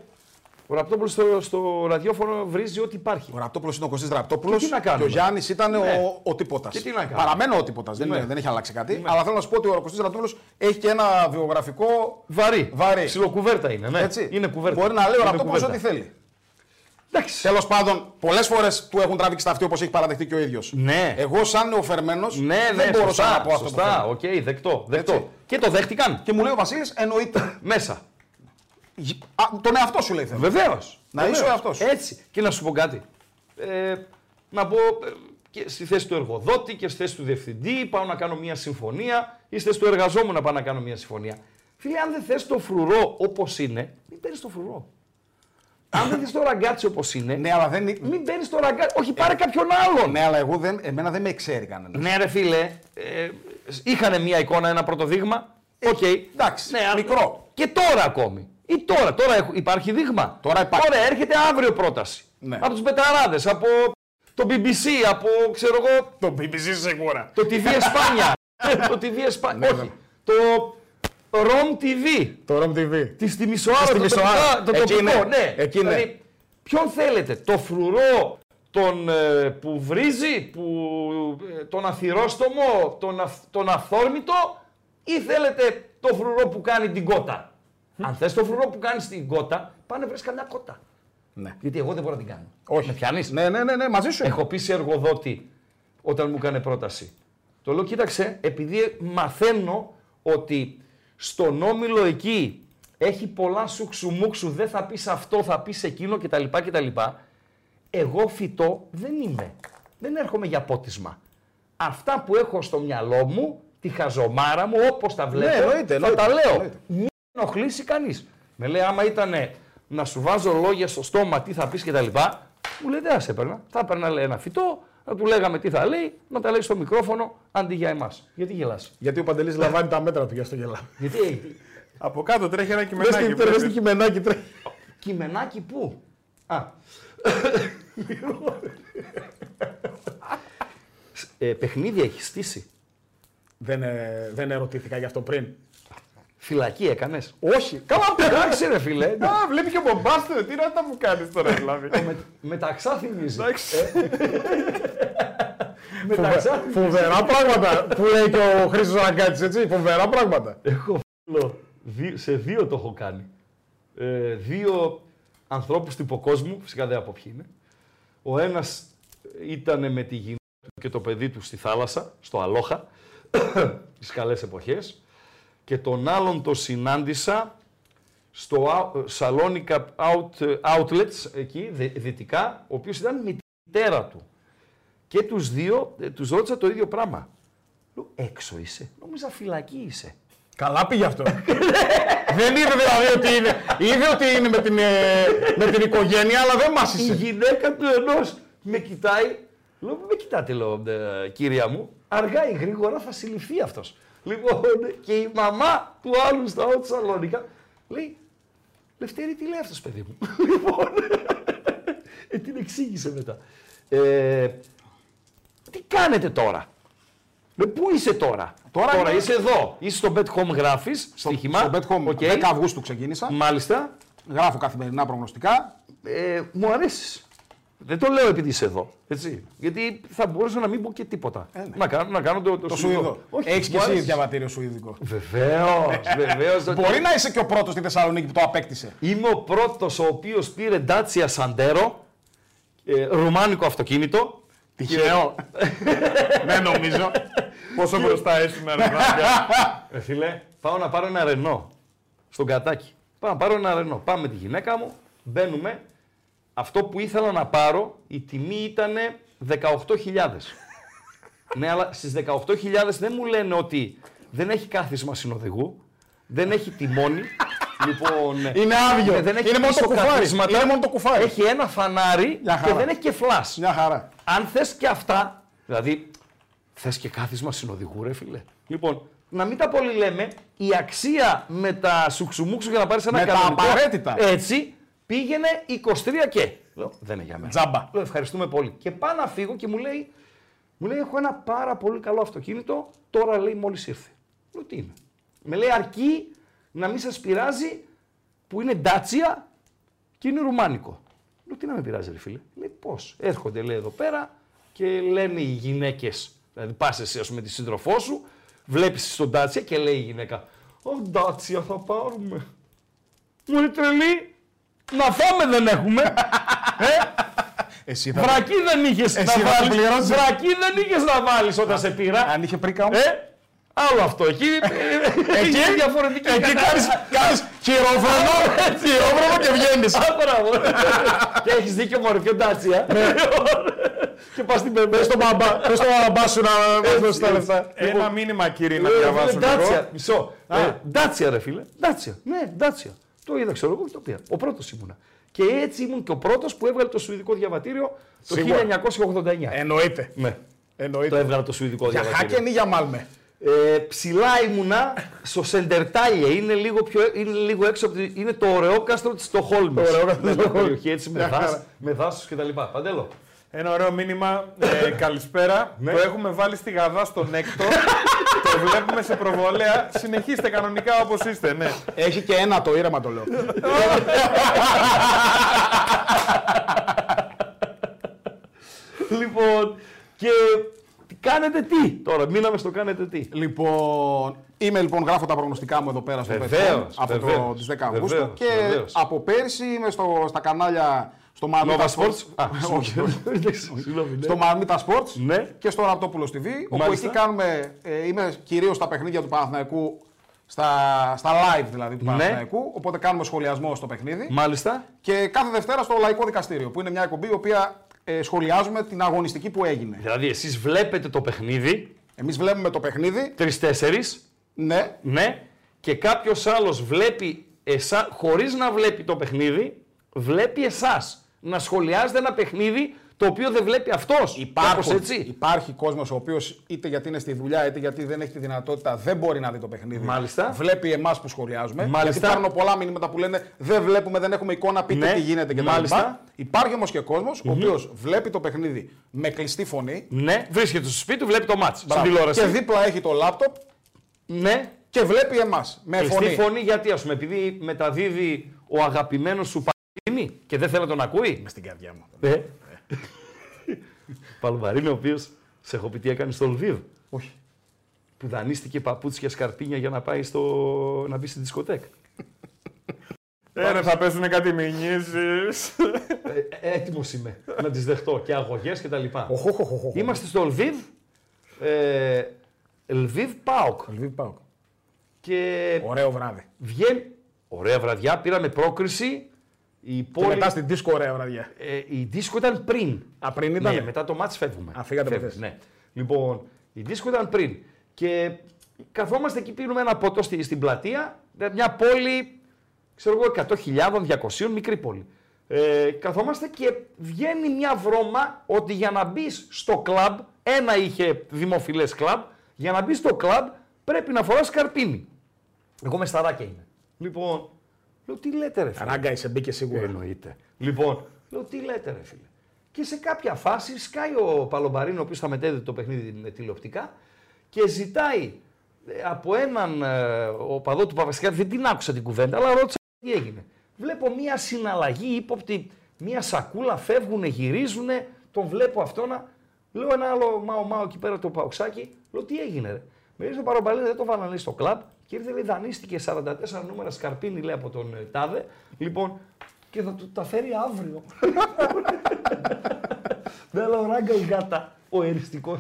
S3: ο Ραπτόπουλος στο, στο ραδιόφωνο βρίζει ό,τι υπάρχει.
S4: Ο Ραπτόπουλος είναι ο Κωστής Ραπτόπουλος.
S3: Και τι να κάνουμε.
S4: ο Γιάννης ήταν
S3: Ναι.
S4: ο, ο τίποτα.
S3: Και τι να κάνουμε.
S4: Παραμένω ο τίποτα. Δεν,
S3: Ναι.
S4: είναι- δεν έχει αλλάξει κάτι. Αλλά θέλω να σου πω ότι ο Κωστής Ραπτόπουλος έχει και ένα βιογραφικό.
S3: Βαρύ.
S4: Βαρύ.
S3: Ψιλοκουβέρτα είναι. Ναι.
S4: Έτσι.
S3: Είναι κουβέρτα.
S4: Μπορεί να λέει ο
S3: Είναι
S4: Ραπτόπουλος
S3: κουβέρτα.
S4: ό,τι θέλει.
S3: Εντάξει.
S4: Τέλος πάντων, πολλές φορές του έχουν τραβήξει τα αυτοί όπως έχει παραδεχτεί και ο ίδιος.
S3: Ναι.
S4: Εγώ, σαν νεοφερμένος,
S3: Ναι, ναι,
S4: δεν μπορούσα
S3: σωστά,
S4: να πω αυτό που
S3: Σωστά.
S4: θέλω.
S3: Οκ, δεκτό. δεκτό.
S4: Έτσι.
S3: Και το δέχτηκαν.
S4: Και μου λέει ο Βασίλης, εννοείται.
S3: Μέσα.
S4: Γι- Α, τον εαυτό σου λέει θέλω.
S3: Βεβαίως.
S4: Να είσαι ο εαυτός σου.
S3: Έτσι. Και να σου πω κάτι. Ε, να πω ε, και στη θέση του εργοδότη και στη θέση του διευθυντή, πάω να κάνω μια συμφωνία ή στη θέση του εργαζόμενου να πάω να κάνω μια συμφωνία. Φίλε, αν δεν θες το φρουρό όπως είναι, μην παίρνεις το φρουρό. αν δεν θες το ραγκάτσι όπως είναι,
S4: Ναι, αλλά δεν.
S3: μην παίρνεις το ραγκάτσι. Όχι, πάρε κάποιον άλλον.
S4: Ναι, αλλά εγώ δεν, εμένα δεν με ξέρει κανένας.
S3: Ναι, ρε φίλε, ε, είχαν μια εικόνα, ένα πρώτο δείγμα. Οκ.
S4: Ε, εντάξει,
S3: αν-
S4: μικρό.
S3: Και τώρα ακόμη. Ή τώρα, τώρα έχ- υπάρχει δείγμα.
S4: Τώρα υπάρχει.
S3: Τώρα έρχεται αύριο πρόταση.
S4: Ναι.
S3: Από τους Μπεταράδε, από το BBC, από ξέρω εγώ,
S5: Το BBC σίγουρα.
S3: το TV Εσπάνια. το TV Εσπάνια.
S4: Ναι,
S3: Όχι. Το ROM TV.
S4: Το Rom TV.
S3: Τη στη Μισοάρα,
S4: Στη
S3: το,
S4: Μισοάρα.
S3: τοπικά- το
S4: Εκεί
S3: τοπικό,
S4: είναι.
S3: ναι.
S4: Εκεί είναι.
S3: Δηλαδή, ποιον θέλετε, το φρουρό, τον ε, που βρίζει, που, ε, τον αθυρόστομο, τον, αυ- τον αυθόρμητο ή θέλετε το φρουρό που κάνει την κότα.
S4: Hm.
S3: Αν θες το φρουρό που κάνεις την κότα, πάνε βρες καμιά κότα.
S4: Ναι.
S3: Γιατί εγώ δεν μπορώ να την κάνω.
S4: Όχι.
S3: Με πιάνεις.
S4: Ναι, ναι, ναι, ναι, μαζί σου.
S3: Έχω πει σε εργοδότη όταν μου έκανε πρόταση. Το λέω, κοίταξε, επειδή μαθαίνω ότι στον όμιλο εκεί έχει πολλά σου ξουμούξου, δεν θα πεις αυτό, θα πεις εκείνο κτλ. κτλ. Εγώ φυτό δεν είμαι. Δεν έρχομαι για πότισμα. Αυτά που έχω στο μυαλό μου, τη χαζομάρα μου, όπως τα βλέπω,
S4: εννοείται, εννοείται,
S3: θα τα λέω.
S4: εννοείται.
S3: Μην ενοχλήσει κανείς. Με λέει, άμα ήταν ε, να σου βάζω λόγια στο στόμα, τι θα πεις κτλ. Μου λέει, δεν θα σε έπαιρνα. Θα έπαιρνα λέει, ένα φυτό, να του λέγαμε τι θα λέει, να τα λέει στο μικρόφωνο αντί για εμάς. Γιατί γελάς.
S7: Γιατί ο Παντελής λαμβάνει τα μέτρα του για στο γελά.
S3: Γιατί
S5: Από κάτω τρέχει ένα
S7: Πε
S5: κειμενάκι.
S7: τι τώρα,
S5: βλέπεις.
S7: δες τι κειμενάκι τρέχει.
S3: κειμενάκι πού. Α. ε, παιχνίδι έχεις στήσει.
S7: Δεν, ε, δεν ερωτήθηκα γι' αυτό πριν.
S3: Φυλακή έκανες.
S7: Όχι. Καλά,
S3: Εντάξει ρε φίλε. Ε,
S5: Α, βλέπει και ο μπομπάστο, τι να τα μου κάνεις τώρα, δηλαδή.
S3: Με, μεταξά θυμίζει.
S7: φοβε- φοβερά πράγματα που λέει και ο Χρήστος Ραγκάτη, έτσι. Φοβερά πράγματα.
S3: Έχω φίλο, δι- σε δύο το έχω κάνει. Ε, δύο ανθρώπους τυποκόσμου, φυσικά δεν από ποιοι είναι. Ο ένας ήταν με τη γυναίκα του και το παιδί του στη θάλασσα, στο Αλόχα, τις καλές εποχές. Και τον άλλον το συνάντησα στο Au- Σαλόνικα Out, Outlets, εκεί, δε- δυτικά, ο οποίος ήταν η μητέρα του. Και τους δύο, ε, τους ρώτησα το ίδιο πράγμα. Λέω, έξω είσαι. Νόμιζα φυλακή είσαι.
S7: Καλά πήγε αυτό. δεν είδε δηλαδή ότι είναι. Είδε ότι είναι με την, ε, με την οικογένεια, αλλά δεν
S3: Η
S7: μάσησε.
S3: γυναίκα του ενός με κοιτάει. Λέω, «Μη με κοιτάτε, λέω, «ε, κυρία μου. Αργά ή γρήγορα θα συλληφθεί αυτός. Λοιπόν, και η μαμά του άλλου στα Ότ Σαλονικά λέει, Λευτέρη, τι λέει αυτός, παιδί μου. λοιπόν, ε, την εξήγησε μετά. Ε, τι κάνετε τώρα. Λέω, πού είσαι τώρα.
S4: Τώρα είναι-
S3: είσαι εδώ. Είσαι στο Bet Home γράφεις. Στοίχημα.
S4: Στο Bet Home
S3: Οκ.
S4: 10 Αυγούστου ξεκίνησα.
S3: Μάλιστα.
S4: Γράφω καθημερινά προγνωστικά.
S3: ε, μου αρέσεις. Δεν το λέω επειδή είσαι εδώ. Έτσι. Γιατί θα μπορούσα να μην πω και τίποτα. να, κάνω, να κάνω το, το,
S4: Ε, ναι. Το Σουηδό.
S3: Όχι,
S4: Έχεις και
S3: μου
S4: εσύ
S3: αρέσει.
S4: διαβατήριο Σουηδικό.
S3: Βεβαίως, βεβαίω.
S4: Μπορεί να είσαι και ο πρώτος στη Θεσσαλονίκη που το απέκτησε.
S3: Είμαι ο πρώτος ο οποίος πήρε Dacia Sandero, ε, ρουμάνικο αυτοκίνητο.
S5: Τυχαίο. Δεν νομίζω. Πόσο μπροστά ήσουν, ρε
S3: Ε, φίλε, πάω να πάρω ένα ρενό στον κατάκι. Πάω να πάρω ένα ρενό. Πάμε με τη γυναίκα μου, μπαίνουμε. Αυτό που ήθελα να πάρω, η τιμή ήταν 18.000. ναι, αλλά στις 18.000 δεν μου λένε ότι δεν έχει κάθισμα συνοδηγού, δεν έχει τιμόνι. λοιπόν,
S7: Είναι άδειο.
S3: ναι, δεν έχει
S7: είναι, μόνο το
S3: πίσω
S7: κουφάρι.
S3: καθίσματα.
S7: είναι μόνο το κουφάρι.
S3: Έχει ένα φανάρι και
S7: χαρά.
S3: δεν έχει και φλάς.
S7: Μια χαρά.
S3: Αν θες και αυτά, δηλαδή θες και κάθισμα συνοδηγού, ρε φίλε. Λοιπόν, να μην τα πολύ λέμε, η αξία με τα σουξουμούξου για να πάρεις ένα
S7: Με τα
S3: κανονικό,
S7: απαραίτητα.
S3: Έτσι, πήγαινε 23 και. Λέω, δεν είναι για μένα.
S7: Τζάμπα.
S3: Λέω, ευχαριστούμε πολύ. Και πάω να φύγω και μου λέει, μου λέει, έχω ένα πάρα πολύ καλό αυτοκίνητο, τώρα λέει μόλις ήρθε. Λέω, τι είναι. Με λέει, αρκεί να μην σας πειράζει που είναι ντάτσια και είναι ρουμάνικο. Λέω, τι να με πειράζει ρε φίλε. Λέει, πώς. Έρχονται, λέει, εδώ πέρα και λένε οι γυναίκες, δηλαδή πας εσύ, ας πούμε, τη σύντροφό σου, βλέπεις στον ντάτσια και λέει η γυναίκα, «Ω, ντάτσια θα πάρουμε». Μου λέει, τρελή, να φάμε δεν έχουμε.
S4: Εσύ θα.
S3: Βρακή δεν είχες
S4: Εσύ
S3: να
S4: θα
S3: βάλεις.
S4: πληρώσεις.
S3: Βρακή δεν είχες να βάλεις όταν σε πήρα.
S4: Αν είχε πρίκα όμω.
S3: Ε, άλλο αυτό. Εκεί ε, είναι διαφορετική
S7: Εκεί κάνει χειρόφρονο, χειρόφρονο και βγαίνεις.
S3: Άκουρα Και έχεις δίκιο μωρέ, πιο τάτσια. Και πας στην πεμπέ.
S7: Πες στον μπαμπά, Ναι. πες στον μπαμπά σου να δώσει τα λεφτά. Λοιπόν,
S5: Ένα μήνυμα, κύριε, να διαβάσω λίγο.
S3: Ε, Ντάτσια, μισό. Ε, Ντάτσια, ρε φίλε. Ντάτσια. Ναι, ντάτσια. Το είδα, ξέρω εγώ και το πήρα. Ο πρώτος ήμουνα. Και έτσι ήμουν και ο πρώτος που έβγαλε το σουηδικό διαβατήριο το 1989.
S7: Εννοείται.
S3: Ναι. Το
S7: Εννοείται.
S3: έβγαλα το σουηδικό
S7: Για
S3: διαβατήριο.
S7: Χάκεν ή για Μάλμε.
S3: Ε, ψηλά ήμουνα στο Σεντερτάλιε. Είναι λίγο, πιο, είναι λίγο έξω από τη, Είναι το ωραίο κάστρο Ναι, της Στοχόλμης.
S7: Το ωραίο κάστρο της Στοχόλμης.
S3: περιοχή έτσι με,
S7: Μια χαρά.
S3: δάσ, με δάσο κτλ. Παντέλο.
S5: Ένα ωραίο μήνυμα. Ε, καλησπέρα. Το έχουμε βάλει στη γαδά στον Έκτορ. το βλέπουμε σε προβολέα. Συνεχίστε κανονικά όπως είστε, ναι.
S7: Έχει και ένα το ήρεμα το λέω.
S3: λοιπόν, και κάνετε τι τώρα. Μείναμε στο κάνετε τι.
S4: Λοιπόν, είμαι λοιπόν, γράφω τα προγνωστικά μου εδώ πέρα στο
S3: Βεβαίως,
S4: Πέτρο από το,
S3: βεβαίως,
S4: τις 10 Αυγούστου
S3: βεβαίως,
S4: και
S3: βεβαίως.
S4: από πέρσι είμαι στο, στα κανάλια στο Marmita Sports,
S3: Α, συγγνώμη. ναι.
S4: στο Marmita Sports
S3: Ναι.
S4: και στο Ραπτόπουλος TV, όπου
S3: Μάλιστα.
S4: εκεί κάνουμε, ε, είμαι κυρίως στα παιχνίδια του Παναθηναϊκού, στα, στα live δηλαδή του
S3: Ναι.
S4: Παναθηναϊκού, οπότε κάνουμε σχολιασμό στο παιχνίδι
S3: Μάλιστα.
S4: και κάθε Δευτέρα στο Λαϊκό Δικαστήριο, που είναι μια εκπομπή η οποία ε, σχολιάζουμε την αγωνιστική που έγινε.
S3: Δηλαδή, εσείς βλέπετε το παιχνίδι.
S4: Εμείς βλέπουμε το παιχνίδι,
S3: Τρει-τέσσερι.
S4: ναι,
S3: Ναι, και κάποιος άλλος βλέπει εσά, χωρίς να βλέπει το παιχνίδι, βλέπει εσάς να σχολιάζετε ένα παιχνίδι το οποίο δεν βλέπει αυτός.
S4: Υπάρχουν,
S3: έτσι.
S4: υπάρχει κόσμος ο οποίος είτε γιατί είναι στη δουλειά είτε γιατί δεν έχει τη δυνατότητα δεν μπορεί να δει το παιχνίδι.
S3: Μάλιστα.
S4: Βλέπει εμάς που σχολιάζουμε.
S3: Μάλιστα.
S4: Γιατί παίρνω πολλά μηνύματα που λένε δεν βλέπουμε, δεν έχουμε εικόνα, πείτε
S3: Ναι.
S4: τι γίνεται κτλ.
S3: Μάλιστα.
S4: Υπάρχει όμως και κοσμο ο οποίος βλέπει το παιχνίδι με κλειστή φωνή.
S3: Ναι, βρίσκεται στο σπίτι του, βλέπει το μάτς. Στην
S4: Μπράβο.
S3: τηλεόραση.
S4: Και δίπλα έχει το λάπτοπ
S3: Ναι,
S4: και βλέπει εμάς. Με
S3: Κλειστή
S4: φωνή.
S3: φωνή. γιατί, ας πούμε, επειδή μεταδίδει ο αγαπημένος σου Παλαιστίνη και δεν θέλει να τον ακούει. Με στην καρδιά μου. Ε. Παλβαρίνη, ο οποίος σε έχω πει τι έκανε στο Λβίβ.
S4: Όχι.
S3: Που δανείστηκε παπούτσια σκαρπίνια για να πάει στο... να μπει στη δισκοτέκ.
S5: Ε, ρε, θα πέσουν κάτι μηνύσεις.
S3: Έτοιμο Ε, είμαι να τις δεχτώ και αγωγές και τα λοιπά.
S4: Οχοχοχοχο.
S3: Είμαστε στο Λβίβ. Ε, Λβίβ Πάοκ.
S4: Λιβύη ΠΑΟΚ.
S3: Και
S4: Ωραίο βράδυ.
S3: βγαίνει. Ωραία βραδιά, πήραμε πρόκριση. Η
S4: Και
S3: πόλη.
S4: μετά στην δίσκο ωραία βραδιά.
S3: Ε, η δίσκο ήταν πριν.
S4: Α, πριν ήταν.
S3: Ναι, μετά το μάτς φεύγουμε.
S4: Α, φύγατε
S3: Φεύγεις,
S4: προχθές.
S3: ναι. Λοιπόν, η δίσκο ήταν πριν. Και καθόμαστε εκεί, πίνουμε ένα ποτό στη, στην πλατεία. Μια πόλη, ξέρω εγώ, 100.000, 200, μικρή πόλη. Ε, καθόμαστε και βγαίνει μια βρώμα ότι για να μπεις στο κλαμπ, ένα είχε δημοφιλές κλαμπ, για να μπεις στο κλαμπ πρέπει να φοράς καρπίνι. Εγώ με σταράκια είμαι. Λοιπόν, λέω τι λέτε ρε φίλε.
S4: Ράγκα, είσαι μπήκε σίγουρα.
S3: Εννοείται. Λοιπόν, λέω τι λέτε ρε φίλε. Και σε κάποια φάση σκάει ο Παλομπαρίνο, ο οποίος θα μετέδιδε το παιχνίδι ε, τηλεοπτικά και ζητάει ε, από έναν ε, οπαδό του Παπασικά, δεν την άκουσα την κουβέντα, αλλά ρώτησα τι έγινε. Βλέπω μία συναλλαγή ύποπτη, μία σακούλα, φεύγουνε, γυρίζουνε, τον βλέπω αυτό να... Λέω ένα άλλο μάο μάο εκεί πέρα το παουξάκι, λέω τι έγινε ρε. Με ήρθε ο Παρομπαλίνο, δεν το βάλανε στο κλαμπ και ήρθε λέει δανείστηκε 44 νούμερα σκαρπίνι λέει από τον ε, Τάδε. Λοιπόν, και θα του τα φέρει αύριο. Δεν λέω ράγκα η γάτα, ο εριστικός.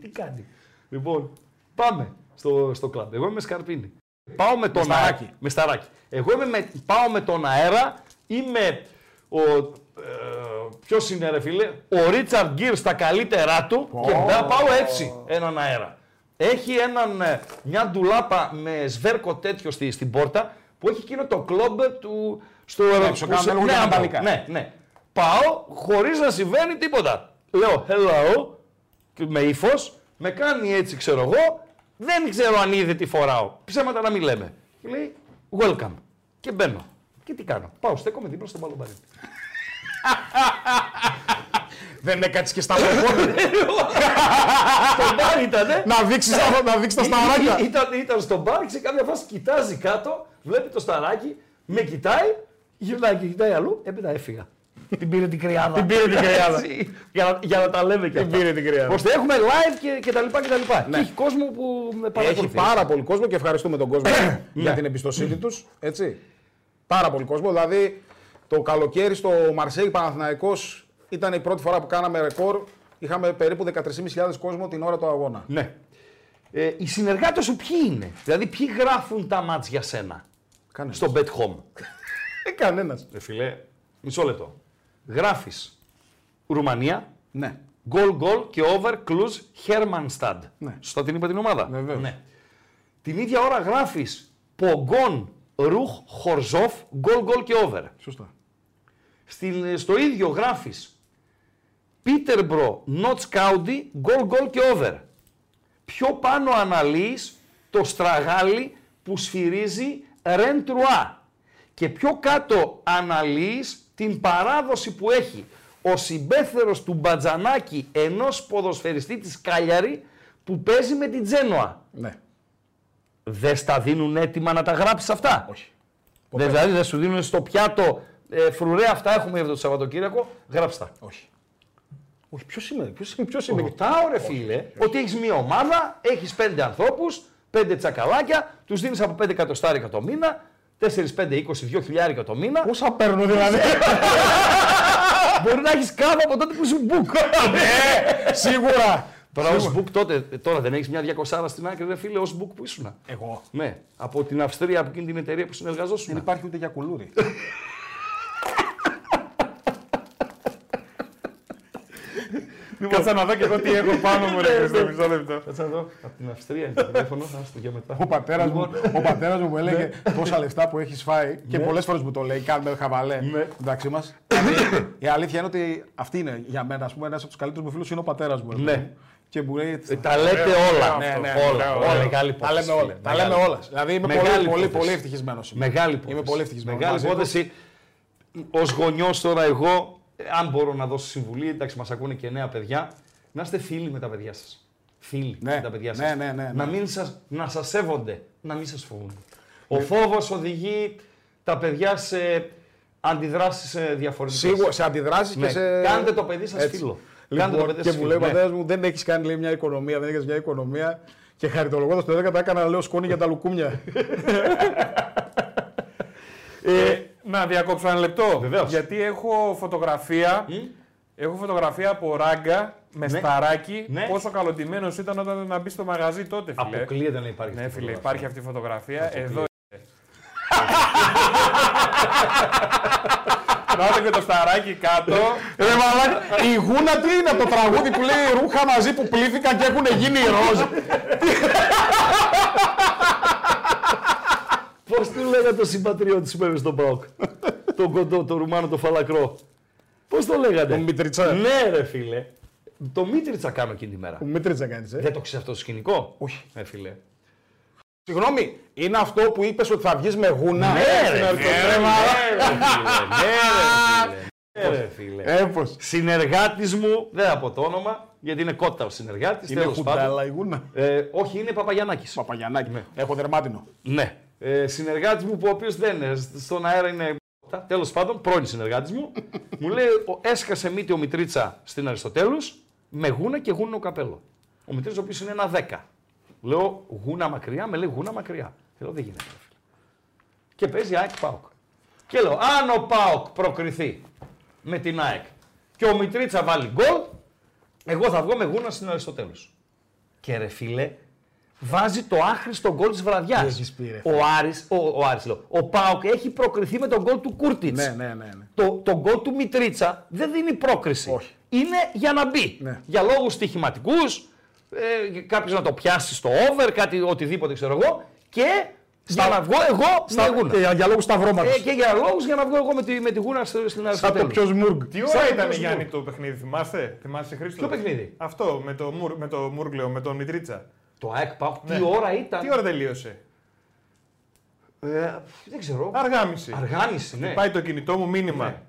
S3: Τι κάνει. Λοιπόν, πάμε στο, στο κλαμπ. Εγώ είμαι σκαρπίνι. Πάω με τον
S4: σταράκι.
S3: αέρα. Με σταράκι. Εγώ είμαι με, πάω με τον αέρα, είμαι ο. Ε, Ποιος είναι, ρε φίλε, ο Ρίτσαρντ Γκίρ στα καλύτερά του και μετά πάω έτσι έναν αέρα. Έχει έναν, ε, μια ντουλάπα με σβέρκο τέτοιο στη, στην πόρτα που έχει εκείνο το κλόμπ του. Στο ναι,
S4: στο κάνουν έλεγχο για τα μπαλικά.
S3: ναι, ναι. Πάω χωρίς να συμβαίνει τίποτα. Λέω hello, και με ύφος, με κάνει έτσι ξέρω εγώ, δεν ξέρω αν είδε τι φοράω. Ψέματα να μην λέμε. Και λέει welcome. Και μπαίνω. Και τι κάνω. Πάω, στέκομαι δίπλα στον παλομπαρί.
S7: Δεν έκατσε και στα πόδια.
S3: Το μπαρ ήτανε.
S7: να δείξεις να δείξεις τα
S3: Ή- ή-
S7: σταράκια.
S3: Ήταν, ήταν στο μπαρ, σε κάποια φάση κοιτάζει κάτω, βλέπει το σταράκι, με κοιτάει, γυρνάει και κοιτάει αλλού, έπειτα έφυγα. την πήρε την κρυάδα. την πήρε την κρυάδα. για, να, για να τα λέμε και αυτά.
S7: πήρε την κρυάδα.
S3: Ώστε έχουμε live και, και τα λοιπά και τα λοιπά. Και έχει κόσμο που με
S4: Έχει
S3: παρακολουθεί.
S4: πάρα πολύ κόσμο και ευχαριστούμε τον κόσμο για την εμπιστοσύνη τους. Έτσι. Πάρα πολύ κόσμο. Δηλαδή, το καλοκαίρι στο Μαρσέη Παναθηναϊκός ήταν η πρώτη φορά που κάναμε ρεκόρ. Είχαμε περίπου 13.500 κόσμο την ώρα του αγώνα.
S3: Ναι. Ε, οι συνεργάτες σου ποιοι είναι, δηλαδή ποιοι γράφουν τα μάτς για σένα
S4: Κανένας.
S3: στο Bet Home.
S4: Ε, κανένας.
S3: Ρε φίλε, μισό λεπτό. Γράφεις Ρουμανία,
S4: Ναι.
S3: Γκολ γκολ και over Κλουζ Χέρμανσταντ.
S4: Ναι.
S3: Σωστά την είπα την ομάδα.
S4: Βεβαίως.
S3: Ναι. Την ίδια ώρα γράφεις Πογκόν Ρουχ Χορζόφ γκολ γκολ και over.
S4: Σωστά.
S3: Στην, στο ίδιο γράφεις Πίτερμπρο Νότ Κάουντι γκολ γκολ και over. Πιο πάνω αναλύεις το στραγάλι που σφυρίζει Ρεν Τρουά. Και πιο κάτω αναλύεις την παράδοση που έχει ο συμπέθερος του Μπατζανάκη ενός ποδοσφαιριστή της Κάλιαρη που παίζει με την Τζένοα.
S4: Ναι.
S3: Δεν στα δίνουν έτοιμα να τα γράψεις αυτά. Όχι. δηλαδή δεν σου δίνουν στο πιάτο ε, φρουρέ αυτά έχουμε αυτό το Σαββατοκύριακο, γράψτα.
S4: Όχι. Όχι, ποιος είναι, ποιο είναι, ποιος είναι.
S3: Ρωτάω ρε φίλε ότι έχεις μια ομάδα, έχεις πέντε ανθρώπους, πέντε τσακαλάκια, τους δίνεις από 5 εκατοστάρικα το μήνα, 4, 5, 20, 2 χιλιάρικα το μήνα.
S7: Πόσα παίρνω δηλαδή.
S3: Μπορεί να έχεις κάβα από τότε που σου μπουκ.
S4: Ναι,
S7: Σίγουρα.
S3: Τώρα ως μπουκ τότε, ε, τώρα δεν έχεις μια διακοσάρα στην άκρη, ρε φίλε, ως μπουκ που ήσουν.
S4: Εγώ.
S3: Ναι, από την Αυστρία, από εκείνη την εταιρεία που συνεργαζόσουν.
S4: Δεν υπάρχει ούτε για κουλούρι.
S5: Κάτσα να δω και εγώ τι έχω πάνω μου, ρε Χριστέ, μισό λεπτό.
S3: Κάτσε να δω. Από την Αυστρία είναι το τηλέφωνο. Άστο για μετά.
S4: Ο πατέρας μου, ο πατέρας μου μου έλεγε τόσα λεφτά που έχεις φάει και πολλές φορές μου το λέει. Κάνουμε χαβαλέ
S3: Ναι.
S4: μεταξύ μας. Η αλήθεια είναι ότι αυτή είναι για μένα. Ας πούμε, ένας από τους καλύτερους μου φίλους είναι ο πατέρας μου. ρε παιδί
S3: Ναι.
S4: μου. Και μου λέει.
S3: Ε, Τα λέτε όλα.
S4: Ναι, ναι,
S3: Όλα.
S4: ναι,
S3: Όλα.
S4: ναι.
S3: Μεγάλη
S4: Τα λέμε
S3: υπόθεση.
S4: όλα. Τα λέμε όλα. Δηλαδή είμαι
S3: Μεγάλη
S4: πολύ, πολύ,
S3: υπόθεση.
S4: πολύ ευτυχισμένος.
S3: Μεγάλη υπόθεση.
S4: Είμαι πολύ ευτυχισμένος.
S3: Μεγάλη
S4: μαζί του.
S3: υπόθεση. Ως γονιός τώρα, εγώ, ε, αν μπορώ να δώσω συμβουλή, εντάξει, μας ακούνε και νέα παιδιά, να είστε φίλοι με τα παιδιά σας. Φίλοι
S4: Ναι,
S3: με τα παιδιά σας.
S4: ναι, ναι, ναι, ναι.
S3: Να, μην σας, να σας σέβονται, να μην σας φοβούν.
S4: Ε.
S3: Ο φόβος οδηγεί τα παιδιά σε ε, αντιδράσει διαφορετικές.
S4: Σίγουρα σε αντιδράσεις
S3: Ναι.
S4: και σε.
S3: Κάντε το παιδί σας
S4: Έτσι.
S3: φίλο.
S4: Λοιπόν,
S3: Κάντε το παιδί
S4: και
S3: σας
S4: μου
S3: φίλο,
S4: λέει ο
S3: ναι.
S4: πατέρας μου: Δεν έχεις κάνει λέει, μια οικονομία, δεν έχεις μια οικονομία. Και χαριτολογώντας το 10 τα έκανα, λέω σκόνη για τα λουκούμια.
S5: Ε, να διακόψω ένα λεπτό.
S3: Βεβαίως.
S5: Γιατί έχω φωτογραφία. Έχω φωτογραφία από ράγκα με σταράκι.
S3: Ναι.
S5: Πόσο καλοντημένο ήταν όταν να μπει στο μαγαζί τότε, φίλε.
S3: Αποκλείεται να υπάρχει.
S5: Ναι,
S3: αυτό το
S5: φίλε,
S3: πράγμα.
S5: υπάρχει αυτή η φωτογραφία. Εδώ είναι. Να δω και το σταράκι κάτω.
S3: Ε,
S4: Ρε μαλάκα, η γούνα τι είναι από το τραγούδι που λέει ρούχα μαζί που πλήθηκαν και έχουν γίνει ροζ.
S3: Πώς του λέγανε το συμπατριώτη που έβγαινε στον Πάοκ. τον κοντό, τον Ρουμάνο, τον Φαλακρό. Πώς το λέγατε. Τον
S4: Μητριτσά.
S3: Ναι, ρε φίλε. Το Μήτριτσα κάνω εκείνη τη μέρα.
S4: Μην τρίτσα κάνεις, ε.
S3: Δεν το ξέρεις αυτό το σκηνικό. Όχι. Ε, φίλε.
S4: Συγγνώμη, είναι αυτό που είπες ότι θα βγεις με γούνα.
S3: Ναι, ρε, φίλε. Ναι, ρε, φίλε. Ναι, ρε, φίλε.
S4: Ε, πώς.
S3: Συνεργάτης μου, δεν θα πω το όνομα, γιατί είναι κότα ο συνεργάτης.
S4: Είναι χουντάλα η γούνα.
S3: Ε, όχι, είναι Παπαγιανάκης.
S4: Παπαγιανάκη, έχω δερμάτινο.
S3: Ναι. Ε, συνεργάτης μου, που ο οποίος δεν είναι, στον αέρα είναι. Τέλος πάντων, πρώην συνεργάτης μου, μου λέει: ο, Έσκασε μύτη ο Μητρίτσα στην Αριστοτέλους με γούνα και γούνο καπέλο. Ο Μητρίτσα, ο οποίος είναι ένα 10. Λέω γούνα μακριά, με λέει γούνα μακριά. Λέω δεν γίνεται. ρε φίλε». Και παίζει ΑΕΚ Πάοκ. Και λέω: Αν ο Πάοκ προκριθεί με την ΑΕΚ και ο Μητρίτσα βάλει γκολ, εγώ θα βγω με γούνα στην Αριστοτέλους. Και ρε φίλε, βάζει το άχρηστο γκολ της βραδιάς.
S4: έχεις πει, ρε
S3: Ο Άρης, ο, ο Άρης λέω, ο Πάοκ έχει προκριθεί με τον γκολ του Κούρτιτ.
S4: Ναι, ναι, ναι. ναι.
S3: Το, το γκολ του Μητρίτσα δεν δίνει πρόκριση.
S4: Όχι.
S3: Είναι για να μπει.
S4: Ναι.
S3: Για λόγους στοιχηματικούς, ε, κάποιος να το πιάσει στο over, κάτι, οτιδήποτε ξέρω εγώ. Και για να βγω εγώ με γούνα.
S4: Ε, για λόγους σταυρώματος.
S3: Ε, και για λόγους για να βγω εγώ με τη, με τη γούνα στο- στην
S4: Σαν το
S3: Αριστοτέλου.
S4: πιο σμουργκ.
S5: Τι ώρα
S3: Σαν
S5: ήταν,
S3: το
S5: Γιάννη,
S3: Σμουρ.
S5: το παιχνίδι, θυμάστε. Θυμάστε, Χρήστο.
S3: ε, Ποιο παιχνίδι?
S5: Αυτό με το, μουρ, με το Μούργλεο, με τον Μητρίτσα.
S3: Το ΑΕΚ Πάοκ,
S4: Ναι.
S3: τι ώρα ήταν.
S5: Τι ώρα τελείωσε.
S3: Ε, δεν ξέρω.
S5: Αργά μισή.
S3: Αργάνιση, ναι.
S5: Πάει το κινητό μου μήνυμα.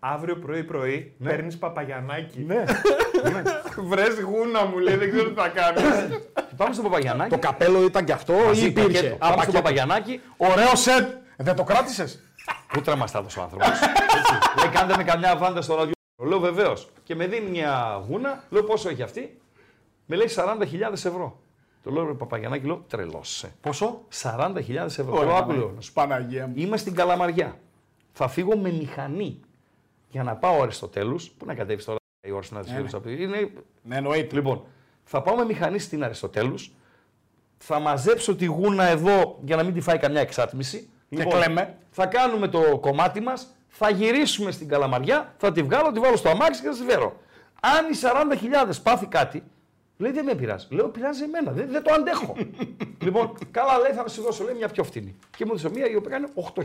S5: Αύριο πρωί-πρωί ναι. παίρνεις παπαγιανάκι. Ναι. Βρες γούνα μου, λέει, δεν ξέρω τι θα κάνεις.
S3: Πάμε στον Παπαγιανάκη.
S4: Το καπέλο ήταν κι αυτό ή
S3: Μαζί,
S4: υπήρχε.
S3: πακέτο. Πάμε στον Παπαγιανάκη.
S4: Ωραίο σετ. Ε, Δεν το κράτησες.
S3: Πούτρα μα τα έδωσε ο άνθρωπος. Λέει, κάντε με καμιά βάντα στο ραδιό. Λέω βεβαίως. Και με δίνει μια γούνα, λέω πόσο έχει αυτή. Με λέει 40.000 ευρώ. Το λέω ρε Παπαγιανάκη, λέω τρελώσαι.
S4: Πόσο?
S3: 40.000 ευρώ.
S4: Ωραία, ναι.
S3: Λέω άκου, λέω.
S4: Παναγία μου.
S3: Είμαι στην Καλαμαριά. Θα φύγω με μηχανή για να πάω Αριστοτέλους. Πού να κατέβεις τώρα η ώρα στην Αριστοτέλους. από τη- Είναι
S4: Ναι, εννοείται.
S3: Λοιπόν, θα πάω με μηχανή στην Αριστοτέλους. Θα μαζέψω τη γούνα εδώ για να μην τη φάει καμιά εξάτμιση.
S4: κλαίμε.
S3: Θα κάνουμε το κομμάτι μας, θα γυρίσουμε στην Καλαμαριά, θα τη βγάλω, τη βάλω στο αμάξι και θα τη φέρω. Αν οι 40.000 πάθει κάτι, λέει δεν με πειράζει. Λέω πειράζει εμένα, δεν, δεν το αντέχω. λοιπόν, καλά λέει θα σου δώσω λέει, μια πιο φτηνή. Και μου έδωσε μια η οποία κάνει 8.000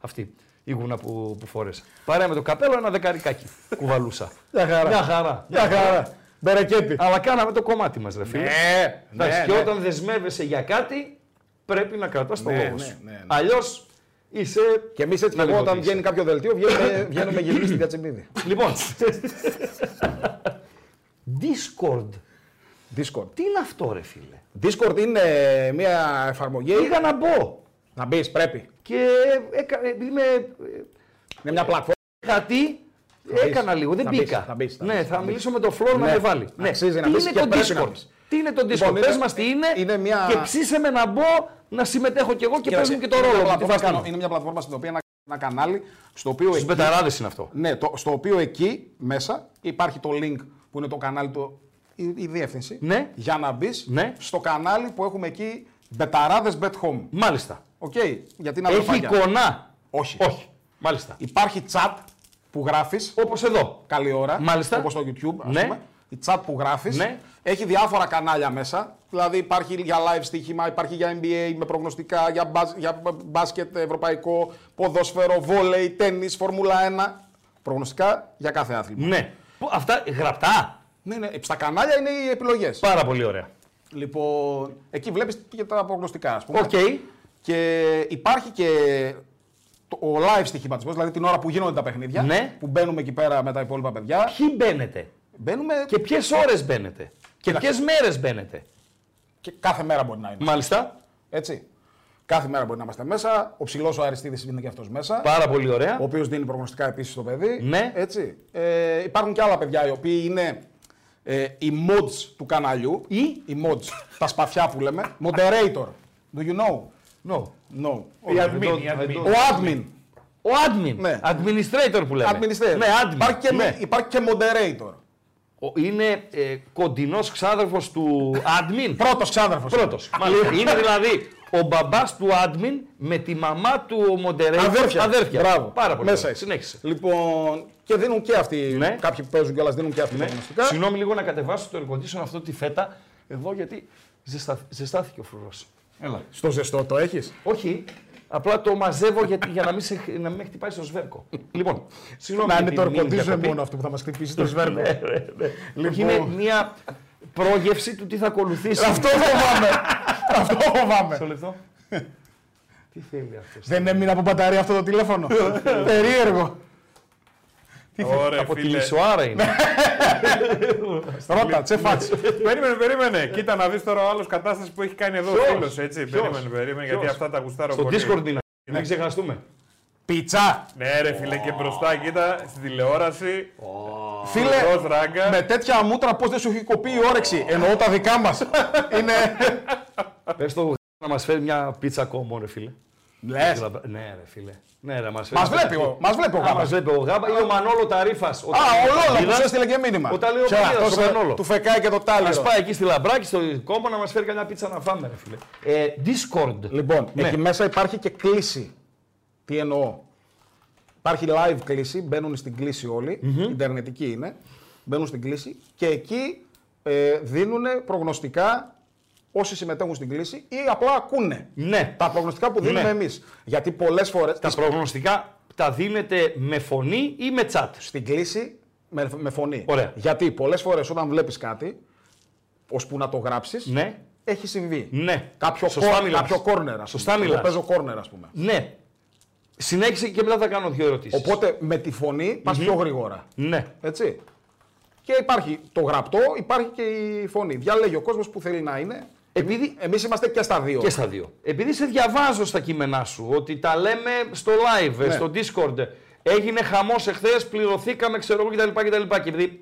S3: αυτή η γούνα που, που φόρεσα. Παρέα με το καπέλο ένα δεκαρικάκι κουβαλούσα.
S4: Μια χαρά.
S3: Μια χαρά.
S4: Μια χαρά. Μπερεκέτη.
S3: Αλλά κάναμε το κομμάτι μας, ρε φίλε.
S4: Ναι,
S3: Εντάξει, και όταν δεσμεύεσαι για κάτι, πρέπει να κρατάς το λόγο σου.
S4: ναι, ναι, ναι.
S3: Αλλιώς είσαι.
S4: Και εμείς έτσι
S3: Να
S4: εγώ, όταν
S3: λιγοτήσεις.
S4: βγαίνει κάποιο δελτίο, βγαίνουμε, βγαίνουμε γυμνοί στην Κατσιμίδη.
S3: Λοιπόν. Discord.
S4: Discord.
S3: Τι είναι αυτό, ρε φίλε.
S4: Discord είναι μια εφαρμογή.
S3: Πήγα να μπω
S4: Να μπεις, πρέπει.
S3: και έκα- ε, επειδή με
S4: Είναι μια πλατφόρμα.
S3: κάτι.
S4: μπεις.
S3: Έκανα λίγο, δεν
S4: Θα μπεις,
S3: μπήκα.
S4: θα μπεις, θα
S3: ναι,
S4: μπεις,
S3: θα,
S4: θα μπεις.
S3: μιλήσω με τον Φλόρ να
S4: Ναι.
S3: με βάλει. Ναι.
S4: Αξίζει να
S3: Τι
S4: μπεις
S3: είναι
S4: και
S3: το
S4: πρέπει να
S3: Discord.
S4: μπεις.
S3: Τι είναι το Discord,
S4: Λοιπόν,
S3: πες
S4: είναι-
S3: μας τι είναι,
S4: είναι μια-
S3: και ψήσε με να μπω να συμμετέχω κι εγώ και πες μου και το
S4: Είναι
S3: ρόλο
S4: μια
S3: μου, τι
S4: πλατφόρμα
S3: θα
S4: στην-
S3: κάνω.
S4: Είναι μια πλατφόρμα στην οποία ένα, ένα κανάλι στο οποίο.
S3: Στους
S4: Εκεί,
S3: πεταράδες είναι αυτό.
S4: ναι, το, στο οποίο εκεί μέσα υπάρχει το link που είναι το κανάλι, το, η, η διεύθυνση.
S3: Ναι.
S4: Για να μπεις
S3: Ναι.
S4: στο κανάλι που έχουμε εκεί. Μπεταράδες Bet Home.
S3: Μάλιστα.
S4: Οκ. γιατί είναι
S3: Έχει
S4: αδερφάκια.
S3: εικόνα.
S4: Όχι.
S3: Όχι. Μάλιστα.
S4: Υπάρχει chat που γράφεις.
S3: Όπως εδώ.
S4: καλή ώρα.
S3: Μάλιστα.
S4: Όπως στο YouTube, ας
S3: Ναι.
S4: πούμε. η chat που γράφεις,
S3: Ναι.
S4: έχει διάφορα κανάλια μέσα. Δηλαδή υπάρχει για live στοίχημα, υπάρχει για NBA με προγνωστικά, για, μπασ- για μπάσκετ ευρωπαϊκό, ποδόσφαιρο, βόλεϊ, τέννη, Φόρμουλα 1. Προγνωστικά για κάθε άθλημα.
S3: Ναι. Πού- Αυτά γραπτά.
S4: Ναι, ναι, στα κανάλια είναι οι επιλογές.
S3: Πάρα πολύ ωραία.
S4: Λοιπόν, εκεί βλέπεις και τα προγνωστικά, ας πούμε.
S3: Οκ.
S4: Και υπάρχει και το- ο live στοιχηματισμός, δηλαδή την ώρα που γίνονται τα παιχνίδια.
S3: Ναι.
S4: Που μπαίνουμε εκεί πέρα με τα υπόλοιπα παιδιά.
S3: Ποιοι μπαίνετε
S4: Μπαίνουμε
S3: και
S4: και,
S3: ποιες ώρες μπαίνετε και ποιες μέρες μπαίνετε.
S4: κάθε μέρα μπορεί να είναι.
S3: Μάλιστα.
S4: Έτσι. Κάθε μέρα μπορεί να είμαστε μέσα. Ο ψηλός ο Αριστίδης είναι και αυτός μέσα.
S3: Πάρα πολύ ωραία.
S4: Ο οποίος δίνει προγνωστικά επίσης στο παιδί.
S3: Ναι.
S4: Έτσι. Ε, υπάρχουν και άλλα παιδιά οι οποίοι είναι ε, οι mods του καναλιού. Ή οι mods, τα σπαθιά που λέμε. Moderator. Do you know? No. No.
S5: Η admin, η admin.
S4: Ο admin.
S3: Ο admin.
S4: Ναι.
S3: Administrator που λέμε.
S4: Administrator.
S3: Ναι, admin.
S4: Υπάρχει και,
S3: Ναι.
S4: υπάρχει και moderator.
S3: Ο- Είναι ε, κοντινός ξάδερφος του admin.
S4: Πρώτος ξάδερφος.
S3: Πρώτος. Είναι δηλαδή ο μπαμπάς του admin με τη μαμά του moderator.
S4: Αδέρφια.
S3: Αδέρφια.
S4: Μπράβο.
S3: Πάρα πολύ.
S4: Μέσα
S3: ωραία.
S4: είσαι.
S3: Συνέχισε.
S4: Λοιπόν, και δίνουν και αυτοί.
S3: Ναι.
S4: Κάποιοι που παίζουν κιόλας δίνουν και αυτοί τα γνωστικά.
S3: Συγγνώμη λίγο να κατεβάσω το air condition αυτό τη φέτα εδώ γιατί ζεστα- ζεστάθηκε ο φρουρός.
S4: Στο ζεστό το έχεις.
S3: Όχι, απλά το μαζεύω γιατί, για να μην, σε, να μην με χτυπάει στο σβέρκο. λοιπόν, συγγνώμη.
S4: Να
S3: για
S4: είναι
S3: την
S4: το
S3: μήνυ
S4: ορκοντίζο
S3: διακοπή.
S4: μόνο αυτό που θα μας χτυπήσει το σβέρκο.
S3: Ναι. Ε, Λοιπόν. Είναι μια πρόγευση του τι θα ακολουθήσει.
S4: αυτό φοβάμαι. αυτό φοβάμαι.
S3: Στο λεπτό. τι θέλει αυτός.
S4: Δεν έμεινε από μπαταρία αυτό το τηλέφωνο. Περίεργο.
S5: Ωραία,
S3: Από τη
S5: φίλε.
S3: Λισοάρα
S4: Ναι.
S3: είναι.
S4: Ρώτα, τσεφάτσι.
S5: Περίμενε, περίμενε. Κοίτα να δεις τώρα ο άλλος κατάσταση που έχει κάνει εδώ ο φίλος. Έτσι, περίμενε, περίμενε, γιατί
S3: Ποιος?
S5: αυτά τα γουστάρω
S3: Στο
S5: πολύ.
S3: Discord είναι.
S4: Ναι.
S3: Μην ξεχαστούμε.
S4: Πιτσα.
S5: Ναι, ρε φίλε, και μπροστά, κοίτα, στην τηλεόραση.
S4: Φίλε,
S5: Ροζ ράγκα.
S4: με Ε, τέτοια μούτρα πώς δεν σου έχει κοπεί η όρεξη. Εννοώ τα δικά μας. Είναι.
S3: Πες το να μας φέρει μια πίτσα ακόμα, ρε φίλε.
S4: Λες.
S3: Ναι, ρε φίλε. Ναι, ρε, μας
S4: Μα
S3: φέρει-
S4: βλέπει ο- μας βλέπει ο
S3: Α, μας
S4: γάμπας.
S3: βλέπει ο Γάμπας ή ο Μανόλο Ταρίφα. Α,
S4: Α, ο Λόλα που σου έστειλε και μήνυμα.
S3: Όταν λέει ο
S4: Ποια,
S3: Παπαδίδας,
S4: αυτός,
S3: ο
S4: ε,
S3: Μανόλο.
S4: Του φεκάει και το τάλι.
S3: Ας πάει εκεί στη λαμπράκι, στο κόμμα να μας φέρει καμιά πίτσα να φάμε, ρε φίλε. Ε, Discord.
S4: Λοιπόν,
S3: Ναι.
S4: εκεί μέσα υπάρχει και κλίση. Τι εννοώ. Υπάρχει live κλίση, μπαίνουν στην κλίση όλοι, Ιντερνετική είναι. Μπαίνουν στην κλίση και εκεί ε, δίνουν προγνωστικά όσοι συμμετέχουν στην κλίση ή απλά ακούνε.
S3: Ναι.
S4: Τα προγνωστικά που δίνουμε
S3: Ναι.
S4: εμείς. Γιατί πολλές φορές
S3: Τα προγνωστικά τα δίνετε με φωνή ή με chat.
S4: στην κλίση με, με φωνή.
S3: Ωραία.
S4: Γιατί πολλές φορές όταν βλέπεις κάτι, ώσπου να το γράψεις,
S3: Ναι.
S4: έχει συμβεί.
S3: Ναι.
S4: Κάποιο,
S3: Σωστά
S4: κόρ,
S3: μιλάς.
S4: κάποιο κόρνερ, ας
S3: Σωστά
S4: πούμε. Εγώ
S3: μιλάς.
S4: Παίζω κόρνερ, ας πούμε.
S3: Ναι. Συνέχισε και μετά θα κάνω δύο ερωτήσεις.
S4: Οπότε με τη φωνή πας πιο γρήγορα.
S3: Ναι.
S4: Έτσι. Και υπάρχει το γραπτό, υπάρχει και η φωνή. Διαλέγει ο κόσμος που θέλει να είναι.
S3: Επειδή
S4: Εμείς είμαστε και στα δύο.
S3: και στα δύο. Επειδή σε διαβάζω στα κείμενά σου ότι τα λέμε στο live, στο Discord. Έγινε χαμός εχθές, πληρωθήκαμε, ξέρω εγώ κτλ. κτλ. Και επειδή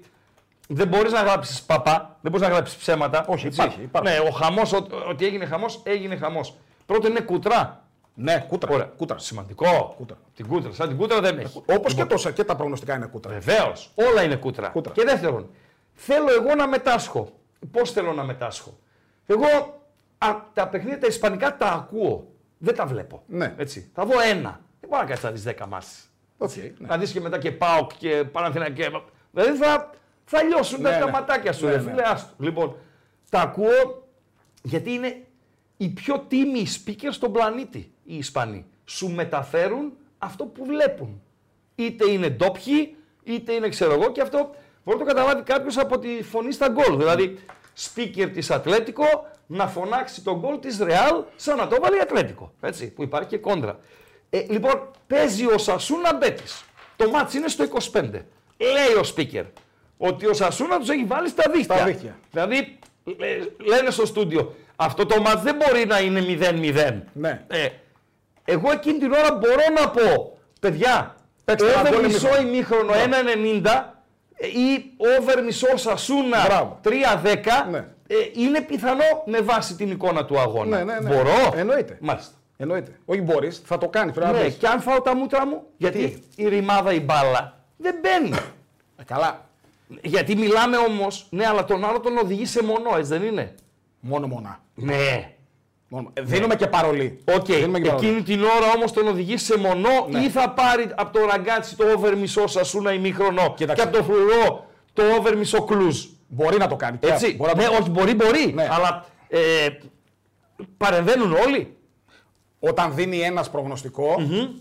S3: δεν μπορείς να γράψεις παπά, δεν μπορείς να γράψεις ψέματα.
S4: Όχι, υπάρχει, υπάρχει.
S3: Ναι, ο χαμός, ότι έγινε χαμός, έγινε χαμός. Πρώτον είναι κουτρά.
S4: Ναι, κούτρα.
S3: Ωραία.
S4: κούτρα.
S3: Σημαντικό.
S4: Κούτρα.
S3: Την κούτρα. Σαν την κούτρα δεν έχει.
S4: Όπως και, τόσα- και τα προγνωστικά είναι κούτρα.
S3: Βεβαίως. Όλα είναι κούτρα.
S4: Κούτρα.
S3: Και δεύτερον, θέλω εγώ να μετάσχω. Πώς θέλω να μετάσχω. Εγώ α, τα παιχνίδια τα ισπανικά τα ακούω. Δεν τα βλέπω.
S4: Ναι.
S3: Έτσι. Θα δω ένα. Δεν μπορώ να κάτσει να δει δέκα μάσει.
S4: Οκ, ναι.
S3: Να δεις και μετά και Πάοκ και Παναθήνα και. Δηλαδή θα, θα λιώσουν τα-
S4: Ναι,
S3: τα
S4: ναι.
S3: ματάκια σου,
S4: Ναι,
S3: ρε
S4: ναι.
S3: φίλε. άστο. Λοιπόν, τα ακούω γιατί είναι οι πιο τίμιοι speakers στον πλανήτη οι Ισπανοί. Σου μεταφέρουν αυτό που βλέπουν. Είτε είναι ντόπιοι, είτε είναι ξέρω εγώ και αυτό μπορεί να το καταλάβει κάποιος από τη φωνή στα γκολ. Δηλαδή, speaker της Ατλέτικο να φωνάξει τον γκολ της Ρεάλ σαν να το βάλει η Ατλέτικο. Έτσι, που υπάρχει και κόντρα. Ε, λοιπόν, παίζει ο Σασούνα Μπέτης. Το μάτς είναι στο 25. Λέει ο speaker ότι ο Σασούνα τους έχει βάλει στα δίχτυα.
S4: Στα δίχτυα.
S3: Δηλαδή, λέ- λένε στο στούντιο, αυτό το μάτς δεν μπορεί να είναι 0-0.
S4: Ναι.
S3: Ε, εγώ εκείνη την ώρα μπορώ να πω, παιδιά,
S4: Παίξτε ένα
S3: over
S4: γκολ
S3: μισό
S4: ημίχρονο.
S3: ημίχρονο 1-90 ε, ή over μισό Σασούνα
S4: Μπράβο.
S3: 3-10
S4: Ναι.
S3: ε, είναι πιθανό με βάση την εικόνα του αγώνα.
S4: Ναι, ναι, ναι.
S3: Μπορώ.
S4: Εννοείται.
S3: Μάλιστα.
S4: Εννοείται. Όχι μπορείς, θα το κάνεις. Πρέπει να
S3: Ναι,
S4: πεις.
S3: και αν φάω τα μούτρα μου, γιατί η ρημάδα η μπάλα δεν μπαίνει.
S4: Ε, Καλά.
S3: γιατί μιλάμε όμως, ναι, αλλά τον άλλο τον οδηγεί σε μονό, έτσι δεν είναι.
S4: Μόνο μονά.
S3: Ναι.
S4: Μόνο... ε, Δίνουμε και παρολί.
S3: Οκ,
S4: Δίνουμε και Ναι. παρολί.
S3: εκείνη την ώρα όμως τον οδηγείς σε μονό ή θα πάρει από το ραγκάτσι το over μισό σασούνα ημίχρονο
S4: Κοίταξε.
S3: και από το φρουρό το over μισό κλουζ.
S4: Μπορεί να το κάνει.
S3: Έτσι.
S4: Μπορεί να το
S3: ναι,
S4: κάνει.
S3: όχι, μπορεί, μπορεί.
S4: Ναι.
S3: Αλλά ε, παρεμβαίνουν όλοι.
S4: Όταν δίνει ένας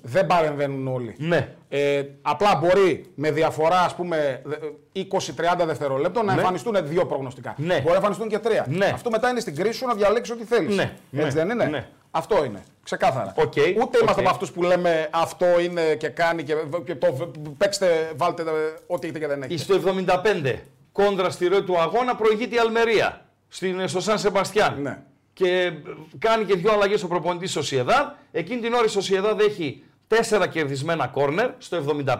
S4: δεν παρεμβαίνουν όλοι.
S3: Ναι.
S4: Ε, απλά μπορεί με διαφορά ας πούμε δε- 20-30 δευτερολέπτων να εμφανιστούν δύο προγνωστικά.
S3: Ναι.
S4: Μπορεί να εμφανιστούν και τρία.
S3: Ναι.
S4: Αυτό μετά είναι στην κρίση σου να διαλέξεις ό,τι θέλεις.
S3: Ναι.
S4: Έτσι
S3: Ναι.
S4: δεν είναι.
S3: Ναι.
S4: Αυτό είναι. Ξεκάθαρα.
S3: Οκ.
S4: Ούτε
S3: Οκ.
S4: είμαστε από αυτούς που λέμε αυτό είναι και κάνει και, και το β- παίξτε, βάλτε ε, ό,τι έχετε και δεν έχετε.
S3: Στο 75, κόντρα στη ροή του αγώνα, προηγείται η Αλμερία στην, στο Σαν Σεμπαστιάν.
S4: Ναι.
S3: Και ε, κάνει και δύο αλλαγές ο προπονητής Σοσιεδάδ. Εκείνη την ώρα η Σοσιεδάδ έχει τέσσερα κερδισμένα κόρνερ στο 75.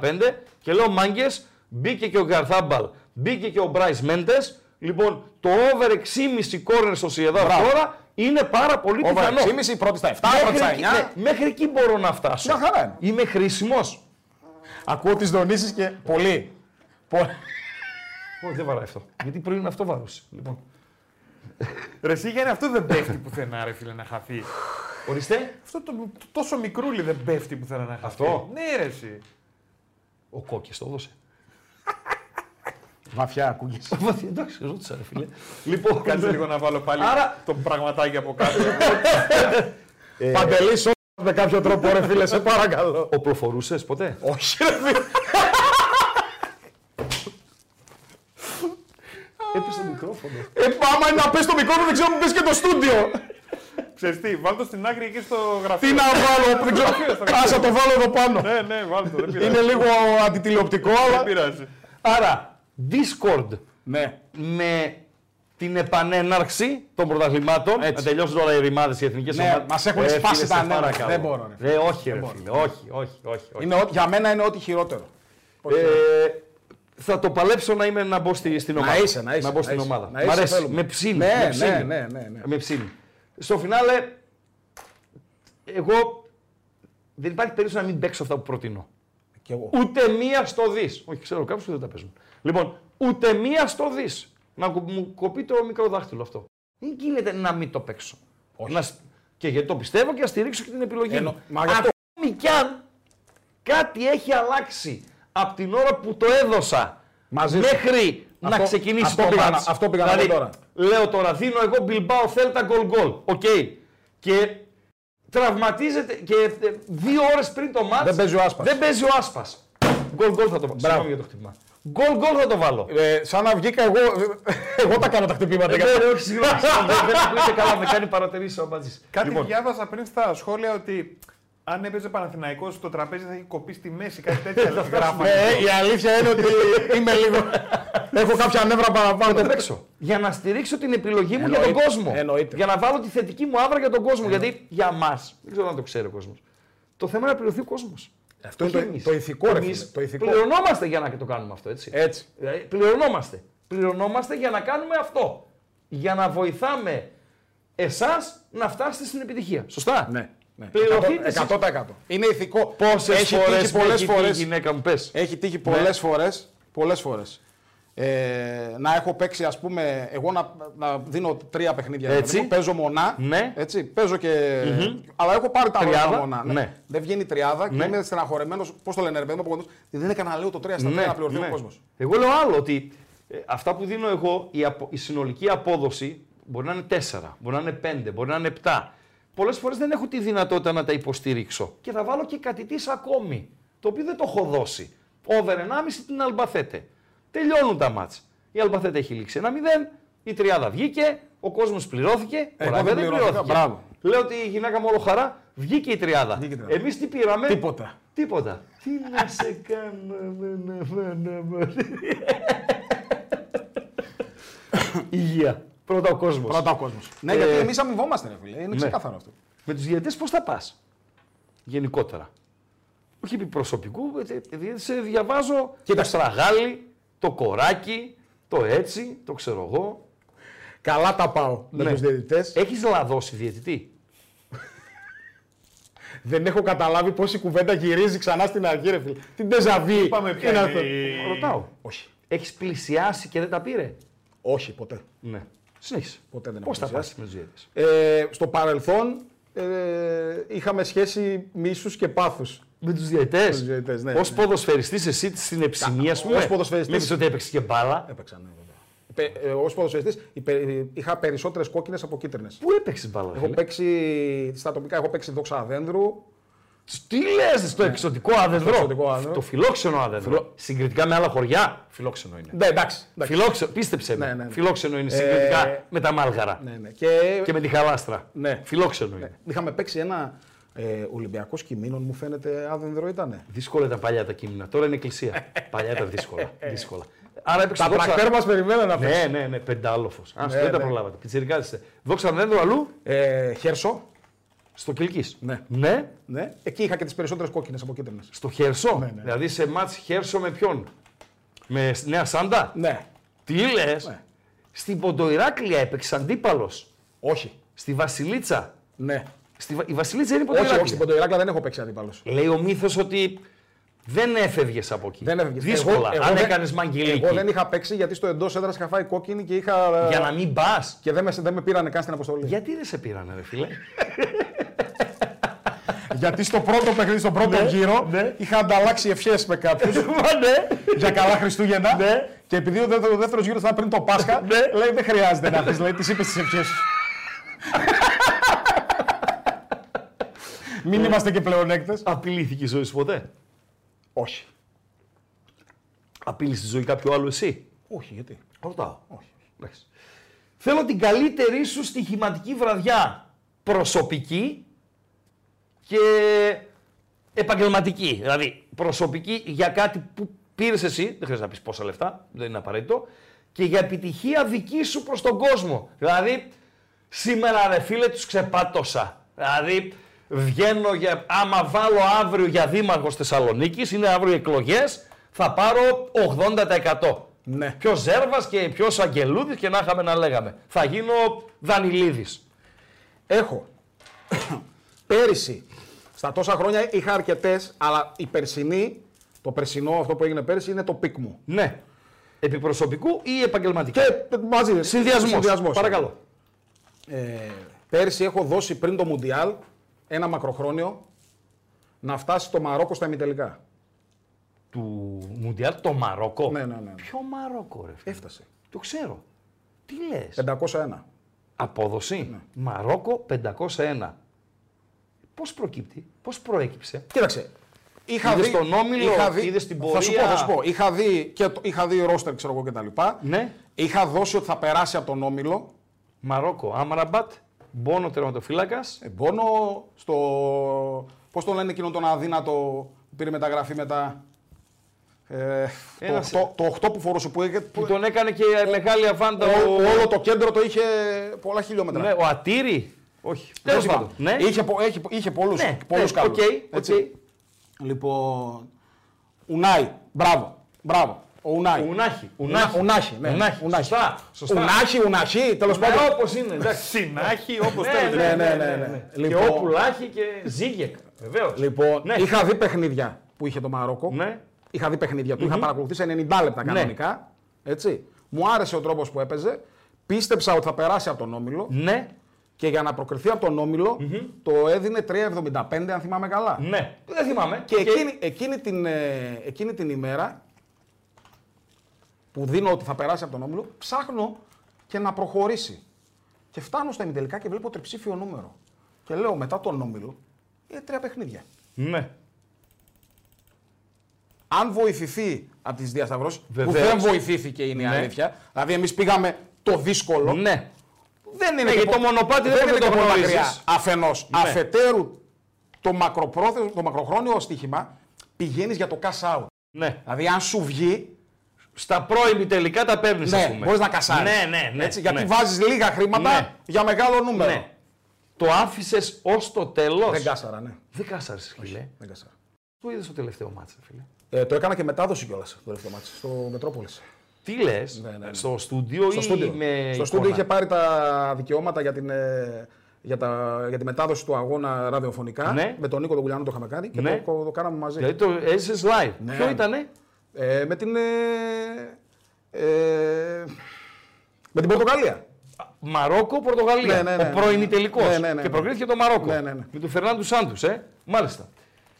S3: Και λέω μάγκες, μπήκε και ο Γκαρθάμπαλ, μπήκε και ο Μπράις Μέντες. Λοιπόν, το over 6,5 κόρνερ στο Σοσιεδάδ τώρα είναι πάρα πολύ
S4: Over
S3: πιθανό.
S4: 6,5, πρώτη στα 7, πρώτη
S3: Μέχρι,
S4: στα 9.
S3: εκεί- ναι, μέχρι εκεί μπορώ να φτάσω.
S4: Μια χαρά είναι.
S3: Είμαι χρήσιμος.
S4: Ακούω τις δονήσεις και. Πολύ. Πολύ.
S3: Όχι, δεν βαράει αυτό. Γιατί πριν αυτό βάρουσε. Λοιπόν.
S5: Ρε εσύ Γιάννη, αυτό δεν πέφτει πουθενά, ρε φίλε, να χαθεί.
S3: Ορίστε.
S5: Αυτό το, το- τόσο μικρούλι δεν πέφτει πουθενά να χαθεί.
S3: Αυτό?
S5: Ναι, ρε εσύ.
S3: Ο κόκκι το έδωσε.
S4: Βαθιά ακούγες.
S3: Βάθη, εντάξει, ρώτησα, ρε φίλε. λοιπόν,
S5: Κάτσε λίγο να βάλω πάλι
S3: Άρα-
S5: το πραγματάκι από κάτω.
S4: Παντελή, σώμα με κάποιο τρόπο, ρε φίλε, σε παρακαλώ.
S3: ε, Ο προφορούσες ποτέ.
S4: Όχι, ρε φίλε.
S3: Έπεσε το μικρόφωνο.
S4: Ε, άμα είναι να πες το μικρό μου, δεν ξέρω αν μου πες και το στούντιο.
S5: Ξέρεις τι, βάλ το στην άκρη εκεί στο
S4: Τι
S5: γραφείο.
S4: να βάλω, δεν ξέρω. Άσε το βάλω εδώ πάνω.
S5: Ναι, ναι, βάλ το, δεν πειράζει.
S4: Είναι λίγο αντιτηλεοπτικό,
S5: Δεν
S4: αλλά...
S5: πειράζει.
S3: Άρα, Discord
S4: Ναι.
S3: με την επανέναρξη των πρωταθλημάτων. Να τελειώσουν τώρα οι ρημάδες οι Ε, εθνικές
S4: Ναι, μας έχουν σπάσει τα νεύρα. Δεν μπορώ, ρε
S3: Ρε, όχι, ρε φίλε. Όχι, όχι, όχι. όχι.
S4: Είναι, ό- για μένα είναι ό,τι χειρότερο.
S3: Ε, θα το παλέψω να είμαι να μπω στη- στην ομάδα.
S4: είσαι, να είσαι,
S3: μπω
S4: να
S3: στην
S4: είσαι.
S3: ομάδα.
S4: Να
S3: Μ'
S4: είσαι,
S3: αρέσει.
S4: θέλουμε.
S3: Με ψήνει.
S4: Ναι,
S3: με
S4: ναι,
S3: ψήνει.
S4: ναι, ναι, ναι.
S3: Με ψήνει. Στο φινάλε, εγώ δεν υπάρχει περίπτωση να μην παίξω αυτά που προτείνω.
S4: Κι εγώ.
S3: Ούτε μία στο δις. Όχι, ξέρω κάποιους που δεν τα παίζουν. Λοιπόν, ούτε μία στο δις. Να κο- μου κοπεί το μικρό δάχτυλο αυτό. Δεν γίνεται να μην το παίξω. Να σ- Και γιατί το πιστεύω και να στηρίξω και την επιλογή
S4: Εννο-
S3: μου.
S4: μα γι' αυτό.
S3: Ακόμη κι αν κάτι έχει αλλάξει από την ώρα που το έδωσα
S4: Μαζί σου.
S3: μέχρι να
S4: Αυτό-
S3: ξεκινήσει
S4: αυτό
S3: το
S4: πήγα να-
S3: μάτς.
S4: αυτό πήγα να πω τώρα.
S3: Λέω τώρα, δίνω εγώ Bilbao Θέλτα γκολ γκολ. Οκ. Και τραυματίζεται και ε, δύο ώρες πριν το μάτς
S4: Δεν παίζει ο Άσπας.
S3: Δεν παίζει ο Άσπας. Γκολ γκολ θα το βάλω. Συγγνώμη για το χτυπημά. Γκολ γκολ θα το βάλω.
S4: Ε, σαν να βγήκα εγώ, εγώ τα κάνω τα χτυπήματα.
S3: Ναι, ναι, όχι, συγγνώμη. συγγνώμη, Δεν δεν ακούγεται καλά, με κάνει παρατηρήσεις ο Μπατζής.
S5: Κάτι
S3: Λοιπόν,
S5: Ε, διάβασα πριν στα σχόλια ότι αν έπαιζε Παναθηναϊκός στο τραπέζι θα έχει κοπεί στη μέση, κάτι τέτοια γράφανε.
S4: Ε, η αλήθεια είναι ότι είμαι λίγο... Έχω κάποια νεύρα παραπάνω.
S3: παίξω. Για να στηρίξω την επιλογή μου για τον
S4: Εννοείται,
S3: κόσμο.
S4: εννοείται.
S3: Για να βάλω τη θετική μου άβρα για τον κόσμο. Γιατί για μας. Δεν ξέρω αν το ξέρει ο κόσμος. Το θέμα είναι να πληρωθεί ο κόσμος. Αυτό
S4: είναι το- το ηθικό, ρε φίλε, το ηθικό.
S3: Πληρωνόμαστε για να το κάνουμε αυτό, έτσι.
S4: Έτσι.
S3: Ε, Πληρωνόμαστε. Πληρωνόμαστε για να κάνουμε αυτό. Για να βοηθάμε εσάς να φτάσετε στην επιτυχία. Σωστά.
S4: Ναι, ναι.
S3: Πληρωθείτε εσείς.
S4: 100%. Είναι ηθικό.
S3: Πόσες
S4: Έχει τύχει ναι.
S3: φορέ
S4: πολλές
S3: η
S4: φορές.
S3: γυναίκα μου, πες.
S4: Έχει τύχει πολλές φορές, Πολλές φορές. Ε, να έχω παίξει, ας πούμε, εγώ να, να δίνω τρία παιχνίδια.
S3: Έτσι.
S4: Δηλαδή, παίζω μονά.
S3: Ναι.
S4: Έτσι, παίζω και. Αλλά έχω πάρει τα
S3: Τριάδα,
S4: ρόλια μονά.
S3: ναι.
S4: Δεν βγαίνει τριάδα και
S3: Ναι.
S4: είμαι στεναχωρεμένος. Πώς το λένε, ρε παιδί μου, απογοητεύτος. Δεν έκανα λέω το τρία στα τρία να πληρωθεί ο κόσμο.
S3: Ναι, Εγώ λέω άλλο ότι ε, αυτά που δίνω εγώ, η, απο- η συνολική απόδοση μπορεί να είναι 4, μπορεί να είναι 5, μπορεί να είναι 7. Πολλές φορές δεν έχω τη δυνατότητα να τα υποστηρίξω. Και θα βάλω και κατητής ακόμη, το οποίο δεν το έχω δώσει. Over 1,5 την αλμπαθέτε. Τελειώνουν τα μάτς. Η αλμπαθέτε έχει λήξει 1-0, η τριάδα βγήκε, ο κόσμος πληρώθηκε.
S4: Εγώ
S3: ο
S4: δεν
S3: δεν
S4: πληρώθηκα,
S3: πληρώθηκε.
S4: μπράβο.
S3: Λέω ότι η γυναίκα μου όλο χαρά βγήκε η τριάδα.
S4: Βγήκε η τριάδα.
S3: Εμείς τι πήραμε.
S4: Τίποτα.
S3: Τίποτα. Τι να σε κάνω, να, να, να, να. Υγεία. Πρώτα ο κόσμος.
S4: Πρώτα ο Ναι. κόσμος. Ναι, γιατί εμείς αμοιβόμαστε, ρε φίλε. Είναι ξεκάθαρο αυτό.
S3: Με τους διαιτητές πώς θα πας. Γενικότερα. Όχι επί προσωπικού, ε, ε, ε, σε διαβάζω το στραγάλι, το κοράκι, το έτσι, το ξέρω εγώ.
S4: Καλά τα πάω με
S3: Ναι.
S4: τους διαιτητές.
S3: Έχεις λαδώσει διαιτητή.
S4: Δεν έχω καταλάβει πόση κουβέντα γυρίζει ξανά στην αρχή, ρε φίλε. Ε, Την τεζαβή.
S5: Πάμε
S3: ε,
S4: Τι
S5: ποια
S4: είναι
S5: είναι
S4: αυτό.
S5: η-
S3: Ρωτάω.
S4: Όχι.
S3: Έχεις πλησιάσει και δεν τα πήρε.
S4: Όχι, ποτέ.
S3: Ναι. Συνέχισε.
S4: Ποτέ δεν
S3: Πώς
S4: έχω
S3: θα πα με του διαιτητέ.
S4: Ε, στο παρελθόν ε, είχαμε σχέση μίσους και πάθους.
S3: Με τους διαιτέ.
S4: τους διαιτητές, ναι,
S3: Ως
S4: ναι.
S3: ποδοσφαιριστής, εσύ στην εψημία σου.
S4: ως ποδοσφαιριστής.
S3: ε,
S4: Ε,
S3: ότι έπαιξες και μπάλα.
S4: Έπαιξαν, ναι, βέβαια. ως ποδοσφαιριστής είχα περισσότερες κόκκινες από κίτρινες.
S3: Πού έπαιξες μπαλά,
S4: Έχω παίξει στα τοπικά, έχω παίξει δόξα δέντρου.
S3: Τι λες στο εξωτικό αδεδρό.
S4: Ναι. εξωτικό άδεδρο.
S3: Το φιλόξενο αδεδρό. Συγκριτικά με άλλα χωριά, φιλόξενο είναι.
S4: Ναι, εντάξει. εντάξει.
S3: Φιλόξενο, πίστεψε με.
S4: Ναι, ναι, ναι.
S3: Φιλόξενο είναι συγκριτικά
S4: Ε,
S3: με τα μάλγαρα.
S4: Ναι, ναι. Και,
S3: Και με τη χαλάστρα.
S4: Ναι.
S3: Φιλόξενο είναι.
S4: είχαμε παίξει ένα ε, Ολυμπιακός Κιμήνων, μου φαίνεται άδενδρο ήταν.
S3: Δύσκολα ήταν παλιά τα κείμενα. Τώρα είναι εκκλησία. παλιά ήταν δύσκολα. δύσκολα. Άρα έπαιξε
S4: Τα
S3: δόξα-
S4: πρακτέρ μας περιμέναν να
S3: Ναι, ναι, ναι, πεντάλοφος.
S4: ναι,
S3: δεν τα
S4: ναι.
S3: προλάβατε. Πιτσιρικάζεστε. Δόξα δέντρο αλλού
S4: Ε, Χέρσο.
S3: στο Κυλκής.
S4: Ναι.
S3: ναι.
S4: Ναι. Εκεί είχα και τις περισσότερες κόκκινες από κίτρινες.
S3: Στο Χέρσο.
S4: Ναι,
S3: Δηλαδή σε μάτς Χέρσο με ποιον. Με σ- Νέα Σάντα.
S4: Ναι.
S3: Τι λες.
S4: Ναι.
S3: Στην Ποντοϊράκλεια έπαιξε αντίπαλος.
S4: Όχι.
S3: Στη Βασιλίτσα.
S4: Ναι.
S3: Στη... Βα- Η Βασιλίτσα είναι η
S4: Όχι, όχι,
S3: Ποντοϊράκλεια.
S4: στην Ποντοϊράκλα δεν έχω παίξει αντίπαλος.
S3: Λέει ο μύθος ότι δεν έφευγες από εκεί.
S4: Δεν έφευγες.
S3: Δύσκολα.
S4: Εγώ- εγώ
S3: αν
S4: δεν-
S3: έκανες μαγγελίκη.
S4: Εγώ δεν είχα παίξει γιατί στο εντός έδρας είχα φάει κόκκινη και είχα. ε,
S3: Για να μην πας.
S4: Και δεν με, δεν με πήρανε καν στην αποστολή.
S3: Γιατί δεν σε πήρανε, ρε φίλε.
S6: Γιατί στο πρώτο παιχνίδι, στον πρώτο
S4: Ναι,
S6: γύρο, είχα ανταλλάξει ευχές με κάποιους για καλά Χριστούγεννα.
S3: Ναι.
S6: Και επειδή ο δεύτερος, γύρος ήταν πριν το Πάσχα, λέει δεν χρειάζεται να πεις. Λέει τις είπες τις ευχές σου. Μην είμαστε και πλεονέκτες.
S3: Απειλήθηκε η ζωή σου ποτέ.
S4: Όχι.
S3: Απειλήσε τη ζωή κάποιου άλλου εσύ.
S4: Όχι, γιατί.
S3: Ρωτάω. Εντάξει. Θέλω την καλύτερη σου στοιχηματική βραδιά. Προσωπική και επαγγελματική. Δηλαδή, προσωπική για κάτι που πήρες εσύ, δεν χρειάζεται να πεις πόσα λεφτά, δεν είναι απαραίτητο, και για επιτυχία δική σου προς τον κόσμο. Δηλαδή, σήμερα ρε φίλε τους ξεπάτωσα. Δηλαδή, βγαίνω για. Άμα βάλω αύριο για δήμαρχο Θεσσαλονίκης, είναι αύριο εκλογές, θα πάρω 80%.
S4: Ναι.
S3: Ποιο Ζέρβας και ποιο Αγγελούδη και να είχαμε να λέγαμε. Θα γίνω Δανιλίδης.
S4: Έχω. πέρυσι, στα τόσα χρόνια είχα αρκετές, αλλά η περσινή, το περσινό αυτό που έγινε πέρυσι είναι το πικ μου.
S3: Ναι. Επιπροσωπικού ή επαγγελματικού.
S4: Και ε, μαζί.
S3: Συνδυασμός.
S4: συνδυασμός. ναι.
S3: Παρακαλώ.
S4: Ε, πέρυσι έχω δώσει πριν το Μουντιάλ ένα μακροχρόνιο να φτάσει το Μαρόκο στα ημιτελικά.
S3: Του Μουντιάλ το Μαρόκο.
S4: Ναι, ναι, ναι.
S3: Ποιο Μαρόκο, ρε φίλε.
S4: Έφτασε.
S3: Το ξέρω. Τι λες.
S4: 501.
S3: Απόδοση.
S4: Ναι.
S3: Μαρόκο 501. Πώς προκύπτει, πώς προέκυψε.
S4: Κοίταξε. Είχα
S3: Είδες τον Όμιλο,
S4: είχα δει-
S3: είδες την
S4: Θα σου πω,
S3: πορεία.
S4: θα σου πω. Είχα δει, και, το- είχα δει ρόστερ, ξέρω εγώ κτλ.
S3: Ναι.
S4: Είχα δώσει ότι θα περάσει από τον Όμιλο.
S3: Μαρόκο, Άμραμπατ, Μπόνο τερματοφύλακας.
S4: Ε, Μπόνο στο. Πώς τον λένε εκείνον τον αδύνατο που πήρε μεταγραφή μετά. Ε,
S3: Ένας-
S4: το, 8, το 8 που φορούσε που είχε.
S3: Που
S4: που-
S3: τον έκανε και μεγάλη αβάντα
S4: ό-
S3: ο,
S4: ε, όλο το κέντρο το είχε πολλά χιλιόμετρα.
S3: ναι, ο Ατήρη. Όχι.
S4: Δεν
S3: Τέλος
S4: θυμάμαι.
S3: πάντων. Ναι.
S4: Είχε, πο- έχει- είχε πολλούς
S3: Ναι,
S4: πολλούς
S3: ναι,
S4: καλούς.
S3: οκ,
S4: Έτσι.
S3: οκ.
S4: Λοιπόν. Ουνάι, μπράβο. Μπράβο. Ο Ουνάι.
S3: Ουνάχη.
S4: Ουνάχη. Ουνάχη, ναι.
S3: Ουνάχη. Σωστά, σωστά.
S4: Ουνάχη, Ουνάχη, τέλος
S3: Ναι,
S4: πάντων.
S3: όπως είναι. Εντάξει.
S5: Συνάχη, όπως
S3: Ναι,
S5: θέλετε.
S4: Ναι, ναι, ναι. ναι.
S3: Και Όπουλάχη και Ζίγεκ. Βεβαίως.
S4: Λοιπόν,
S3: Ναι.
S4: είχα δει παιχνίδια που είχε το Μαρόκο.
S3: Ναι.
S4: Είχα δει παιχνίδια του, είχα παρακολουθήσει 90 λεπτά
S3: Ναι.
S4: κανονικά. Έτσι. Μου άρεσε ο τρόπος που έπαιζε. Πίστεψα ότι θα περάσει από τον Όμιλο
S3: Ναι.
S4: και για να προκριθεί από τον ομιλο το έδινε 3,75 αν θυμάμαι καλά.
S3: Ναι. Δεν θυμάμαι.
S4: Και εκείνη, εκείνη, την, ε, εκείνη την ημέρα που δίνω ότι θα περάσει από τον όμιλο, ψάχνω και να προχωρήσει. Και φτάνω στα ημιτελικά και βλέπω τριψήφιο νούμερο. Και λέω μετά τον όμιλο, είναι τρία παιχνίδια.
S3: Ναι.
S4: Αν βοηθηθεί από τις διασταυρώσεις, που
S3: Βεβαίως.
S4: δεν βοηθήθηκε είναι η
S3: Ναι.
S4: αλήθεια, δηλαδή εμείς πήγαμε το δύσκολο.
S3: Ναι.
S4: Δεν είναι
S3: Ναι,
S4: και
S3: γιατί το μονοπάτι δεν
S4: είναι
S3: πρέπει να
S4: και
S3: το
S4: πολύ
S3: γνωρίζεις.
S4: μακριά. Αφενός.
S3: Ναι.
S4: Αφετέρου, το, μακροπρόθεσμο, το μακροχρόνιο στοίχημα πηγαίνεις για το cash out.
S3: Ναι.
S4: Δηλαδή, αν σου βγει,
S3: Στα πρώιμη τελικά τα παίρνεις.
S4: ναι, μπορείς να κασάρεις.
S3: Ναι, ναι, ναι.
S4: Έτσι, γιατί
S3: ναι.
S4: βάζεις λίγα χρήματα
S3: Ναι.
S4: για μεγάλο νούμερο.
S3: Ναι. Το άφησες ως το τέλος.
S4: Δεν κάσαρα, ναι.
S3: Δεν κάσαρες, φίλε.
S4: Δεν κάσαρα.
S3: Το είδες στο τελευταίο μάτσα, φίλε.
S4: Ε, το έκανα και μετάδοση κιόλας το τελευταίο μάτι στο Μετρόπολης.
S3: Τι λες,
S4: Ναι, ναι, ναι.
S3: στο στούντιο
S4: Στο
S3: ή
S4: στούντιο.
S3: με.
S4: Στο στούντιο είχε πάρει τα δικαιώματα για, την, ε, για, τα, για τη μετάδοση του αγώνα ραδιοφωνικά.
S3: Ναι.
S4: Με τον Νίκο τον Κουλιανό το είχαμε κάνει και
S3: Ναι.
S4: το, το, κάναμε μαζί.
S3: Δηλαδή το έζησε live.
S4: Ναι.
S3: Ποιο ήτανε,
S4: Ε, με την. Ε, ε, με την Πορτογαλία.
S3: Μαρόκο, Πορτογαλία.
S4: Ναι, ναι, ναι.
S3: Ο πρώην τελικό.
S4: Ναι, ναι, ναι,
S3: και
S4: ναι.
S3: προκρίθηκε το Μαρόκο.
S4: Ναι, ναι, ναι.
S3: Με τον Φερνάντου Σάντους, ε. Μάλιστα.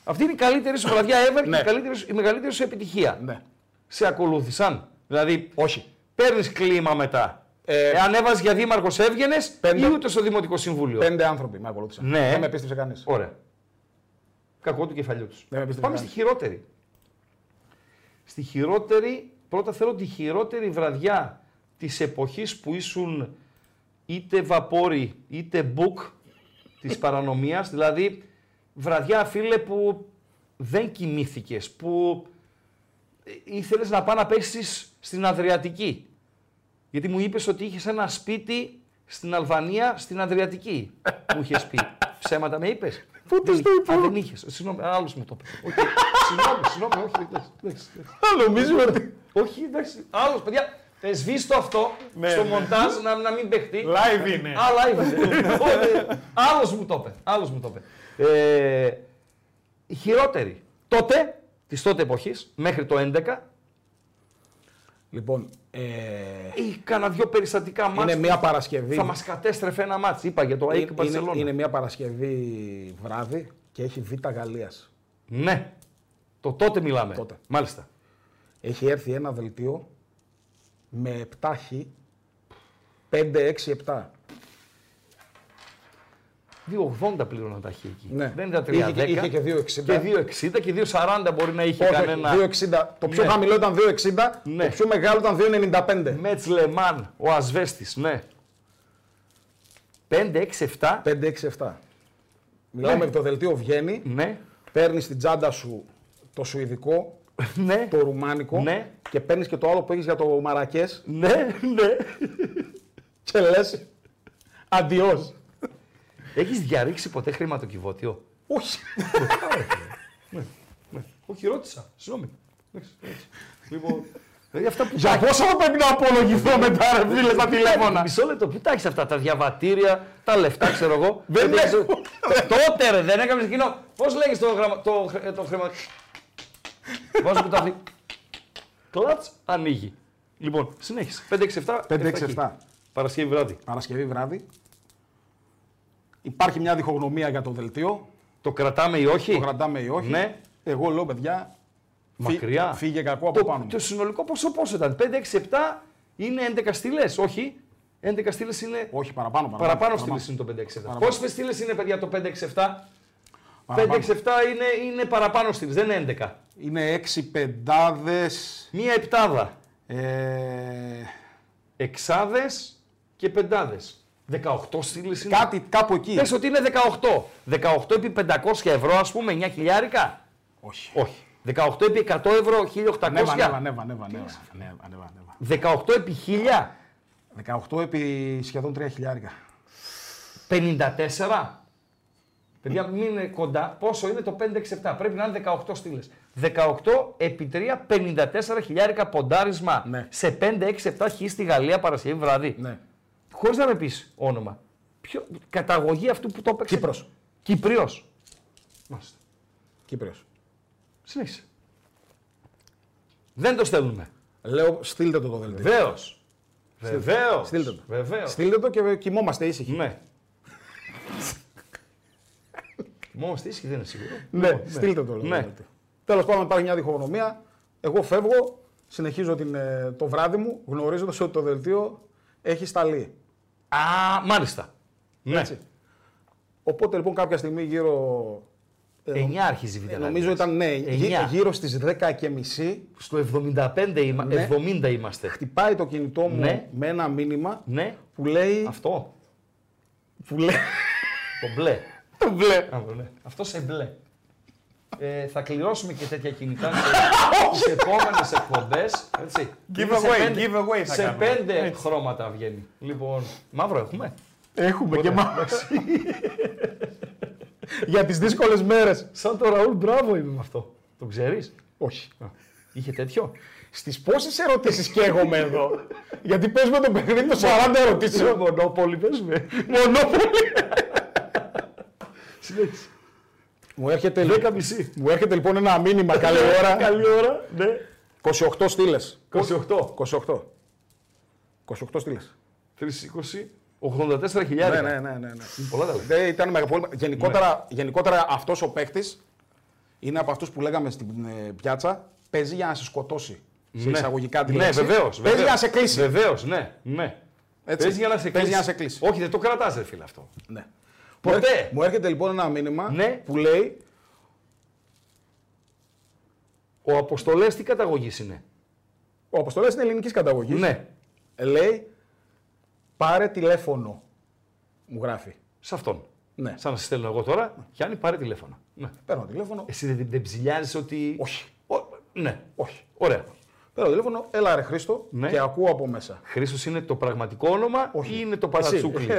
S3: Αυτή είναι η καλύτερη σου βραδιά ever και η,
S4: Ναι.
S3: καλύτερη, σου- η μεγαλύτερη σου επιτυχία.
S4: Ναι.
S3: Σε ακολούθησαν. Δηλαδή.
S4: Όχι.
S3: παίρνεις κλίμα μετά. Ε, Εάν έβαζες για δήμαρχος, έβγαινες ή ούτε στο Δημοτικό Συμβούλιο.
S4: Πέντε άνθρωποι με ακολούθησαν.
S3: Ναι.
S4: Δεν με πίστεψε κανείς.
S3: Ωραία. Κακό του κεφαλιού τους.
S4: Δεν με πίστεψε
S3: Πάμε στη
S4: κανείς.
S3: χειρότερη. Στη χειρότερη, πρώτα θέλω τη χειρότερη βραδιά της εποχής που ήσουν είτε βαπόρι είτε μπουκ της παρανομίας. Δηλαδή, βραδιά, φίλε, που δεν κοιμήθηκες, που ήθελες να πά να πέσεις στην Αδριατική. Γιατί μου είπες ότι είχες ένα σπίτι στην Αλβανία, στην Αδριατική. μου είχες πει. Ψέματα με είπες. Πού τη το είπα. Δεν είχες. Συγγνώμη, άλλο μου το είπε. Οκ. Συγγνώμη, συγγνώμη, όχι. εντάξει, εντάξει, εντάξει.
S5: Νομίζω ότι.
S3: Όχι, εντάξει. Άλλος, παιδιά. ε, Σβήστο αυτό στο μοντάζ να, να μην παιχτεί.
S5: Live είναι.
S3: Άλλα είναι. Άλλος μου το είπε. Άλλος μου το είπε. Ε, η χειρότερη. Τότε, της τότε εποχής, μέχρι το 11,
S4: Λοιπόν, ε,
S3: ή κάνα δυο περιστατικά μάτς
S4: είναι μια
S3: που
S4: Παρασκευή.
S3: θα μας κατέστρεφε ένα μάτς. Είπα για το ΑΕΚ
S4: Ε, Είναι- είναι,
S3: Μπαρσελόνα.
S4: είναι μια Παρασκευή βράδυ και έχει Β' Γαλλίας.
S3: Ναι. Το τότε μιλάμε.
S4: Τότε.
S3: Μάλιστα.
S4: Έχει έρθει ένα δελτίο με 7 χ, 5, 6, 7.
S3: 2,80 πλήρωναν τα χ εκεί.
S4: Ναι.
S3: Δεν ήταν 3,10.
S4: Είχε και- είχε και 2,60.
S3: Και 2,60 και 2,40 μπορεί να είχε
S4: Όχι,
S3: κανένα.
S4: 2,60. Το πιο
S3: Ναι.
S4: χαμηλό ήταν 2,60,
S3: Ναι.
S4: το πιο μεγάλο ήταν 2,95.
S3: Μέτς Λεμάν, ο Ασβέστης, ναι. 5, 6, 7.
S4: 5-6-7. Μιλάμε με το δελτίο βγαίνει,
S3: Ναι.
S4: παίρνεις στην τσάντα σου το σουηδικό,
S3: Ναι.
S4: το ρουμάνικο
S3: Ναι.
S4: και παίρνεις και το άλλο που έχεις για το Μαρακές
S3: Ναι, ναι.
S4: και λες. Αντιός.
S3: Έχεις διαρρήξει ποτέ χρηματοκιβώτιο.
S4: Όχι.
S3: Όχι, ρώτησα. Συγγνώμη. Λοιπόν, δηλαδή αυτά που
S4: Για πόσο θα πρέπει να απολογηθώ μετά, ρε φίλε, στα τηλέφωνα.
S3: Ναι. Μισό λεπτό, πού τα έχεις αυτά τα διαβατήρια, τα λεφτά, ξέρω εγώ. δεν
S4: έχω.
S3: Τότε ρε, δεν έκανες εκείνο. Πώς λέγεις το, γραμμα... το, χρε- ε, το χρήμα. Βάζω κουτάκι. Κλατς, ανοίγει. Λοιπόν, συνέχισε. 5-6-7.
S4: 5-6-7.
S3: Παρασκευή βράδυ.
S4: Παρασκευή βράδυ. Υπάρχει μια διχογνωμία για το δελτίο.
S3: Το κρατάμε ή όχι.
S4: Το κρατάμε ή όχι.
S3: Ναι.
S4: Εγώ λέω, παιδιά, φύ-
S3: Μακριά.
S4: φύγε κακό από
S3: το,
S4: πάνω μου.
S3: το συνολικό ποσό πόσο ήταν. 5-6-7 είναι 11 στήλες. Όχι. 11 στήλες είναι.
S4: Όχι, παραπάνω.
S3: Παραπάνω στήλες είναι το 5-6-7. Πόσες στήλες είναι, παιδιά, το 5-6-7. 5-6-7 είναι, είναι παραπάνω στήλες, δεν είναι 11.
S4: Είναι έξι πεντάδες,
S3: Μία επτάδα.
S4: Ε,
S3: Εξάδες και πεντάδες. 18 στήλες είναι.
S4: κάτι κάπου εκεί.
S3: Πες ότι είναι 18. 18 επί 500 ευρώ, ας πούμε, 9 χιλιάρικα.
S4: Όχι.
S3: Όχι. 18 επί 100
S4: Ναι,
S3: ευρώ, 1800.
S4: Ανέβα, ανέβα, ανέβα, ανέβα, ανέβα, ανέβα, ανέβα,
S3: 18
S4: ανέβα.
S3: επί 1000,
S4: 18 επί σχεδόν 3 χιλιάρικα.
S3: 54. Παιδιά, μην είναι κοντά. Πόσο είναι το 5-6-7. Πρέπει να είναι 18 στήλε. 18 επί 3, 54 χιλιάρικα ποντάρισμα.
S4: Ναι.
S3: Σε 5-6-7 χ στη Γαλλία Παρασκευή βράδυ.
S4: Ναι.
S3: Χωρίς να με πεις όνομα. Ποιο, καταγωγή αυτού που το έπαιξε.
S4: Κύπρος.
S3: Κυπρίος.
S4: Κύπριος.
S3: Συνέχισε. Δεν το στέλνουμε.
S4: Λέω, στείλτε το το δελτίο.
S3: Βεβαίω. Βεβαίως.
S4: Στείλτε το.
S3: Βεβαίως.
S4: Στείλτε το και κοιμόμαστε ήσυχοι.
S3: Ναι. Μόνο στη ίσχυ δεν είναι σίγουρο.
S4: Ναι, στείλτε το λέω.
S3: Ναι.
S4: Ναι. Τέλος πάντων, υπάρχει μια διχογνωμία. Εγώ φεύγω, συνεχίζω την, ε, το βράδυ μου, γνωρίζοντας ότι το δελτίο έχει σταλεί.
S3: Α, μάλιστα. Ναι.
S4: Έτσι. Οπότε λοιπόν κάποια στιγμή γύρω. ε,
S3: 9 άρχιζε η
S4: ε,
S3: Β'
S4: νομίζω ήταν ναι, γύ-
S3: Εννιά.
S4: γύρω στις 10.30
S3: Στο 75 είμα-
S4: Ναι.
S3: 70 είμαστε.
S4: χτυπάει το κινητό μου
S3: Ναι.
S4: με ένα μήνυμα
S3: Ναι.
S4: που λέει.
S3: Αυτό.
S4: Που λέει.
S3: Το μπλε.
S4: Το μπλε.
S3: Α, το μπλε. Αυτό σε μπλε. Ε, θα κληρώσουμε και τέτοια κινητά στις επόμενες εκπομπές.
S5: away, give away θα
S3: Σε
S5: κάνουμε.
S3: πέντε χρώματα βγαίνει. Λοιπόν, μαύρο έχουμε.
S4: Έχουμε και μάλλον. Για τις δύσκολες μέρες.
S3: Σαν το Ραούλ Μπράβο είμαι με αυτό. Το ξέρεις.
S4: Όχι.
S3: Είχε τέτοιο.
S4: Στις πόσες ερωτήσεις καίγομαι εδώ. Γιατί παίζουμε το παιχνίδι με 40 ερωτήσει.
S3: Ε, μονόπολη, πες με.
S4: Μονόπολη.
S3: Συνέχισε.
S4: Μου έρχεται,
S3: Δέκα μισή.
S4: μου έρχεται λοιπόν ένα μήνυμα καλή ώρα.
S3: Καλή ώρα, ναι.
S4: 28 στήλε.
S3: 28.
S4: 28. 28 στήλε.
S3: 320. 84 χιλιάρικα.
S4: Ναι, ναι, ναι. ναι, ναι.
S3: Πολλά τα λεφτά.
S4: Δεν ήταν μεγάλο πρόβλημα. Γενικότερα,
S3: Ναι.
S4: γενικότερα αυτός ο παίχτη είναι από αυτούς που λέγαμε στην ε, πιάτσα. Παίζει για να σε σκοτώσει. Σε εισαγωγικά δηλαδή. τη
S3: Ναι,
S4: λέξη.
S3: βεβαίως.
S4: Παίζει για να σε κλείσει.
S3: Βεβαίως, ναι. ναι.
S4: Έτσι.
S3: Παίζει για να σε
S4: Παίζει
S3: κλείσει.
S4: για να σε κλείσει.
S3: Όχι, δεν το κρατάς, ρε φίλε αυτό.
S4: Ναι. Μου έρχεται-
S3: Ποτέ.
S4: Μου έρχεται λοιπόν ένα μήνυμα
S3: Ναι.
S4: που λέει
S3: Ο Αποστολές τι καταγωγής είναι.
S4: Ο Αποστολές είναι ελληνικής καταγωγής.
S3: Ναι.
S4: Λέει πάρε τηλέφωνο. Μου γράφει.
S3: Σε αυτόν.
S4: Ναι.
S3: Σαν να σε στέλνω εγώ τώρα, Γιάννη, πάρε τηλέφωνο. Ναι.
S4: Παίρνω τηλέφωνο.
S3: Εσύ δεν, δεν ψηλιάζεις ότι.
S4: Όχι.
S3: Ο- ναι.
S4: Όχι.
S3: Ωραία.
S4: Παίρνω τηλέφωνο. Έλα ρε Χρήστο
S3: Ναι.
S4: και ακούω από μέσα.
S3: Χρήστος είναι το πραγματικό όνομα ή είναι το
S4: Εσύ.
S3: παρατσούκλι.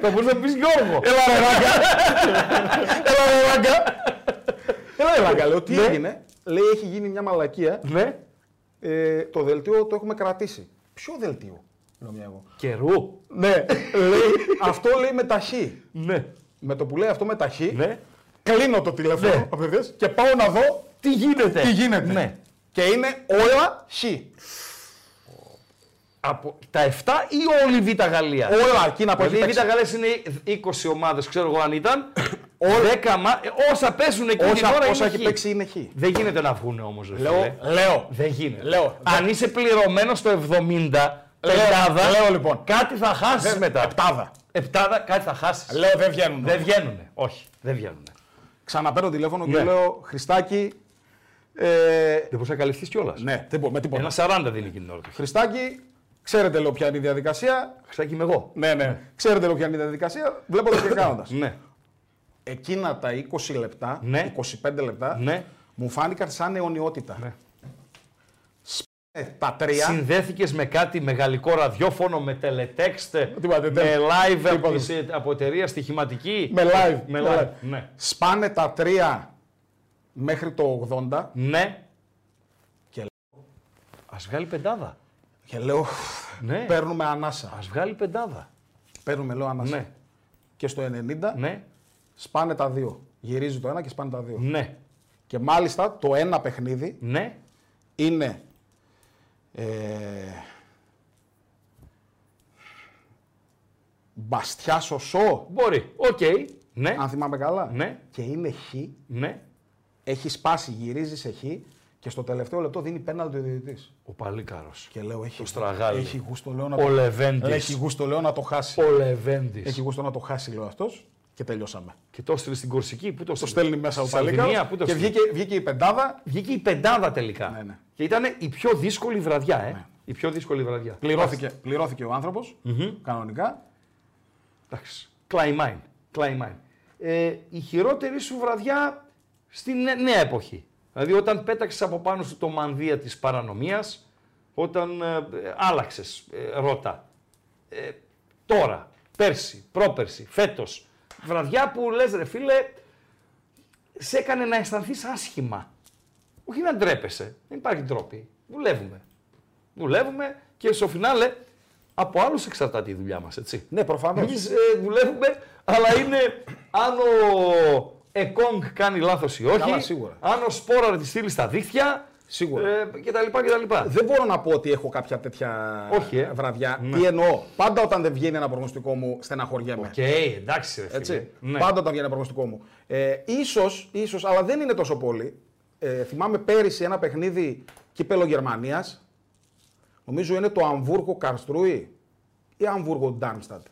S3: Θα μπορούσα να πεις Γιώργο.
S4: Έλα ρε ράγκα. Έλα ρε ράγκα. Έλα ρε ράγκα. Λέω τι έγινε. Λέει έχει γίνει μια μαλακία.
S3: Ναι.
S4: Ε, το δελτίο το έχουμε κρατήσει. Ποιο δελτίο. Λέω μια εγώ.
S3: Καιρού.
S4: Ναι. λέει, αυτό λέει με ταχύ.
S3: Ναι.
S4: Με το που λέει αυτό με ταχύ.
S3: Ναι.
S4: Κλείνω το τηλέφωνο
S3: Ναι.
S4: απευθείας και πάω να δω
S3: Τι γίνεται.
S4: τι γίνεται.
S3: Ναι.
S4: Και είναι όλα χ.
S3: Από τα 7 ή όλη η Β' Γαλλία.
S4: Όλα εκείνα που έχει
S3: Δηλαδή η Β'
S4: παίξει.
S3: Γαλλίας είναι 20 ομάδες, ξέρω εγώ αν ήταν. 10 μα... ε, Όσα παίζουν εκεί την
S4: Όσα,
S3: ώρα
S4: όσα
S3: είναι
S4: έχει
S3: χ.
S4: παίξει είναι χ.
S3: Δεν γίνεται να βγουν όμω.
S4: Λέω, λέω,
S3: Δεν γίνεται.
S4: Λέω.
S3: Αν είσαι πληρωμένος στο 70, πεντάδα,
S4: λέω λοιπόν.
S3: κάτι θα χάσεις μετά.
S4: Επτάδα.
S3: Επτάδα, κάτι θα χάσεις.
S4: Λέω δεν βγαίνουν.
S3: Δεν βγαίνουν. Όχι, δεν βγαίνουν.
S4: Ξαναπαίρνω τηλέφωνο και
S3: Ναι.
S4: λέω Χριστάκι. Ε,
S3: Δεν μπορείς να καλυφθείς κιόλας.
S4: ναι, τίπο, με τίποτα.
S3: Ένα 40 δίνει εκείνη την ώρα.
S4: Χριστάκι, ξέρετε λέω ποια είναι η διαδικασία.
S3: Χρυσάκι είμαι εγώ.
S4: Ναι, ναι. Ξέρετε λέω ποια είναι η διαδικασία. Βλέποντα και κάνοντας.
S3: Ναι.
S4: Εκείνα τα 20 λεπτά,
S3: Ναι.
S4: 25 λεπτά,
S3: Ναι.
S4: μου φάνηκαν σαν αιωνιότητα.
S3: Ναι.
S4: Ε, τα τρία.
S3: Συνδέθηκες με κάτι μεγαλικό ραδιόφωνο, με teletext,
S4: Τίποτα,
S3: με
S4: δεν-
S3: live από,
S4: Τίποτα.
S3: τις, ε, από εταιρεία στοιχηματική.
S4: Με live.
S3: Με
S4: με
S3: live. Ναι.
S4: Σπάνε τα τρία μέχρι το 80
S3: ναι.
S4: Και
S3: Ας βγάλει πεντάδα.
S4: και λέω
S3: Ναι.
S4: παίρνουμε ανάσα.
S3: Ας βγάλει πεντάδα.
S4: Παίρνουμε λέω ανάσα.
S3: Ναι.
S4: Και στο 90
S3: Ναι.
S4: σπάνε τα δύο. Γυρίζει το ένα και σπάνε τα δύο.
S3: Ναι.
S4: Και μάλιστα το ένα παιχνίδι
S3: Ναι.
S4: είναι... Ε, Μπαστιάς Σωσό,
S3: Μπορεί. Οκ. Ναι.
S4: αν θυμάμαι καλά.
S3: Ναι.
S4: Και είναι χ,
S3: Ναι.
S4: έχει σπάσει, γυρίζει σε χ και στο τελευταίο λεπτό δίνει πέναλτι ο διαιτητής.
S3: Ο Παλίκαρος.
S4: Και λέω έχει,
S3: Στραγάλη.
S4: έχει γούστο λέω να
S3: Ο
S4: το
S3: Λεβέντης.
S4: Έχει γούστο λέω να το χάσει.
S3: Ο Λεβέντης.
S4: Έχει γούστο να το χάσει λέω αυτός και τελειώσαμε.
S3: Και το έστειλε στην Κορσική. Πού το,
S4: Το στέλνει μέσα ο Παλίκα
S3: Σαλδινία, πού το
S4: και
S3: στέλνει.
S4: βγήκε, βγήκε η πεντάδα,
S3: Βγήκε η πεντάδα τελικά.
S4: Ναι, ναι.
S3: Και ήταν η πιο δύσκολη βραδιά. Ε. Η πιο δύσκολη βραδιά.
S4: πληρώθηκε, πληρώθηκε ο ανθρωπος κανονικά.
S3: Εντάξει. Κλαϊμάιν. Κλαϊμάιν. Ε, η χειρότερη σου βραδιά στην νε- νέα εποχή. Δηλαδή όταν πέταξες από πάνω σου το μανδύα της παρανομίας, όταν ε, ε, άλλαξες ε, ρότα. Ε, τώρα, πέρσι, πρόπερσι, φέτος. Βραδιά που λες ρε φίλε, σε έκανε να αισθανθείς άσχημα. Όχι να ντρέπεσαι. Δεν υπάρχει ντρόπη. Δουλεύουμε. Δουλεύουμε και στο φινάλε από άλλους εξαρτάται η δουλειά μας, έτσι.
S4: Ναι, προφανώς.
S3: Εμείς ε, δουλεύουμε, αλλά είναι αν ο Εκόνγκ κάνει λάθος ή όχι.
S4: Καλά, σίγουρα.
S3: Αν ο Σπόραρ τη στείλει στα δίχτυα.
S4: Σίγουρα.
S3: Ε, κτλ. κτλ.
S4: Δεν μπορώ να πω ότι έχω κάποια τέτοια
S3: Όχι, ε.
S4: βραδιά. Τι εννοώ. Πάντα όταν δεν βγαίνει ένα προγνωστικό μου, στεναχωριέμαι.
S3: Οκ, εντάξει, ρε φίλε.
S4: Έτσι.
S3: Ναι.
S4: Πάντα όταν βγαίνει ένα προγνωστικό μου. Ε, ίσως, ίσως, αλλά δεν είναι τόσο πολύ. Ε, θυμάμαι πέρυσι ένα παιχνίδι κύπελο Γερμανίας. Νομίζω είναι το Αμβούργο Καρστρούι ή Αμβούργο Ντάρμστατ.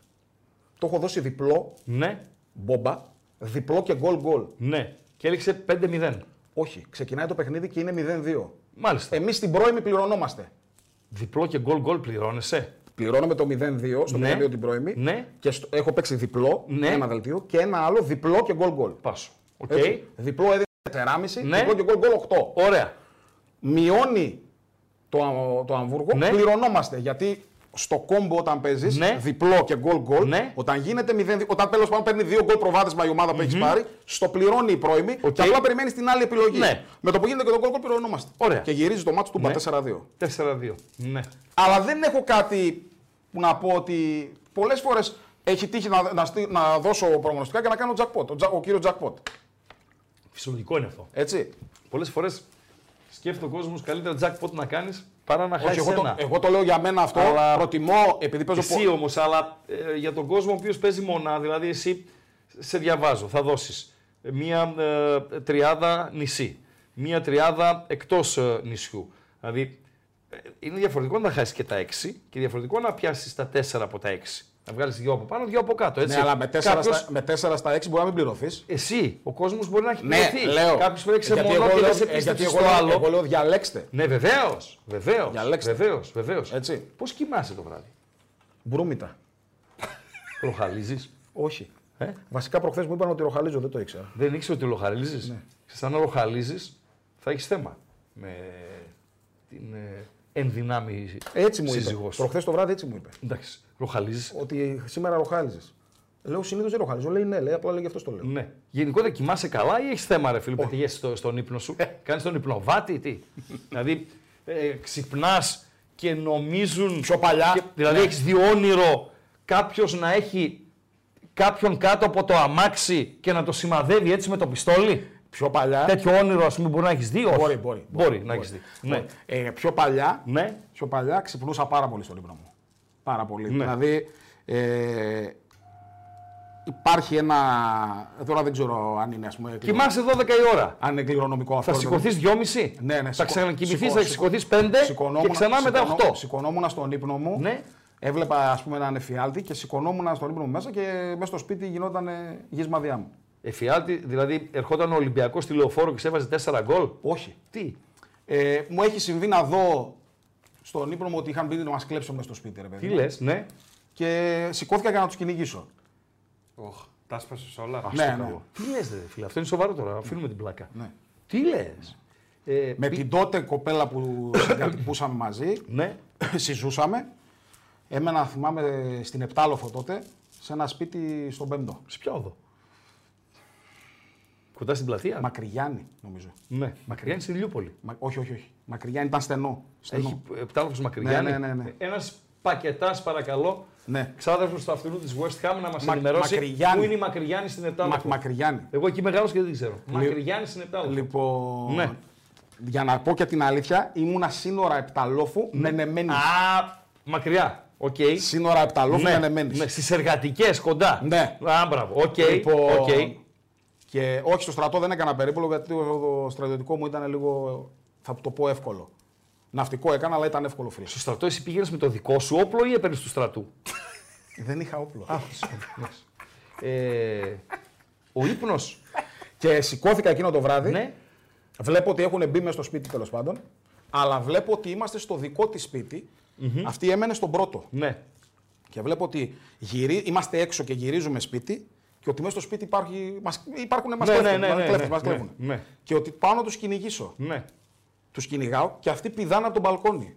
S4: Το έχω δώσει διπλό,
S3: ναι,
S4: μπόμπα, διπλό και γκολ γκολ.
S3: ναι. Και έληξε 5-0.
S4: Όχι, ξεκινάει το παιχνίδι και είναι 0-2.
S3: Μάλιστα.
S4: Εμείς στην πρώιμη πληρωνόμαστε.
S3: Διπλό και γκολ γκολ πληρώνεσαι.
S4: Πληρώνουμε το 0-2 στο
S3: Ναι.
S4: 0-2 την πρώιμη.
S3: Ναι.
S4: Και στο- έχω παίξει διπλό,
S3: Ναι.
S4: ένα δελτίο και ένα άλλο διπλό και γκολ γκολ.
S3: Πάσο. Οκ.
S4: Έτσι. Διπλό έδινε 4,5,
S3: Ναι.
S4: διπλό και γκολ γκολ 8.
S3: Ωραία.
S4: Μειώνει το, Α- το Αμβούργο,
S3: Ναι.
S4: πληρωνόμαστε. Γιατί στο κόμπο όταν παίζεις,
S3: Ναι.
S4: διπλό και γκολ γκολ,
S3: Ναι.
S4: όταν γίνεται 0, όταν τέλο πάντων παίρνει δύο γκολ προβάδισμα η ομάδα που έχεις πάρει, στο πληρώνει η πρώιμη
S3: Οκ.
S4: και απλά περιμένεις την άλλη επιλογή.
S3: Ναι.
S4: Με το που γίνεται και το γκολ γκολ πληρωνόμαστε.
S3: Ωραία.
S4: Και γυρίζει το μάτι του
S3: Ναι.
S4: μπα 4-2.
S3: 4-2. Ναι.
S4: Αλλά δεν έχω κάτι που να πω ότι πολλές φορές έχει τύχει να, να, στείλ- να δώσω προγνωστικά και να κάνω jackpot, ο, τζα- ο κύριο jackpot.
S3: Φυσιολογικό είναι αυτό.
S4: Έτσι.
S3: Πολλές φορές σκέφτεται ο κόσμος καλύτερα jackpot να κάνεις παρά να
S4: Όχι,
S3: χάσει
S4: εγώ, το, ε,
S3: ένα.
S4: εγώ το λέω για μένα αυτό.
S3: Αλλά-
S4: Προτιμώ επειδή παίζω Ναι,
S3: Εσύ όμως, αλλά ε, για τον κόσμο ο οποίος παίζει μόνα, δηλαδή εσύ σε διαβάζω, θα δώσεις μία ε, τριάδα νησί. μία τριάδα εκτός νησιού. Δηλαδή ε, είναι διαφορετικό να χάσεις και τα 6 και διαφορετικό να πιάσεις τα 4 από τα 6. Να βγάλεις δύο από πάνω, δύο από κάτω. Έτσι.
S4: Ναι, αλλά με 4,
S3: Κάποιος-
S4: στα, με 4 στα 6 μπορεί να μην πληρωθείς.
S3: Εσύ, ο κόσμος μπορεί να έχει
S4: Ναι,
S3: πληρωθεί.
S4: λέω.
S3: Κάποιος πρέπει να
S4: Γιατί εγώ
S3: ξεμονώσει και να
S4: λέω- ε,
S3: σε
S4: γιατί
S3: πίστεψε
S4: εγώ
S3: στο
S4: λέω-
S3: άλλο.
S4: Εγώ λέω διαλέξτε.
S3: Ναι, βεβαίως. Βεβαίως.
S4: Διαλέξτε.
S3: Βεβαίως. Βεβαίως.
S4: Έτσι.
S3: Πώς κοιμάσαι το βράδυ,
S4: Μπρούμητα.
S3: Ροχαλίζεις.
S4: Όχι.
S3: Ε?
S4: Βασικά προχθές μου είπαν ότι ροχαλίζω, δεν το ήξερα.
S3: Δεν ήξερε ότι ροχαλίζεις. Ναι. Σαν να ροχαλίζεις, θα έχεις θέμα με την ε, ενδυνάμει
S4: Έτσι μου είπε.
S3: σύζυγός σου.
S4: Προχθές το βράδυ έτσι μου είπε.
S3: Εντάξει, ροχαλίζεις.
S4: Ότι σήμερα ροχάλιζες. Λέω συνήθως δεν ροχαλίζω. Λέει ναι, λέει, απλά λέει γι' αυτό το λέω.
S3: Ναι. Γενικότερα κοιμάσαι καλά ή έχεις θέμα, ρε φίλε, που πετυχαίνει στο, στον ύπνο σου. Κάνεις τον υπνοβάτη, τι. δηλαδή ε, ξυπνάς και νομίζουν. Πιο παλιά. δηλαδή έχεις δει όνειρο κάποιος να έχει κάποιον κάτω από το αμάξι και να το σημαδεύει έτσι με το πιστόλι.
S4: Πιο παλιά.
S3: Τέτοιο όνειρο, ας πούμε, μπορεί να έχεις δει. όχι.
S4: Μπορεί, μπορεί,
S3: Μπορεί,
S4: μπορεί,
S3: να
S4: μπορεί.
S3: έχεις δει. Ναι.
S4: Ε, πιο παλιά.
S3: Ναι.
S4: Πιο παλιά ξυπνούσα πάρα πολύ στον ύπνο μου. Πάρα πολύ. Δηλαδή. Ε, υπάρχει ένα. Τώρα δεν ξέρω αν είναι ας πούμε. κληρονο-
S3: Κοιμάσαι 12 η ώρα.
S4: Αν είναι κληρονομικό αυτό.
S3: Θα σηκωθεί 2,5.
S4: Ναι, ναι,
S3: θα
S4: σηκω-
S3: ξανακοιμηθείς,
S4: σηκω-
S3: θα
S4: σηκω-
S3: σηκωθεί 5 και ξανά μετά 8.
S4: Ε, Σηκωνόμουν στον ύπνο μου.
S3: Ναι.
S4: Έβλεπα ας πούμε έναν εφιάλτη και σηκωνόμουν στον ύπνο μου μέσα και μέσα στο σπίτι γινόταν ε, γυσμαδιά μου.
S3: Εφιάλτη, δηλαδή ερχόταν ο Ολυμπιακός στη λεωφόρο και σε έβαζε 4 γκολ.
S4: Όχι.
S3: Τι.
S4: Ε, μου έχει συμβεί να δω στον ύπνο μου ότι είχαν πει να μας κλέψουν μέσα στο σπίτι, ρε παιδί.
S3: Τι
S4: μου.
S3: λες, ναι.
S4: Και σηκώθηκα για να τους κυνηγήσω.
S5: Οχ, τα σπάσες όλα.
S4: ναι, ναι.
S3: Καλό. Τι λες, ρε φίλε, αυτό είναι σοβαρό τώρα. Αφήνουμε την πλάκα.
S4: Ναι.
S3: Τι λες. Ε,
S4: Με
S3: πι-
S4: την τότε κοπέλα που συγκατοικούσαμε μαζί,
S3: Ναι.
S4: συζούσαμε. Έμενα, θυμάμαι, στην Επτάλοφο τότε, σε ένα σπίτι στον Πέμπτο.
S3: Σε ποια οδό. Κοντά στην πλατεία.
S4: Μακριγιάννη, νομίζω.
S3: Ναι, μακριά είναι στη Λιούπολη.
S4: Μα- όχι, όχι, όχι. Μακριγιάννη ήταν στενό. στενό.
S3: Έχει ε, επτάλοφο Μακρυγιάννη.
S4: Ναι, ναι, ναι, ναι.
S3: Ένας πακετάς, παρακαλώ.
S4: Ναι.
S3: Ξάδερφος του αυτού της West Ham να μας
S4: Μα-
S3: ενημερώσει.
S4: Μακρυγιάννη.
S3: Πού είναι η Μακρυγιάννη στην
S4: Μα,
S3: Επτάλοφο.
S4: Μακριγιάννη.
S3: Εγώ εκεί μεγάλος και δεν ξέρω. Μακρυγιάννη στην Επτάλοφο.
S4: Λοιπόν,
S3: Ναι.
S4: για να πω και την αλήθεια, ήμουνα σύνορα Επταλόφου με νεμένη.
S3: Ναι. Α, μακριά. Οκ.
S4: Σύνορα Επταλόφου με νεμένη.
S3: ναι. Στις εργατικές κοντά.
S4: Ναι.
S3: Α, μπράβο. Οκ.
S4: Λοιπόν,
S3: οκ.
S4: Και όχι, στο στρατό δεν έκανα περίπολο γιατί το στρατιωτικό μου ήταν λίγο, θα το πω εύκολο. Ναυτικό έκανα, αλλά ήταν εύκολο φρύ.
S3: Στο στρατό εσύ πήγαινες με το δικό σου όπλο ή έπαιρνες του στρατού.
S4: Δεν είχα όπλο.
S3: ε, ο ύπνος.
S4: Και σηκώθηκα εκείνο το βράδυ.
S3: ναι.
S4: Βλέπω ότι έχουν μπει μέσα στο σπίτι τέλος πάντων. Αλλά βλέπω ότι είμαστε στο δικό της σπιτι Αυτή έμενε στον πρώτο.
S3: Ναι.
S4: Και βλέπω ότι γυρί... είμαστε έξω και γυρίζουμε σπίτι και ότι μέσα στο σπίτι υπάρχει... μας... υπάρχουν μας
S3: Ναι,
S4: κλέβουν.
S3: ναι, ναι,
S4: μας
S3: ναι,
S4: κλέβουν,
S3: ναι,
S4: μας
S3: ναι,
S4: κλέβουν.
S3: ναι.
S4: Και ότι πάω να τους κυνηγήσω.
S3: Ναι.
S4: Τους κυνηγάω και αυτοί πηδάνε από τον μπαλκόνι.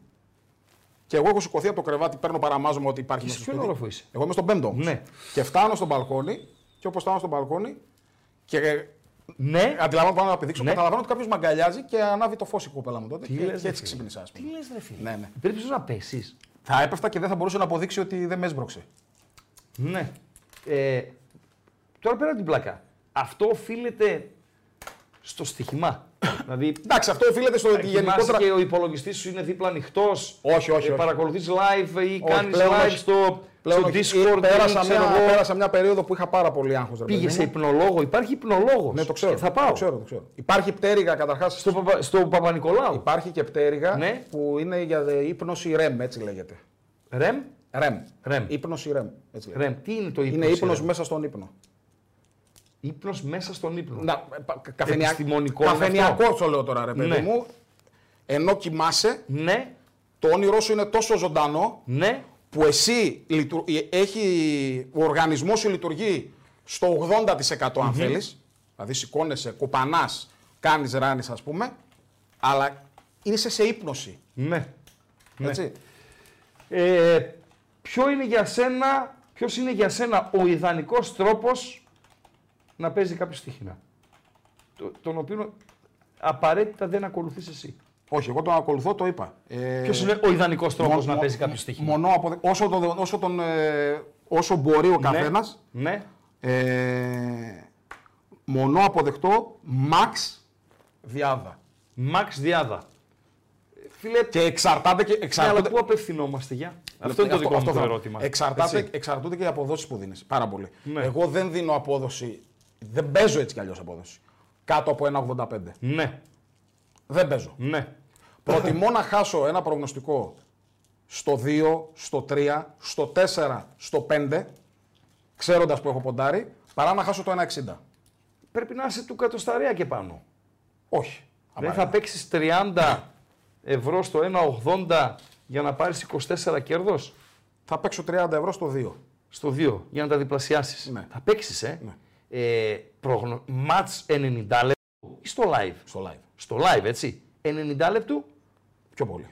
S4: Και εγώ έχω σηκωθεί από το κρεβάτι, παίρνω παραμάζωμα ότι υπάρχει μέσα
S3: σε
S4: στο
S3: ποιον
S4: σπίτι.
S3: όροφο είσαι?
S4: Εγώ είμαι στον πέμπτο όμως.
S3: Ναι.
S4: Και φτάνω στον μπαλκόνι και όπως φτάνω στον μπαλκόνι και ε,
S3: Ναι.
S4: αντιλαμβάνω πάνω να πηδήξω,
S3: Ναι.
S4: καταλαβαίνω ότι κάποιος με αγκαλιάζει και ανάβει το φως η κοπέλα μου τότε.
S3: Τι
S4: και,
S3: λες,
S4: και
S3: ρε φίλε.
S4: έτσι ξύπνησα, ας
S3: Τι
S4: πούμε.
S3: λες, ρε φίλε.
S4: Ναι, ναι.
S3: Περίπτωση να πέσεις.
S4: Θα έπεφτα και δεν θα μπορούσε να αποδείξει ότι δεν με έσπρωξε.
S3: Ναι. Ε, τώρα πέρα από την πλάκα. Αυτό οφείλεται στο στοιχημά. δηλαδή,
S4: Εντάξει, αυτό οφείλεται στο ότι γενικότερα.
S3: γενικότερα... και ο υπολογιστής σου είναι δίπλα ανοιχτός.
S4: Όχι, όχι, όχι.
S3: Παρακολουθείς live ή κάνεις
S4: πλέον
S3: live
S4: όχι.
S3: στο,
S4: Πλέον
S3: στο
S4: όχι. Ε,
S3: Discord.
S4: πέρασα,
S3: ή
S4: μια,
S3: ξέρω εγώ.
S4: πέρασα μια περίοδο που είχα πάρα πολύ άγχος.
S3: Πήγε σε υπνολόγο. Υπάρχει υπνολόγος.
S4: Ναι, το ξέρω.
S3: Θα πάω.
S4: Το ξέρω, το ξέρω. Υπάρχει πτέρυγα καταρχάς.
S3: Στο, Παπα... στο Παπα-Νικολάου.
S4: Υπάρχει και πτέρυγα
S3: Ναι.
S4: που είναι για δε- ύπνοση REM, έτσι λέγεται.
S3: Ρεμ.
S4: REM.
S3: REM.
S4: Ύπνοση REM. Έτσι λέγεται.
S3: Ρεμ. Τι είναι το ύπνο.
S4: Είναι ύπνος μέσα στον ύπνο.
S3: Ύπνο μέσα στον ύπνο.
S4: Να, ε, πα- κα- καφενειακ-
S3: Επιστημονικό είναι
S4: Καφενειακό το λέω τώρα, ρε παιδί
S3: Ναι.
S4: μου. Ενώ κοιμάσαι,
S3: Ναι,
S4: το όνειρό σου είναι τόσο ζωντανό
S3: ναι.
S4: που εσύ λειτου- ε, έχει, ο οργανισμός σου λειτουργεί στο 80% αν θέλεις, δηλαδή σηκώνεσαι, κοπανάς, κάνεις ράνεις ας πούμε, αλλά είσαι σε ύπνωση,
S3: ναι.
S4: έτσι.
S3: Ε, ποιο είναι για σένα, ποιος είναι για σένα ο ιδανικός τρόπος να παίζει κάποιο στοίχημα. Το, τον οποίο απαραίτητα δεν ακολουθείς εσύ.
S4: Όχι, εγώ τον ακολουθώ, το είπα. Ε,
S3: Ποιος είναι ο ιδανικός τρόπος
S4: μο-
S3: να
S4: μο-
S3: παίζει κάποιο στοίχημα.
S4: Μονό από, όσο, τον, όσο, τον, ε, όσο μπορεί ο καθένας,
S3: Ναι,
S4: ε, μονό αποδεκτό, max διάδα.
S3: Μαξ Διάδα. Ε, Φίλε,
S4: Και εξαρτάται και
S3: ναι, αλλά
S4: εξαρτάται,
S3: πού απευθυνόμαστε για. Αυτό είναι το δικό μου το
S4: θα-
S3: ερώτημα.
S4: Εξαρτάται,
S3: Έτσι.
S4: εξαρτούνται και οι αποδόσεις που δίνεις. Πάρα πολύ.
S3: Ναι.
S4: Εγώ δεν δίνω απόδοση. Δεν παίζω έτσι κι αλλιώς απόδοση. Κάτω από 1,85.
S3: Ναι.
S4: Δεν παίζω.
S3: Ναι.
S4: Προτιμώ να χάσω ένα προγνωστικό στο 2, στο 3, στο 4, στο 5, ξέροντας που έχω ποντάρει, παρά να χάσω το 1,60.
S3: Πρέπει να είσαι του κατοσταρία και πάνω.
S4: Όχι.
S3: Δεν θα παίξεις 30 ευρώ στο 1,80 για να πάρεις 24 κέρδος
S4: Θα παίξω 30 ευρώ στο 2.
S3: στο 2 για να τα διπλασιάσεις.
S4: Ναι.
S3: Θα παίξεις, ε. ε προγνω... Μάτς 90 λεπτού ή στο live.
S4: Στο live.
S3: Στο live, έτσι. 90 λεπτού,
S4: Πιο πολύ.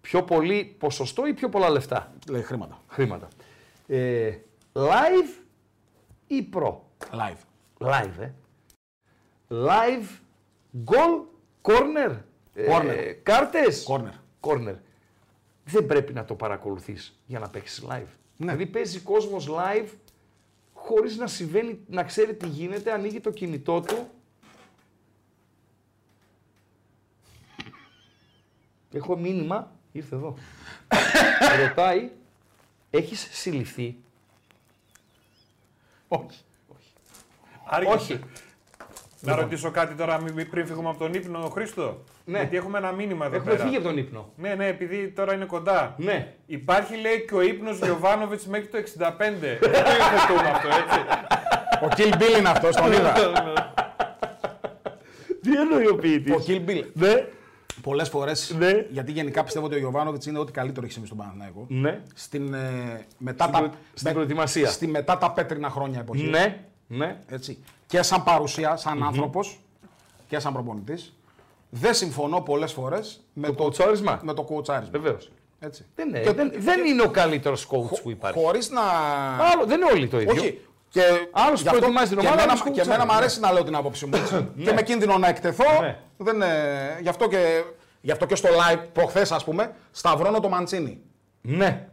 S3: πιο πολύ ποσοστό ή πιο πολλά λεφτά.
S4: Λέει χρήματα.
S3: Χρήματα. Ε, live ή pro.
S4: Live.
S3: Live, ε. Live, goal, corner.
S4: Corner.
S3: Ε, κάρτες.
S4: Corner.
S3: Corner. Δεν πρέπει να το παρακολουθείς για να παίξεις
S4: Ναι.
S3: live. Δηλαδή παίζει κόσμος live χωρίς να συμβαίνει, να ξέρει τι γίνεται, ανοίγει το κινητό του. Έχω μήνυμα, ήρθε εδώ. Ρωτάει, έχεις συλληφθεί.
S5: Άργησε.
S3: Όχι.
S5: Να ρωτήσω κάτι τώρα μην- πριν φύγουμε από τον ύπνο, Χρήστο.
S3: Ναι.
S5: Γιατί έχουμε ένα μήνυμα εδώ
S3: Έχουμε
S5: πέρα.
S3: φύγει από τον ύπνο.
S5: Ναι, ναι, επειδή τώρα είναι κοντά.
S3: Ναι.
S5: Υπάρχει λέει και ο ύπνος Γιωβάνοβιτ μέχρι το 65. Δεν το υιοθετούμε αυτό, έτσι.
S4: Ο Kill Bill είναι αυτός, τον είδα.
S3: Ναι. Τι εννοεί ο ποιητής.
S4: Ο Kill Bill.
S3: Ναι.
S4: Πολλές φορές.
S3: Ναι.
S4: Γιατί γενικά πιστεύω ότι ο Γιωβάνοβιτ είναι ό,τι καλύτερο έχει συμβεί στον Παναθηναϊκό.
S3: Ναι.
S4: Στην, ε, μετά
S3: Στην
S4: τα,
S3: προ- στην προετοιμασία.
S4: Στη μετά τα πέτρινα χρόνια εποχή.
S3: Ναι. Ναι.
S4: Έτσι. Και σαν παρουσία, σαν άνθρωπος και σαν προπονητής, Δεν συμφωνώ πολλές φορές με το,
S3: κουτσόρισμα.
S4: Με το κουτσάρισμα.
S3: Βεβαίως.
S4: Έτσι.
S3: Δεν, είναι- δεν, δεν είναι ο καλύτερος coach που υπάρχει.
S4: Χωρίς να.
S3: Άλλο, δεν είναι όλοι το ίδιο.
S4: Όχι. Και
S3: Άλλος
S4: γι' αυτό
S3: προετοιμάζει την
S4: και
S3: ομάδα,
S4: εμένα-
S3: άλλος
S4: Και εμένα
S3: κουτσάρει.
S4: μου αρέσει να λέω την άποψή μου. έτσι. και με κίνδυνο να εκτεθώ.
S3: Ναι.
S4: Δεν, ε, γι, αυτό και, γι' αυτό και στο live προχθές, ας πούμε, σταυρώνω το Μαντσίνη
S3: Ναι,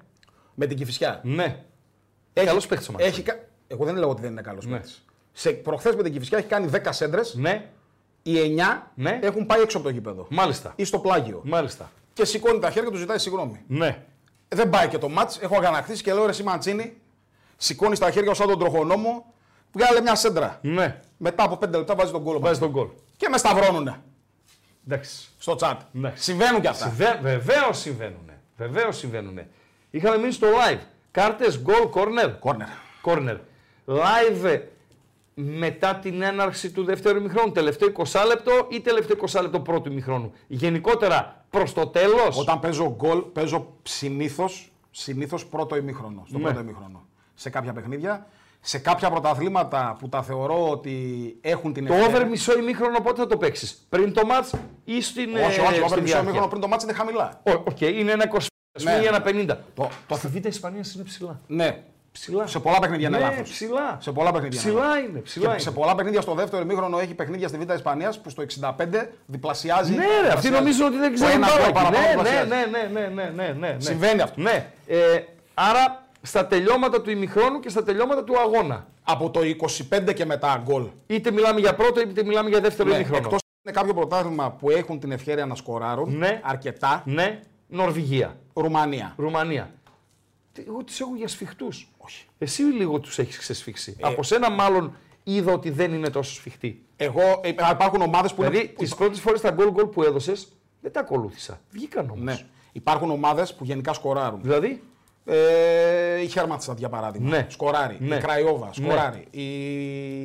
S4: με την Κυφυσιά.
S3: ναι. Έχει, Καλός παίχτης ο Μαντσίνη.
S4: Έχει, κα- εγώ δεν λέω ότι δεν είναι καλός
S3: Ναι.
S4: παίκτης. Σε προχθές με την Κυφυσιά έχει κάνει 10 σέντρες.
S3: Ναι,
S4: Οι 9
S3: Ναι.
S4: έχουν πάει έξω από το γήπεδο.
S3: μάλιστα.
S4: Ή στο πλάγιο.
S3: Μάλιστα.
S4: Και σηκώνει τα χέρια και του ζητάει συγγνώμη. Ε,
S3: Ναι.
S4: Δεν πάει και το μάτ. Έχω αγανακτήσει και λέω ρε εσύ Μαντσίνη, σηκώνεις τα χέρια σαν τον τροχονόμο, βγάλε μια σέντρα.
S3: Ναι.
S4: Μετά από 5 λεπτά βάζει τον κόλλο.
S3: Βάζει τον κόλ.
S4: Και με σταυρώνουνε
S3: Εντάξει.
S4: στο τσάτ.
S3: Ναι.
S4: Συμβαίνουν κι αυτά.
S3: Δε, Βεβαίω συμβαίνουν. Βεβαίω συμβαίνουν. Είχαμε μείνει στο live. Κάρτες, goal, corner.
S4: Κόρνερ.
S3: Corner. Live ε, μετά την έναρξη του δεύτερου ημιχρόνου. Τελευταίο 20 λεπτό ή τελευταίο 20 λεπτό πρώτου ημιχρόνου. Γενικότερα προς το τέλος.
S4: Όταν παίζω γκολ, παίζω συνήθως συνήθως πρώτο ημίχρονο.
S3: Ναι.
S4: Στο πρώτο ημίχρονο. Σε κάποια παιχνίδια. Σε κάποια πρωταθλήματα που τα θεωρώ ότι έχουν την
S3: Το over μισό ημίχρονο πότε θα το παίξεις. Πριν το match ή στην. ε,
S4: Όχι, όχι,
S3: στην
S4: το over μισό
S3: διάρκεια.
S4: ημίχρονο πριν το μάτς είναι χαμηλά.
S3: Ω, Οκ, είναι ένα 20
S4: Ναι.
S3: ή ένα 50.
S4: Το-
S3: Το Β' Ισπανία είναι ψηλά.
S4: Ναι.
S3: Ψηλά.
S4: Σε πολλά παιχνίδια είναι
S3: ναι,
S4: λάθος.
S3: ψηλά.
S4: Σε πολλά παιχνίδια είναι
S3: Ψηλά είναι. Ψηλά
S4: Και σε
S3: είναι.
S4: πολλά παιχνίδια στο δεύτερο ημίχρονο έχει παιχνίδια στη Β' Ισπανίας που στο 65 διπλασιάζει.
S3: Ναι, ρε, αυτοί
S4: διπλασιάζει.
S3: νομίζουν ότι δεν
S4: Το
S3: ξέρουν
S4: ένα γκολ
S3: μπάλα.
S4: παραπάνω
S3: Ναι, ναι,
S4: διπλασιάζει.
S3: ναι, ναι, ναι, ναι, ναι, ναι, ναι.
S4: Συμβαίνει αυτό.
S3: Ναι. Ε, άρα στα τελειώματα του ημιχρόνου και στα τελειώματα του αγώνα.
S4: Από το 25 και μετά γκολ.
S3: Είτε μιλάμε για πρώτο είτε μιλάμε για δεύτερο
S4: Ναι,
S3: ημιχρόνο.
S4: Εκτός είναι κάποιο πρωτάθλημα που έχουν την ευχαίρεια να σκοράρουν
S3: Ναι.
S4: αρκετά.
S3: Ναι, Νορβηγία,
S4: Ρουμανία.
S3: Ρουμανία. Τι- Εγώ τους έχω για σφιχτούς. Όχι. Εσύ λίγο τους έχεις ξεσφίξει.
S4: Ε.
S3: Από σένα, μάλλον είδα ότι δεν είναι τόσο σφιχτή.
S4: Εγώ, ε, υπάρχουν ομάδες που.
S3: Δηλαδή,
S4: είναι-
S3: τις πρώτες φορές τα γκολ γκολ που έδωσες δεν τα ακολούθησα. Βγήκαν όμως.
S4: Ναι. Υπάρχουν ομάδες που γενικά σκοράρουν.
S3: Δηλαδή,
S4: Ε, η Χέρματστα για παράδειγμα.
S3: Ναι.
S4: Σκοράρει.
S3: Ναι.
S4: Η Κραϊόβα σκοράρει. Η,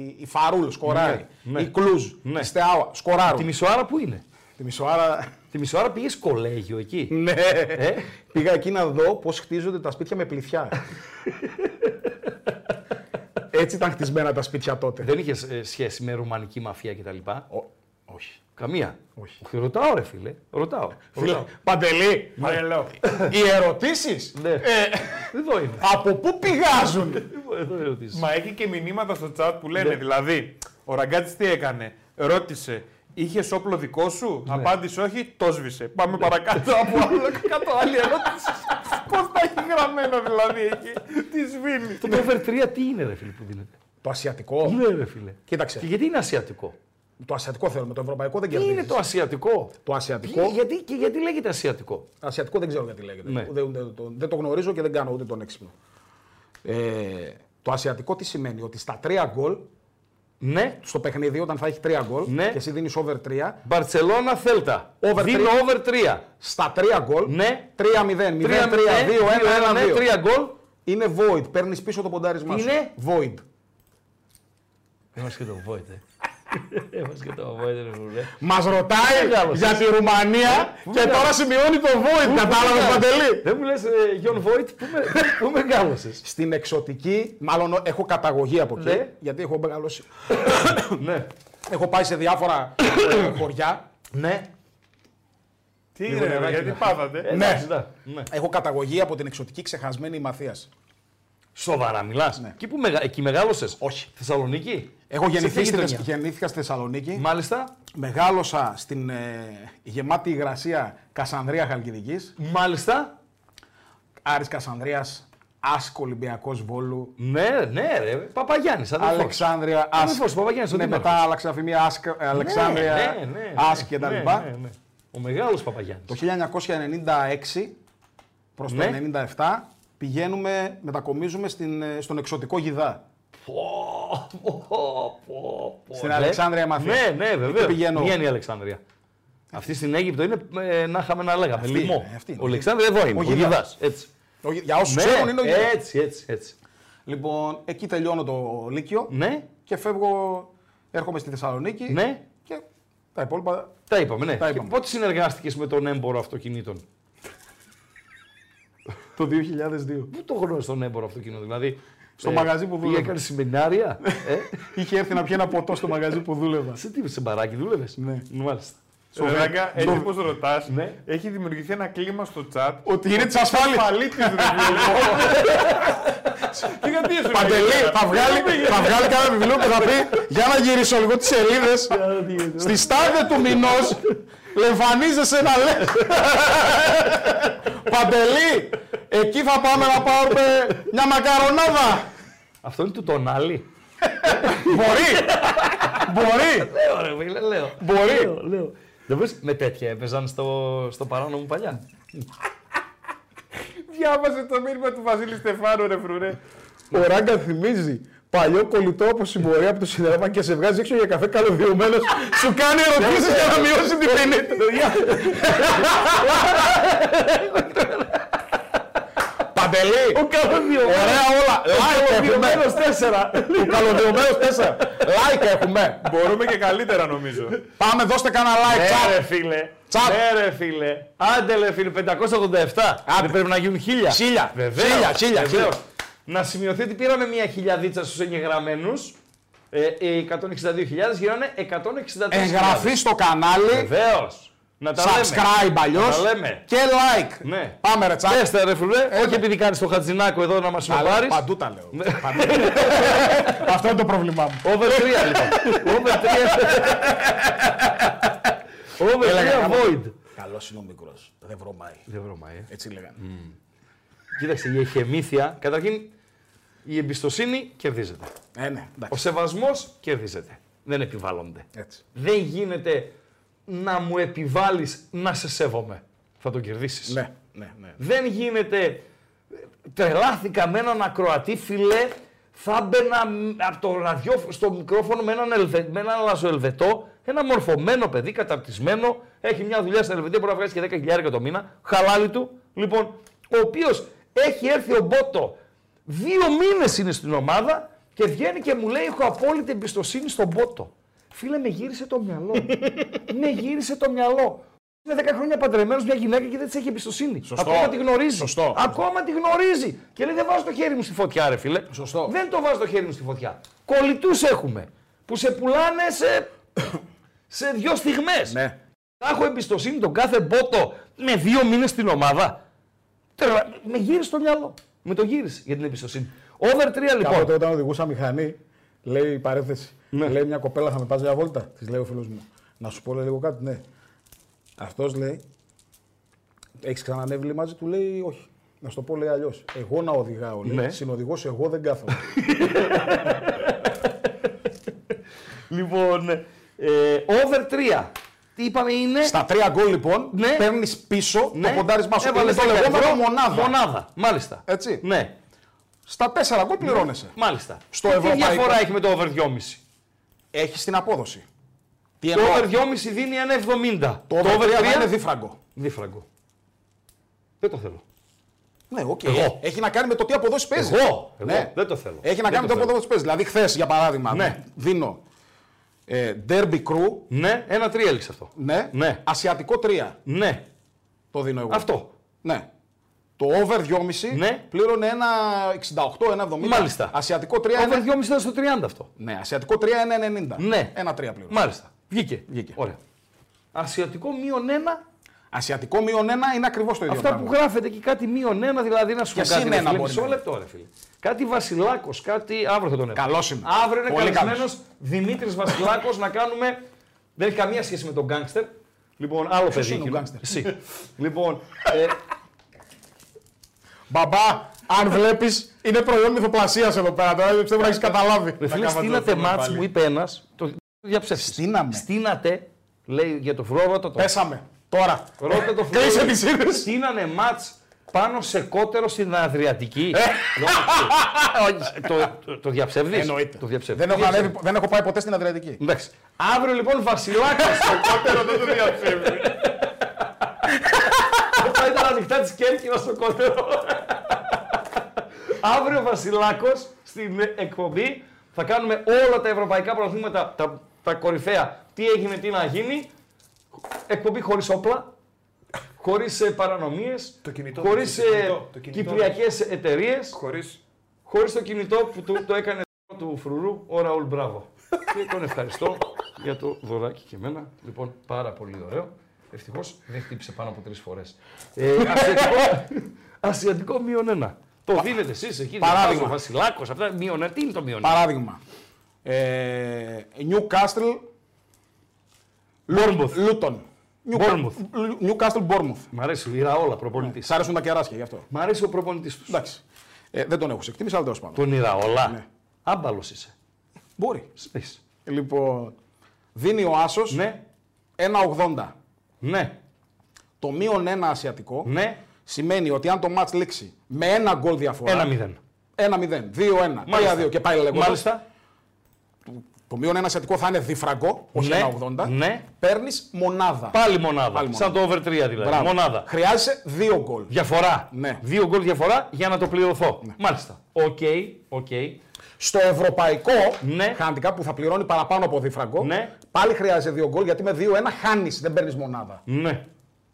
S4: η Φαρούλ σκοράρει.
S3: Ναι.
S4: Η Κλουζ.
S3: Ναι.
S4: Η Στεάουα σκοράρουν.
S3: τη μισοάρα που είναι.
S4: Τη Μισοάρα.
S3: Τη μισοάρα πήγες κολέγιο εκεί.
S4: Ναι.
S3: Ε,
S4: Πήγα εκεί να δω πώς χτίζονται τα σπίτια με πληθιά. Έτσι ήταν χτισμένα τα σπίτια τότε.
S3: δεν είχες σχέση με ρουμανική μαφία κτλ.
S4: Ο- όχι.
S3: Καμία. Όχι. Ρωτάω, ρε φίλε. Ρωτάω. Ρωτάω.
S4: Παντελή,
S5: Παρελώ.
S4: οι ερωτήσεις
S3: Ναι.
S5: Ε.
S3: Εδώ είναι.
S4: από πού πηγάζουν.
S3: Εδώ είναι ερωτήσεις.
S5: Μα έχει και μηνύματα στο chat που
S4: Ναι.
S5: λένε, δηλαδή, ο Ραγκάτση τι έκανε. Ρώτησε, είχες όπλο δικό σου.
S4: Ναι.
S5: Απάντησε όχι, το σβήσε. Πάμε παρακάτω από άλλο κάτω άλλη ερώτηση. Πώς τα έχει γραμμένο δηλαδή εκεί. Τι σβήνει.
S3: Το over 3 τι είναι, ρε φίλε, που δίνεται.
S4: Το ασιατικό.
S3: Ναι, ρε φίλε.
S4: Κοίταξε.
S3: Και γιατί είναι ασιατικό.
S4: Το ασιατικό θέλουμε, το ευρωπαϊκό δεν
S3: Τι
S4: κερδίζεις.
S3: είναι το ασιατικό.
S4: Το
S3: Ποιο-
S4: ασιατικό.
S3: Γιατί, και γιατί λέγεται ασιατικό.
S4: Ασιατικό δεν ξέρω γιατί λέγεται.
S3: Ναι.
S4: Δεν, δεν το, δεν το γνωρίζω και δεν κάνω ούτε τον έξυπνο. Ε, το ασιατικό τι σημαίνει, ότι στα τρία γκολ
S3: Ναι.
S4: στο παιχνίδι όταν θα έχει 3 γκολ
S3: Ναι.
S4: και εσύ δίνεις over 3.
S3: Μπαρσελόνα Θέλτα.
S4: Over
S3: Δίνω
S4: τρία.
S3: over 3.
S4: Στα 3 γκολ.
S3: Ναι.
S4: 3-0, 0-3, 2-1,
S3: 3
S4: 1-2.
S3: ναι, γκολ.
S4: Είναι void. Παίρνεις πίσω το ποντάρισμά
S3: Τι
S4: σου.
S3: είναι?
S4: Void.
S3: Είμαστε Ε, και το Βόιτε. Είμαστε και το Βόιτε, ρε φίλε.
S7: Μας ρωτάει
S3: Μεγάλος.
S7: για τη
S3: Ε,
S7: Ρουμανία και τώρα σημειώνει το void. Κατάλαβε παντελή.
S3: Δεν μου λες, Γιον Βόιτ, πού με, πού με κάλεσες.
S4: Στην εξωτική, μάλλον έχω καταγωγή από εκεί,
S3: Ναι.
S4: γιατί έχω μεγαλώσει.
S3: ναι.
S4: Έχω πάει σε διάφορα ε, χωριά.
S3: Ναι.
S5: Τι είναι, ρε, γιατί
S4: Ε,
S5: πάθατε.
S3: Εντάξει, τα. ναι.
S4: Έχω καταγωγή από την εξωτική ξεχασμένη Μαθίας.
S3: Σοβαρά μιλάς.
S4: Ναι.
S3: Εκεί, που μεγα... εκεί μεγάλωσες. Όχι. Θεσσαλονίκη.
S4: Έχω γεννηθεί
S3: ποια
S4: στη,
S3: γειτονιά?
S4: γεννήθηκα στη Θεσσαλονίκη.
S3: Μάλιστα.
S4: Μεγάλωσα στην ε, γεμάτη υγρασία Κασανδρία Χαλκιδικής.
S3: Μάλιστα.
S4: Άρης Κασανδρίας, Άσκο Ολυμπιακός Βόλου.
S3: Ναι, ναι, ρε. Παπαγιάννης.
S4: Αλεξάνδρεια, Άσκ.
S3: Αδερφός, Παπαγιάννης, ο
S4: Ναι,
S3: δήμαρχος.
S4: μετά άλλαξε αφημία Άσκ, ε, Αλεξάνδρεια,
S3: ναι, ναι, ναι.
S4: Άσκ και τα
S3: Ναι,
S4: λοιπά.
S3: ναι, ναι. Ο μεγάλος Παπαγιάννης.
S4: Το 1996 προς
S3: Ναι.
S4: το 97 πηγαίνουμε, μετακομίζουμε στην, ε, στον εξωτικό Γιδά. Στην Αλεξάνδρεια Μαθή.
S3: Ναι, ναι, βεβαίως.
S4: πηγαίνω. Ε,
S3: Βγαίνει η Αλεξάνδρεια. Αυτή στην Αίγυπτο είναι ε, να είχαμε να λέγαμε.
S4: Αυτή
S3: λιμό.
S4: είναι, αυτή είναι.
S3: Ο Αλεξάνδρεια εδώ είναι. Ο,
S4: Γιδάς.
S3: Γιδάς, Έτσι.
S4: Ο Γι- Για όσους
S3: Ναι,
S4: ξέρουν είναι ο Γιδάς.
S3: έτσι, έτσι, έτσι.
S4: Λοιπόν, εκεί τελειώνω το Λύκειο
S3: Ναι,
S4: και φεύγω, έρχομαι στη Θεσσαλονίκη
S3: ναι,
S4: και τα υπόλοιπα
S3: τα είπαμε. Ναι.
S4: Τα
S3: Και
S4: είπαμε.
S3: πότε συνεργάστηκες με τον έμπορο αυτοκινήτων.
S4: το 2002.
S3: Πού το γνώρισε τον έμπορο αυτοκινήτων, δηλαδή.
S4: Στο μαγαζί που δούλευα.
S3: Έκανε σεμινάρια.
S4: Ναι.
S3: ε,
S4: ε, Είχε έρθει να πιει ένα ποτό στο μαγαζί που δούλευα.
S3: σε τι, σε μπαράκι δούλευες.
S4: Ναι.
S3: Μάλιστα.
S5: Ρε, Ράγκα, έτσι όπως ρωτάς,
S3: Ναι.
S5: έχει δημιουργηθεί ένα κλίμα στο chat.
S4: Ότι είναι της ασφάλειας.
S5: Παλίτη ρε φίλε. Τι γιατί σου
S7: Παντελή, θα βγάλει, θα βγάλει κάνα βιβλίο που θα πει Για να γυρίσω λίγο τις σελίδες. Στη στάδια του μηνός λεμφανίζεσαι να λες. Παντελή, εκεί θα πάμε να πάρουμε μια μακαρονάδα.
S3: Αυτό είναι του τον άλλη.
S7: Μπορεί. Μπορεί.
S3: Λέω ρε φίλε, λέω. Μπορεί. Λέω. Δεν μπορείς- με τέτοια έπαιζαν στο, στο παράνομο παλιά.
S5: Διάβασε το μήνυμα του Βασίλη Στεφάνου, ρε φρουρέ.
S7: Ο Ράγκα θυμίζει παλιό κολλητό από συμπορία από το σιδεραμά και σε βγάζει έξω για καφέ καλωδιωμένος. Σου κάνει ερωτήσεις για να μειώσει την ποινή του. Παντελή,
S3: Ο καλωδιωμένος.
S7: ωραία όλα. Like έχουμε.
S3: τέσσερα.
S7: Ο καλωδιωμένος 4. Like έχουμε.
S5: Μπορούμε και καλύτερα νομίζω.
S7: Πάμε, δώστε κάνα
S4: Ε,
S7: like.
S3: Τσάπ.
S5: Ναι, ρε φίλε.
S7: Τσάπ.
S5: Ναι, ρε φίλε.
S3: Άντε ρε φίλε, 587. Άντε πρέπει να γίνουν χίλια.
S7: Χίλια.
S3: Βεβαίως.
S7: Χίλια, χίλια,
S3: Βεβαίως.
S7: χίλια.
S3: Να σημειωθεί ότι πήραμε μια χιλιαδίτσα στους εγγεγραμμένους. Ε, ε, 162.000 γίνανε 163.000.
S4: Εγγραφή στο κανάλι,
S3: Βεβαίως. Να Ναι. τα λέμε.
S4: subscribe αλλιώς
S3: Να τα λέμε.
S4: και like.
S3: Ναι.
S4: Πάμε ρε τσάκ.
S3: Πέστε ρε φουλέ, όχι επειδή κάνεις το χατζινάκο εδώ να μας
S4: Τα λέω,
S3: σιωπάρεις.
S4: Παντού τα λέω.
S3: Ναι.
S7: Αυτό είναι το πρόβλημά μου.
S3: Over 3 λοιπόν. Over 3. Over 3 void.
S4: Καλός είναι ο μικρός. Δεν βρωμάει.
S3: Δεν βρωμάει. ε.
S4: Έτσι λέγανε.
S3: Κοίταξε, η εχεμήθεια, καταρχήν η εμπιστοσύνη κερδίζεται.
S4: Ε, ναι,
S3: Ο
S4: εντάξει.
S3: σεβασμός κερδίζεται. Δεν επιβάλλονται.
S4: Έτσι.
S3: Δεν γίνεται να μου επιβάλλεις να σε σέβομαι. Θα τον κερδίσεις.
S4: Ναι, ναι, ναι.
S3: Δεν γίνεται. Τρελάθηκα με έναν ακροατή, φιλέ. Θα μπαίνα από το ραδιόφωνο στο μικρόφωνο με έναν, ελβε, με έναν λαζοελβετό, ένα μορφωμένο παιδί, καταρτισμένο. Έχει μια δουλειά στην Ελβετία, μπορεί να βγάζει και 10.000 το μήνα. Χαλάλι του. Λοιπόν, ο οποίος έχει έρθει ο Μπότο. Δύο μήνες είναι στην ομάδα και βγαίνει και μου λέει: Έχω απόλυτη εμπιστοσύνη στον Μπότο. Φίλε, με γύρισε το μυαλό. με γύρισε το μυαλό. Είναι 10 χρόνια παντρεμένος μια γυναίκα και δεν της έχει εμπιστοσύνη. Ακόμα τη γνωρίζει.
S4: Σωστό.
S3: Ακόμα τη γνωρίζει. Και λέει: Δεν βάζω το χέρι μου στη φωτιά, ρε φίλε.
S4: Σωστό.
S3: Δεν το βάζω το χέρι μου στη φωτιά. Κολλητούς έχουμε που σε πουλάνε σε, σε δύο στιγμές.
S4: Ναι.
S3: Θα έχω εμπιστοσύνη τον κάθε μπότο με δύο μήνες στην ομάδα. Τρελα... Με γύρισε το μυαλό. Με το γύρισε για την εμπιστοσύνη. Over 3 λοιπόν. Ναι.
S7: Κάποτε όταν οδηγούσα μηχανή, λέει η παρένθεση. Λέει μια κοπέλα, θα με πας μια βόλτα. Της λέει ο φίλος μου. Να σου πω λέει, λίγο κάτι, ναι. Αυτός λέει. Έχεις ξανανεύει λέει, μαζί του, λέει όχι. Να σου το πω λέει αλλιώς. Εγώ να οδηγάω. Λέει.
S3: Ναι.
S7: Συνοδηγός εγώ δεν κάθομαι.
S3: Λοιπόν, ε, over 3. Τι είπαμε είναι.
S4: Στα τρία γκολ λοιπόν
S3: Ναι.
S4: παίρνεις πίσω το ποντάρισμά σου.
S3: Έβαλες
S4: Είναι το
S3: 10
S4: λεγόμενο
S3: ευρώ.
S4: μονάδα.
S3: Μονάδα, μάλιστα.
S4: Έτσι.
S3: Ναι,
S4: Στα τέσσερα γκολ πληρώνεσαι.
S3: μάλιστα.
S4: Στο
S3: Και Τι
S4: ευρωπαϊκό.
S3: διαφορά έχει με το over 2,5.
S4: έχεις την απόδοση. Τι
S3: Το
S4: εννοώ.
S3: over 2,5 δίνει 1,70.
S4: Το over 3
S3: τρία-
S4: είναι δίφραγκο.
S3: δίφραγκο. Δεν το θέλω.
S4: Ναι, οκ.
S3: Εγώ.
S4: Έχει να κάνει με το τι αποδόσεις παίζεις.
S3: Εγώ.
S4: Ναι.
S3: Δεν το θέλω.
S4: Έχει να
S3: Δεν
S4: κάνει με
S3: το
S4: το αποδόσεις παίζεις. Δηλαδή, χθες για παράδειγμα,
S3: Ναι.
S4: δίνω ε, Derby Crew,
S3: Ναι, ένα τρία έλειξε αυτό.
S4: ναι,
S3: Ναι.
S4: Ασιατικό 3.
S3: Ναι,
S4: Το δίνω εγώ.
S3: αυτό.
S4: Ναι. Το over 2,5
S3: Ναι.
S4: πλήρωνε ένα 68, ένα 70.
S3: Μάλιστα.
S4: Ασιατικό 3
S3: Over
S4: είναι.
S3: 2,5 ήταν στο 30 αυτό.
S4: Ναι, ασιατικό 3 είναι 90.
S3: Ναι.
S4: Ένα 3 πλήρωνε.
S3: Μάλιστα. Βγήκε.
S4: Βγήκε.
S3: Ωραία. Ασιατικό μείον ένα.
S4: Ασιατικό μείον 1 είναι ακριβώς το ίδιο.
S3: Αυτά που
S4: πράγμα.
S3: γράφεται εκεί κάτι μείον ένα, δηλαδή να σου
S4: Και
S3: πω κάτι.
S4: συν
S3: ρε
S4: ένα
S3: φίλε,
S4: μπορεί
S3: μισό
S4: να
S3: λεπτό, ρε φίλε. Κάτι Βασιλάκος, κάτι. Αύριο θα τον έχω.
S4: Καλός είναι.
S3: Αύριο είναι
S4: Πολύ
S3: καλεσμένος Δημήτρης Βασιλάκος να κάνουμε. Δεν έχει καμία σχέση με τον γκάγκστερ. Λοιπόν, άλλο παιδί.
S4: είναι ο
S3: εκείνο.
S4: γκάγκστερ?
S3: Εσύ. λοιπόν, ε,
S6: Μπαμπά, αν βλέπεις, είναι προϊόν ηθοπλασία εδώ πέρα. Τώρα πιστεύω να έχει καταλάβει.
S3: Ρε φίλε,
S5: κάμα
S3: στείνατε
S5: το θέμα
S3: μάτς,
S5: πάλι.
S3: μου είπε ένας. Το διαψεύσει.
S4: Στείναμε.
S3: Στείνατε, λέει για το φρόβατο. Το...
S6: Πέσαμε. Τώρα.
S3: Ρώτα το φρόβατο.
S6: Κλείσε τις σύνδεση.
S3: Στείνανε μάτς πάνω σε κότερο στην Αδριατική.
S4: Ε.
S3: Λόγω του. το, το, το διαψεύδεις. Εννοείται. Το διαψεύδεις.
S4: Δεν έχω, ανέβει- δεν έχω πάει ποτέ στην Αδριατική.
S3: Εντάξει. Αύριο λοιπόν Βασιλάκος.
S5: Κότερο δεν το διαψεύδει.
S3: Αυτά ήταν ανοιχτά τη Κέρκυρα στο κότερο. Αύριο Βασιλάκος στην εκπομπή θα κάνουμε όλα τα ευρωπαϊκά προαθλήματα, τα, τα κορυφαία. Τι έγινε, τι να γίνει. Εκπομπή χωρίς όπλα. ε, Χωρί παρανομίες.
S5: Το κινητό,
S3: Χωρί
S5: το κινητό, το κινητό.
S3: κυπριακές εταιρείες.
S5: Χωρίς.
S3: Χωρίς το κινητό που του- το έκανε του φρουρού, ο Ραούλ Μπράβο. και τον ευχαριστώ για το δωράκι και εμένα. Λοιπόν, πάρα πολύ ωραίο. Ευτυχώς δεν χτύπησε πάνω από τρεις φορές. Ε, ασιατικό, ασιατικό μείον ένα. Το δίνετε εσείς εκεί. Παράδειγμα. Ο Βασιλάκος, αυτά μείον ένα. Τι είναι το μείον ένα.
S4: Παράδειγμα. Ε, Newcastle Bournemouth. Luton.
S3: Bournemouth.
S4: Newcastle Bournemouth.
S3: Μ' αρέσει η Ραόλα προπονητής.
S4: Σ' άρεσαν τα κεράσια γι' αυτό.
S3: Μ' αρέσει ο προπονητής τους.
S4: Εντάξει. Ε, δεν τον έχω σε εκτίμηση, αλλά τέλος πάντων.
S3: Τον Ραόλα. Ναι. Άμπαλος είσαι.
S4: Μπορεί.
S3: Σπείς.
S4: Λοιπόν, δίνει ο Άσος
S3: Ναι,
S4: 1,80.
S3: ναι,
S4: Το μείον ένα ασιατικό
S3: ναι.
S4: σημαίνει ότι αν το match λήξει με ένα γκολ διαφορά.
S3: Ένα μηδέν.
S4: 1-0, 2-1, 3-2 και πάει λέγοντα.
S3: Μάλιστα.
S4: Το μείον ένα ασιατικό θα είναι διφραγκό, όχι
S3: Ναι.
S4: 1,80.
S3: Ναι.
S4: Παίρνεις μονάδα.
S3: Πάλι μονάδα.
S4: Πάλι
S3: Σαν το over 3 δηλαδή.
S4: Μπράβο.
S3: Μονάδα.
S4: Χρειάζεσαι δύο γκολ.
S3: Διαφορά.
S4: Ναι.
S3: Δύο γκολ διαφορά για να το πληρωθώ. Μάλιστα. Οκ, οκ.
S4: Στο ευρωπαϊκό
S3: Ναι.
S4: handicap που θα πληρώνει παραπάνω από δίφραγκο,
S3: Ναι.
S4: πάλι χρειάζεσαι δύο γκολ γιατί με 2-1 χάνεις, δεν παίρνεις μονάδα.
S3: Ναι.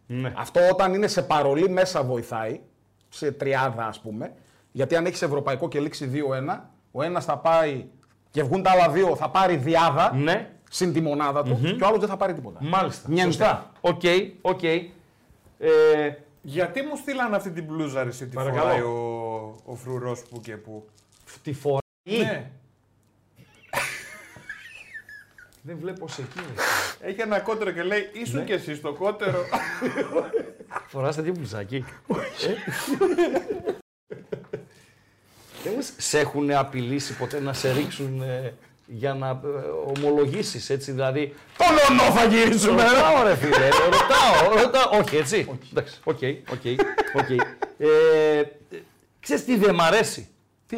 S3: Ναι.
S4: Αυτό όταν είναι σε παρολί μέσα βοηθάει, σε τριάδα ας πούμε, γιατί αν έχεις ευρωπαϊκό και λήξει 2-1, ο ένας θα πάει και βγουν τα άλλα δύο, θα πάρει διάδα
S3: Ναι.
S4: συν τη μονάδα του και ο άλλος δεν θα πάρει τίποτα.
S3: Μάλιστα.
S4: Νιέντε.
S3: Σωστά. Οκ, οκ. Ε,
S5: Γιατί μου στείλαν αυτή την μπλούζα ρε, εσύ, τη
S3: Παρακαλώ.
S5: φοράει ο, ο φρουρός που και που.
S3: τη φορά.
S5: Ναι.
S3: Δεν βλέπω σε εκεί.
S5: Έχει ένα κότερο και λέει ήσουν κι εσύ στο κότερο.
S3: Φοράς τέτοιο μπλουζάκι. Ε. Δεν μου σ- σε έχουν απειλήσει ποτέ να σε ρίξουν ε, για να ε, ομολογήσεις έτσι δηλαδή.
S6: Τον ονό θα γυρίσουμε.
S3: Ρωτάω ρε φίλε, ε, ρωτάω, ρωτάω. Όχι έτσι. Εντάξει, οκ, οκ, οκ. Ε, ε, Ξέρεις τι δεν μ' αρέσει.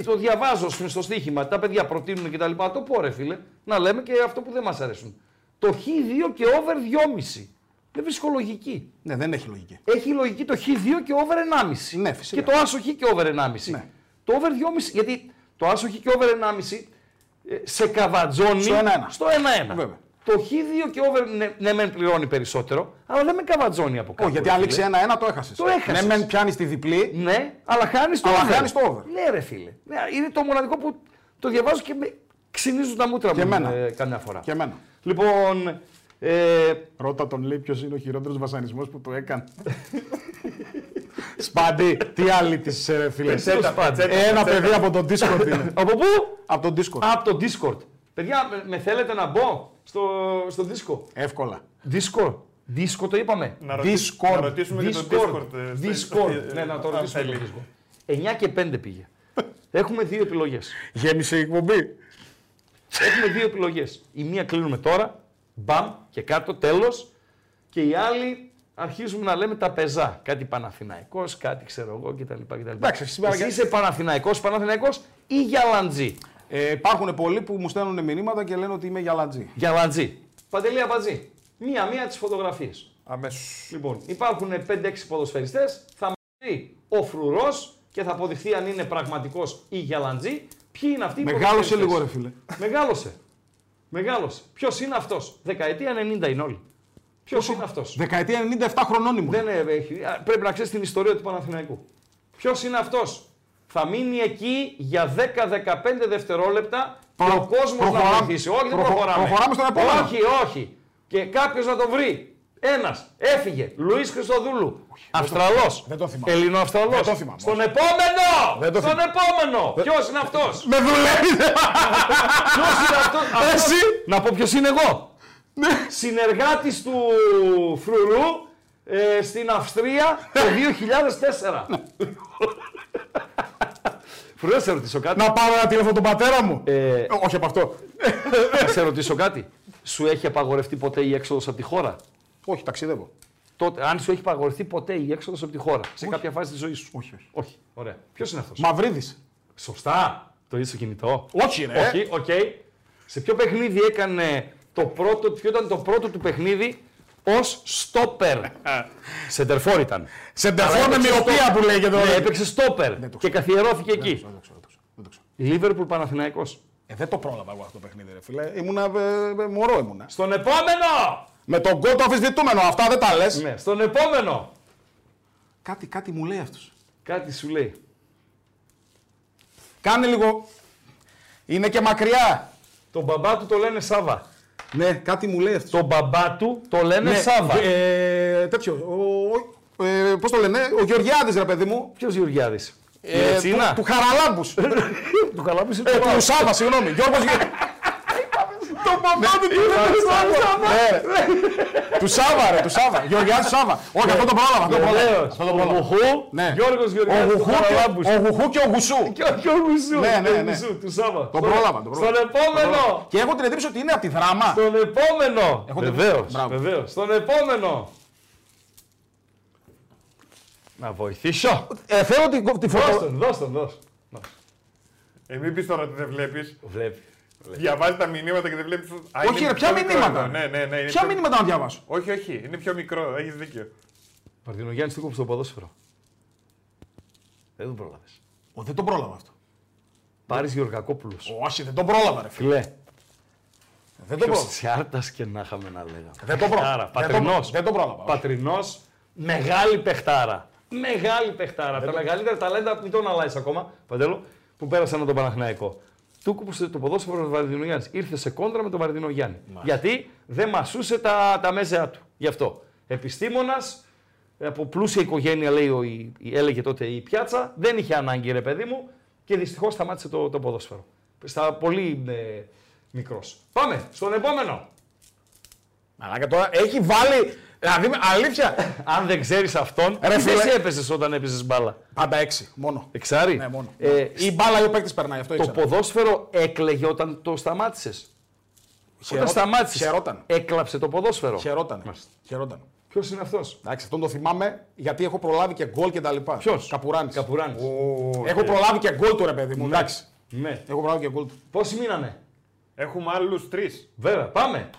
S3: Το διαβάζω στην- στο στοίχημα, τα παιδιά προτείνουν και τα λοιπά. Το πω ρε φίλε, να λέμε και αυτό που δεν μας αρέσουν. Το χ2 και over 2,5. Δεν βρίσκω λογική.
S4: Ναι, δεν έχει λογική.
S3: Έχει λογική το χ2 και over 1,5.
S4: Ναι, φυσικά.
S3: Και το άσο χ και over 1,5.
S4: Ναι.
S3: Το over 2,5, γιατί το άσο χ και over 1,5 ε, σε καβατζώνει
S4: Στο 1-1.
S3: στο 1-1.
S4: Βέβαια.
S3: Το χ2 και over ναι, ναι μεν πληρώνει περισσότερο, αλλά δεν με καβατζώνει από κάτω.
S4: Όχι, γιατί αν λήξει ένα-ένα το έχασες.
S3: Το έχασες.
S4: Ναι, μεν πιάνεις τη διπλή.
S3: Ναι, αλλά χάνεις το
S4: Αλλά
S3: over.
S4: χάνεις το over.
S3: Ναι, ρε φίλε. Ναι, είναι το μοναδικό που το διαβάζω και με ξυνίζουν τα μούτρα μου
S4: εμένα.
S3: ε, καμιά φορά.
S4: Και εμένα.
S3: Λοιπόν, ε,
S6: Ρώτα τον λέει ποιος είναι ο χειρότερος βασανισμός που το έκανε.
S4: Σπάντι, τι άλλη της ρε φίλε.
S3: τέλος πάντων.
S6: Ένα παιδί από τον Discord είναι.
S3: από πού?
S4: Από τον Discord.
S3: Από το Discord. Παιδιά, με, με θέλετε να μπω στο, στο Discord.
S4: Εύκολα.
S3: Discord. Discord το είπαμε.
S5: να, ρωτήσουμε-
S4: Discord.
S5: να ρωτήσουμε και το Discord. ε, στο-
S3: Discord. Ναι, να το
S5: αν
S3: ρωτήσουμε.
S5: θέλει.
S3: το Discord. 9 και 5 πήγε. Έχουμε δύο επιλογές.
S6: Γέμισε η εκπομπή.
S3: Έχουμε δύο επιλογές. Η μία κλείνουμε τώρα. Μπαμ και κάτω, τέλος. Και η άλλη αρχίζουμε να λέμε τα πεζά. Κάτι Παναθηναϊκός, κάτι ξέρω εγώ κτλ. κτλ.
S4: Εντάξει, σήμερα
S3: Εσύ
S4: και-
S3: είσαι Παναθηναϊκός, Παναθηναϊκός ή Γιαλαντζή.
S8: Ε, υπάρχουν πολλοί που μου στέλνουν μηνύματα και λένε ότι είμαι γυαλατζή.
S3: Γιαλαντζή. Παντελή Αμπατζή. Μία-μία τις φωτογραφίες.
S5: Αμέσως.
S3: Λοιπόν, υπάρχουν 5-6 ποδοσφαιριστές. Θα μάθει ο φρουρός και θα αποδειχθεί αν είναι πραγματικός ή γιαλαντζή. Ποιοι είναι αυτοί οι
S8: Μεγάλωσε
S3: ποδοσφαιριστές.
S8: λίγο, ρε φίλε.
S3: Μεγάλωσε. Μεγάλωσε. Ποιος είναι αυτός. Δεκαετία 90 είναι όλοι. Ποιος είναι αυτός.
S8: Δεκαετία 97 χρονών ήμουν.
S3: Δεν ε, έχει. Α, Πρέπει να ξέρεις την ιστορία του Παναθηναϊκού. Ποιος είναι αυτός. Θα μείνει εκεί για 10-15 δευτερόλεπτα και ο κόσμος να
S8: προχωράμε.
S3: βοηθήσει. Όχι, δεν
S8: Προχω-
S3: προχωράμε.
S8: προχωράμε στον επόμενο.
S3: Όχι, όχι. Και κάποιος να τον βρει. Ένας. Έφυγε. Λουίς Χριστοδούλου. Αυστραλό.
S4: δεν το θυμάμαι.
S3: Ελληνοαυστραλός.
S4: Δεν το θυμάμαι,
S3: Στον επόμενο!
S4: Δεν το
S3: Στον
S4: θυμάμαι.
S3: επόμενο! Ποιος είναι αυτός.
S4: Με δουλεύει!
S3: Ποιος είναι αυτός.
S4: Εσύ! Ναι.
S3: Να πω ποιος είναι εγώ. Συνεργάτης του Φρουρού ε, στην Αυστρία
S4: Ναι.
S3: το 2004. Φρουρέ, σε ρωτήσω κάτι.
S4: Να πάρω ένα τηλέφωνο τον πατέρα μου.
S3: Ε,
S4: Ε, Όχι από αυτό.
S3: σε ρωτήσω κάτι. Σου έχει απαγορευτεί ποτέ η έξοδος από τη χώρα.
S8: Όχι, ταξιδεύω.
S3: Τότε, αν σου έχει απαγορευτεί ποτέ η έξοδος από τη χώρα, σε κάποια φάση της ζωής σου. Όχι, όχι. Ωραία. Ποιος είναι αυτός.
S8: Μαυρίδης.
S3: Σωστά. Το είσαι κινητό.
S8: Όχι, ρε.
S3: Όχι, οκ. Σε ποιο παιχνίδι έκανε το πρώτο, ποιο ήταν το πρώτο του παιχνίδι ως στόπερ. Σεντερφόρ ήταν.
S4: Σεντερφόρ με μοιοπία που λέγεται.
S3: Ναι,
S4: όλα.
S3: έπαιξε στόπερ και καθιερώθηκε εκεί. Λίβερπουλ Παναθηναϊκός.
S4: Ε, δεν το πρόλαβα εγώ αυτό το παιχνίδι, ρε φίλε. Ήμουνα ε, ε, μωρό ήμουνα.
S3: Στον επόμενο!
S4: Με τον κόλ το αμφισβητούμενο, αυτά δεν τα λες.
S3: Ναι, στον επόμενο!
S8: Κάτι, κάτι μου λέει αυτός.
S3: Κάτι σου λέει.
S4: Κάνε λίγο. Είναι και μακριά.
S3: Τον μπαμπά του το λένε Σάβα.
S8: Ναι, κάτι μου λέει αυτό.
S3: Τον μπαμπά του το λένε
S8: Ναι,
S3: Σάβα.
S8: Ε, τέτοιο. Ο, ο- ε, Πώς το λένε, ο Γεωργιάδης ρε παιδί μου.
S3: Ποιος Γεωργιάδης.
S8: Ε, του,
S5: Τσίνα.
S8: του Χαραλάμπους.
S3: Του καλάπησε
S4: Ε, του Σάβα, συγγνώμη. Γιώργος Γε-
S8: Το παπά του
S4: Ναι. τους Σάβα, ρε, τους Σάβα. Γεωργιάδη τους Σάβα. Όχι, αυτό το πρόλαβα. αυτό το πρόλαβα. Αυτό το πρόλαβα.
S3: Γουχού,
S4: Ναι.
S3: Γιώργος
S4: Ο
S3: Γεωργιάδης του
S4: Γουχού
S3: Χαραλάμπους.
S4: και- Ο Γουχού και ο Γουσού.
S3: Και ο Γιώργου
S4: Ναι, ναι, ναι.
S3: τους Σάβα.
S4: Τον
S3: Στον-
S4: πρόλαβα, τον πρόλαβα.
S3: Στον επόμενο!
S4: Και έχω την εντύπωση ότι είναι από τη δράμα.
S3: Στον επόμενο!
S4: την-
S3: Βεβαίως,
S4: Μπράβο.
S3: βεβαίως. Στον επόμενο! Να βοηθήσω!
S4: Ε, θέλω την, τη
S3: Δώσ'
S4: φωτογραφία.
S3: τον, δώσ' τον, δώσ' τον.
S5: Ε, μην πεις τώρα ότι δεν βλέπεις.
S3: Βλέπεις.
S5: Διαβάζει τα μηνύματα και δεν βλέπεις.
S8: Όχι, ρε, ποια μηνύματα.
S5: Ναι, ναι, ναι. είναι
S8: Ποια
S5: πιο-
S8: μηνύματα να διαβάσω.
S5: Όχι, όχι. Είναι πιο μικρό. Έχεις δίκιο.
S3: Μαρτίνο Γιάννη, τι κόψε το ποδόσφαιρο. Δεν τον πρόλαβες.
S8: Ο, δεν το πρόλαβα αυτό.
S3: Πάρει Γεωργακόπουλο.
S8: Όχι, δεν το πρόλαβα, ρε φίλε.
S3: Φιλέ.
S8: Δεν το πρόλαβα.
S3: Σε άρτα και να είχαμε να λέγαμε.
S8: Δεν το πρόλαβα.
S3: Άρα,
S8: Δεν το πρόλαβα.
S3: πατρινός.
S8: Δεν το πρόλαβα. όχι.
S3: Πατρινός, μεγάλη παιχτάρα. Μεγάλη παιχτάρα. τα μεγαλύτερα ταλέντα, μην τον αλλάζεις ακόμα, Παντέλο, που πέρασαν από τον Παναχναϊκό. Τούκου που το ποδόσφαιρο του Βαρδινού Γιάννη. Ήρθε σε κόντρα με τον Βαρδινό Γιάννη. Γιατί δεν μασούσε τα, τα μέσα του. Γι' αυτό. Επιστήμονας, από πλούσια οικογένεια, λέει, ο, η- η- έλεγε τότε η πιάτσα, δεν είχε ανάγκη, ρε παιδί μου, και δυστυχώς σταμάτησε το, το ποδόσφαιρο. Στα πολύ ε, μικρός. Πάμε στον επόμενο.
S4: Μαλάκα τώρα έχει βάλει. Δηλαδή, αλήθεια.
S3: Αν δεν ξέρεις αυτόν,
S4: Ρε
S3: τι
S4: φίλε.
S3: θέση έπαιζες όταν έπαιζες μπάλα.
S4: Πάντα έξι, μόνο.
S3: Εξάρι.
S4: Ναι, μόνο.
S3: Ε,
S4: Η μπάλα ή ο παίκτης περνάει, αυτό
S3: το
S4: ήξερα.
S3: ποδόσφαιρο έκλεγε όταν το σταμάτησες. Όταν σταμάτησες.
S4: Χαιρόταν.
S3: Έκλαψε το ποδόσφαιρο.
S4: Χαιρόταν. Χαιρόταν.
S3: Ποιος είναι αυτός.
S4: Εντάξει, αυτόν το θυμάμαι γιατί έχω προλάβει και γκολ και τα λοιπά.
S3: Ποιος.
S4: Καπουράνης.
S3: Καπουράνης.
S8: ε,
S4: Έχω προλάβει και γκολ του ρε παιδί μου. Εντάξει. Ε,
S3: Ναι.
S4: Έχω προλάβει και γκολ του.
S3: Πόσοι μείνανε.
S5: Έχουμε άλλους τρεις.
S3: Βέβαια. Πάμε.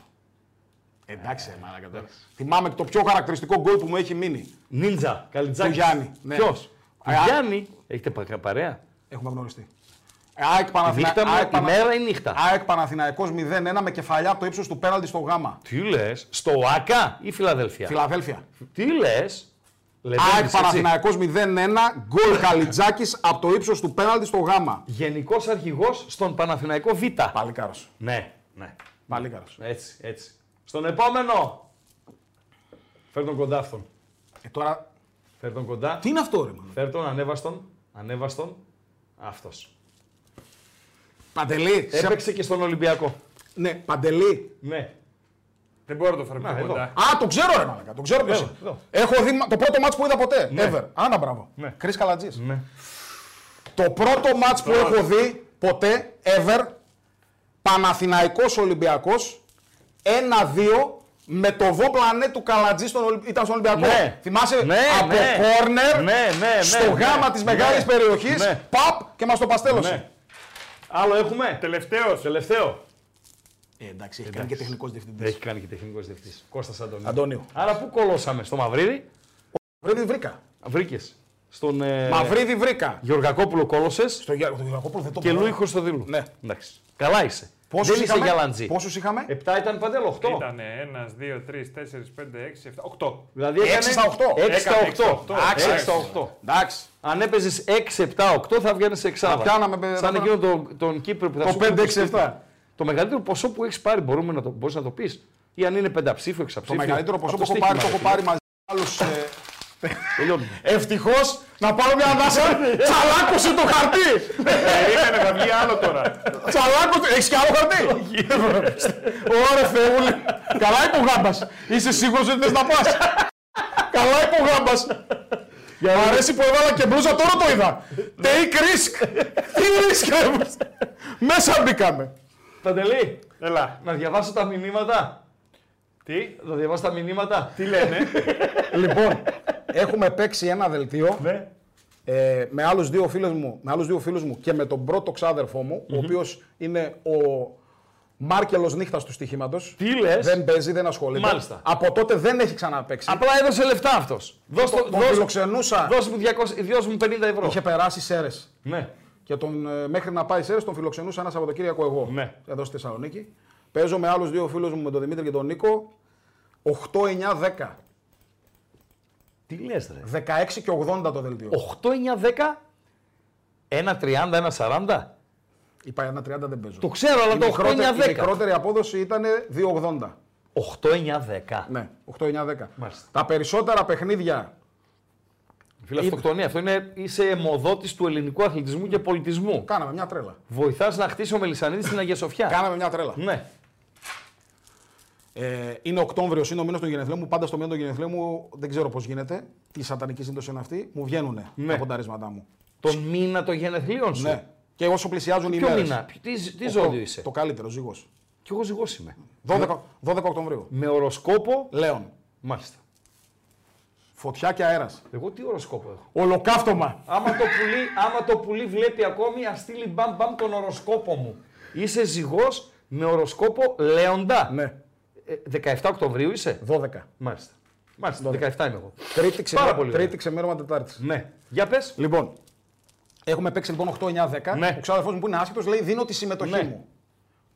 S4: Εντάξει, ε, μαλάκα τώρα. Θυμάμαι το πιο χαρακτηριστικό γκολ που μου έχει μείνει.
S3: Νίντζα. Καλιτζάκης.
S4: Του Γιάννη, ναι.
S3: Ποιος.
S4: Α,
S3: Γιάννη. Έχετε πα- παρέα.
S4: Έχουμε γνωριστεί. Ε, ΑΕΚ
S3: Η νύχτα μου, η
S4: Παναθηναϊκός
S3: μέρα ή η νύχτα.
S4: ΑΕΚ Παναθηναϊκός 0-1 με κεφαλιά από το ύψος του πέναλτι στο Γάμα.
S3: Τι λες. Στο ΟΑΚΑ ή Φιλαδέλφια.
S4: Φιλαδέλφια.
S3: Τι λες.
S4: ΑΕΚ Παναθηναϊκός 0-1, γκολ Καλιτζάκης από το ύψος του πέναλτι στο Γάμα.
S3: Γενικός αρχηγός στον Παναθηναϊκό Β.
S4: Παλικάρος.
S3: Ναι, ναι.
S4: Παλικάρος.
S3: Έτσι, έτσι. Στον επόμενο. Φέρ τον κοντά αυτόν.
S4: Ε, τώρα.
S3: Φέρ τον κοντά.
S4: Τι είναι αυτό, ρε μάλλον.
S3: Φέρ τον ανέβαστον. Ανέβαστον. Αυτός.
S4: Παντελή. σε-
S3: Έπαιξε και στον Ολυμπιακό.
S4: Ναι, παντελή.
S3: Ναι.
S5: Δεν μπορώ να το φέρω
S3: Να,
S5: πιο
S3: εδώ.
S5: κοντά.
S4: Α, το ξέρω ρε μαλακά, το ξέρω ποιος
S3: Ε, Εδώ,
S4: είναι.
S3: εδώ.
S4: Έχω δει μα- το πρώτο μάτς που είδα ποτέ, ever. Άννα, μπράβο.
S3: Ναι.
S4: Chris Καλατζής.
S3: ναι.
S4: Το πρώτο μάτς που έχω δει ποτέ, ever, Παναθηναϊκός Ολυμπιακός, 1-2 με το βόπλανέ του Καλατζή στον Ολυ... ήταν στον Ολυμπιακό.
S3: Ναι.
S4: Θυμάσαι
S3: Ναι,
S4: από
S3: ναι.
S4: κόρνερ
S3: Ναι, ναι, ναι,
S4: στο
S3: ναι.
S4: γάμα της μεγάλης
S3: Ναι.
S4: περιοχής,
S3: Ναι.
S4: παπ και μας το παστέλωσε.
S3: Ναι. Άλλο έχουμε.
S5: Τελευταίος.
S3: Τελευταίο.
S4: Ε, εντάξει, έχει κάνει και τεχνικός διευθυντής.
S3: Έχει κάνει και τεχνικός διευθυντής. Κώστας Αντωνίου.
S4: Αντώνιο.
S3: Άρα πού κολώσαμε, στο Μαυρίδι.
S4: Βρήκα.
S3: Ε.
S4: βρήκα.
S3: Βρήκες. Στον ε,
S4: Μαυρίδη βρήκα.
S3: Γεωργακόπουλο κόλωσες
S4: Το Γιάννη τον Γιακόπουλο δεν το
S3: και
S4: μπορώ.
S3: Λούι Χρυστοδήλου.
S4: Ναι.
S3: Εντάξει. Καλά είσαι.
S4: Πόσους
S3: Δεν είσαι Ε,
S4: είχαμε?
S3: γαλαντζή.
S4: Πόσους είχαμε.
S3: 7 ήταν παντέλο, 8.
S5: Ήταν 1, 2, 3, 4, 5, 6, 7, 8.
S3: Δηλαδή
S4: Έξι
S3: έκανες
S4: στα οκτώ.
S3: 6 στα 8.
S5: Έκανε έξι στα οκτώ.
S3: Έξι
S5: Άξιος.
S3: στα 8.
S4: Εντάξει.
S3: Αν έπαιζες 6, 7, 8 θα βγαίνεις σε εξάδα.
S4: Θα πιάναμε, παιδιά,
S3: Σαν
S4: θα
S3: εκείνο τον, τον Κύπρο που θα
S4: Το
S3: σου πήρε
S4: 5, 6, 7.
S3: σπίτι. Το μεγαλύτερο ποσό που έχεις πάρει μπορούμε να το, μπορείς να το πεις. Ή αν είναι πενταψήφιο,
S4: Το
S3: εξαψήφιο.
S4: μεγαλύτερο ποσό
S3: Από
S4: που
S3: το
S4: έχω πάρει το
S3: στοίχημα, ρε
S4: έχω πάρει μαζί με άλλους, ε,
S3: φίλε. Τελειώνουμε.
S4: Ευτυχώς να πάρω μια ανάσα.
S3: Ε,
S4: Τσαλάκωσε το χαρτί!
S5: Περίμενε, θα βγει άλλο τώρα.
S4: Τσαλάκωσε. Έχεις κι άλλο χαρτί. Ωραία, Θεούλη. Καλά είπε ο γάμπα. Είσαι σίγουρος ότι δεν να πας. Καλά είπε ο γάμπα. Μ' αρέσει που έβαλα και μπλούζα, τώρα το είδα. Take risk. Τι risk ρε. Μέσα μπήκαμε.
S3: Παντελή,
S5: Έλα.
S3: να διαβάσω τα μηνύματα.
S5: Τι,
S3: Να διαβάσω τα μηνύματα.
S5: τι λένε.
S4: Λοιπόν, έχουμε παίξει ένα δελτίο.
S5: ναι.
S4: ε, με άλλους δύο φίλους μου, με άλλους δύο φίλους μου και με τον πρώτο ξάδερφό μου, ο οποίος είναι ο Μάρκελος νύχτας του στοιχήματος.
S3: Τι λες?
S4: Δεν παίζει, δεν ασχολείται.
S3: Μάλιστα.
S4: Από τότε δεν έχει ξαναπέξει.
S3: Απλά έδωσε λεφτά αυτός. Δώσε
S4: Τον φιλοξενούσα.
S3: Δώσ' μου, 200, δώσ' μου 50 ευρώ.
S4: Είχε περάσει Σέρες.
S3: Ναι.
S4: Και τον, ε, μέχρι να πάει Σέρες τον φιλοξενούσα ένας Σαββατοκύριακο εγώ.
S5: Ναι.
S4: Εδώ στη Θεσσαλονίκη. Παίζω με άλλους δύο φίλους μου, με τον Δημήτρη και τον Νίκο. 8, 9, 10.
S3: Τι λες, ρε.
S4: 16 και 80 το δελτίο.
S3: 8, 9, 10, 1, 30, 1, 40.
S4: Είπα ένα 30 δεν παίζω.
S3: Το ξέρω, αλλά
S4: Η
S3: το
S4: μικρότερη- Η
S3: 8-9-10.
S4: μικρότερη απόδοση ήταν 2,80.
S3: 8-9-10.
S4: Ναι, 8-9-10.
S3: Μάλιστα.
S4: Τα περισσότερα παιχνίδια.
S3: Φίλε, αυτοκτονία. Αυτό είναι είσαι αιμοδότης του ελληνικού αθλητισμού και πολιτισμού.
S4: Κάναμε μια τρέλα.
S3: Βοηθάς να χτίσει ο Μελισανίδης στην Αγία Σοφιά.
S4: Κάναμε μια τρέλα.
S3: Ναι.
S4: Ε, είναι Οκτώβριος, είναι ο μήνας των γενεθλίων μου. Πάντα στο μήνα των γενεθλίων μου δεν ξέρω πώς γίνεται. Τι σατανική σύντοση είναι αυτή. Μου βγαίνουν τα πονταρίσματά μου.
S3: Τον μήνα των γενεθλίων Ναι. σου.
S4: Ναι. Και όσο πλησιάζουν οι
S3: Ποιο
S4: μέρες.
S3: μήνα, ποιο- τι, τι ζώδιο είσαι. Ναι.
S4: Το καλύτερο, ζυγός.
S3: Κι εγώ ζυγός είμαι.
S4: 12, 12 Οκτωβρίου.
S3: Με οροσκόπο.
S4: Λέων.
S3: Μάλιστα.
S4: Φωτιά και αέρας.
S3: Εγώ τι οροσκόπο έχω.
S4: Ολοκαύτωμα.
S3: Άμα το πουλί, άμα το πουλί βλέπει ακόμη, ας στείλει μπαμ μπαμ τον οροσκόπο μου. Είσαι ζυγός με οροσκόπο Λέοντα.
S4: Ναι.
S3: Ε, 17 Οκτωβρίου είσαι.
S4: 12.
S3: Μάλιστα. Μάλιστα, 17 είμαι εγώ.
S4: Τρίτη
S3: Πάρα
S4: ξεμέρωμα,
S3: πολύ
S4: τρίτη ξεμέρωμα Τετάρτης.
S3: Ναι. Για πες.
S4: Λοιπόν, έχουμε παίξει λοιπόν 8-9-10.
S3: Ναι.
S4: Ο ξάδερφός μου που είναι άσχετος λέει: Δίνω τη συμμετοχή
S3: Ναι.
S4: μου.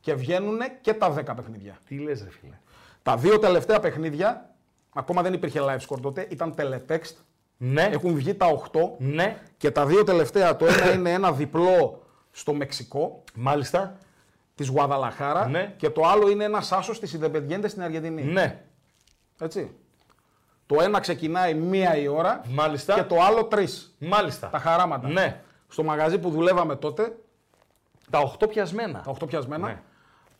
S4: Και βγαίνουν και τα 10 παιχνίδια.
S3: Τι λες, ρε φίλε.
S4: Τα δύο τελευταία παιχνίδια, ακόμα δεν υπήρχε live score τότε, ήταν teletext.
S3: Ναι.
S4: Έχουν βγει τα 8
S3: Ναι.
S4: και τα δύο τελευταία, το ένα είναι ένα διπλό στο Μεξικό
S3: Μάλιστα.
S4: της Γουαδαλαχάρα
S3: Ναι.
S4: και το άλλο είναι ένας άσος της Ιντεπεντιέντες στην Αργεντινή.
S3: Ναι.
S4: Έτσι. Το ένα ξεκινάει μία η ώρα
S3: Μάλιστα.
S4: και το άλλο τρεις.
S3: Μάλιστα.
S4: Τα χαράματα.
S3: Ναι.
S4: Στο μαγαζί που δουλεύαμε τότε,
S3: Τα 8 πιασμένα.
S4: τα 8 πιασμένα,
S3: Ναι.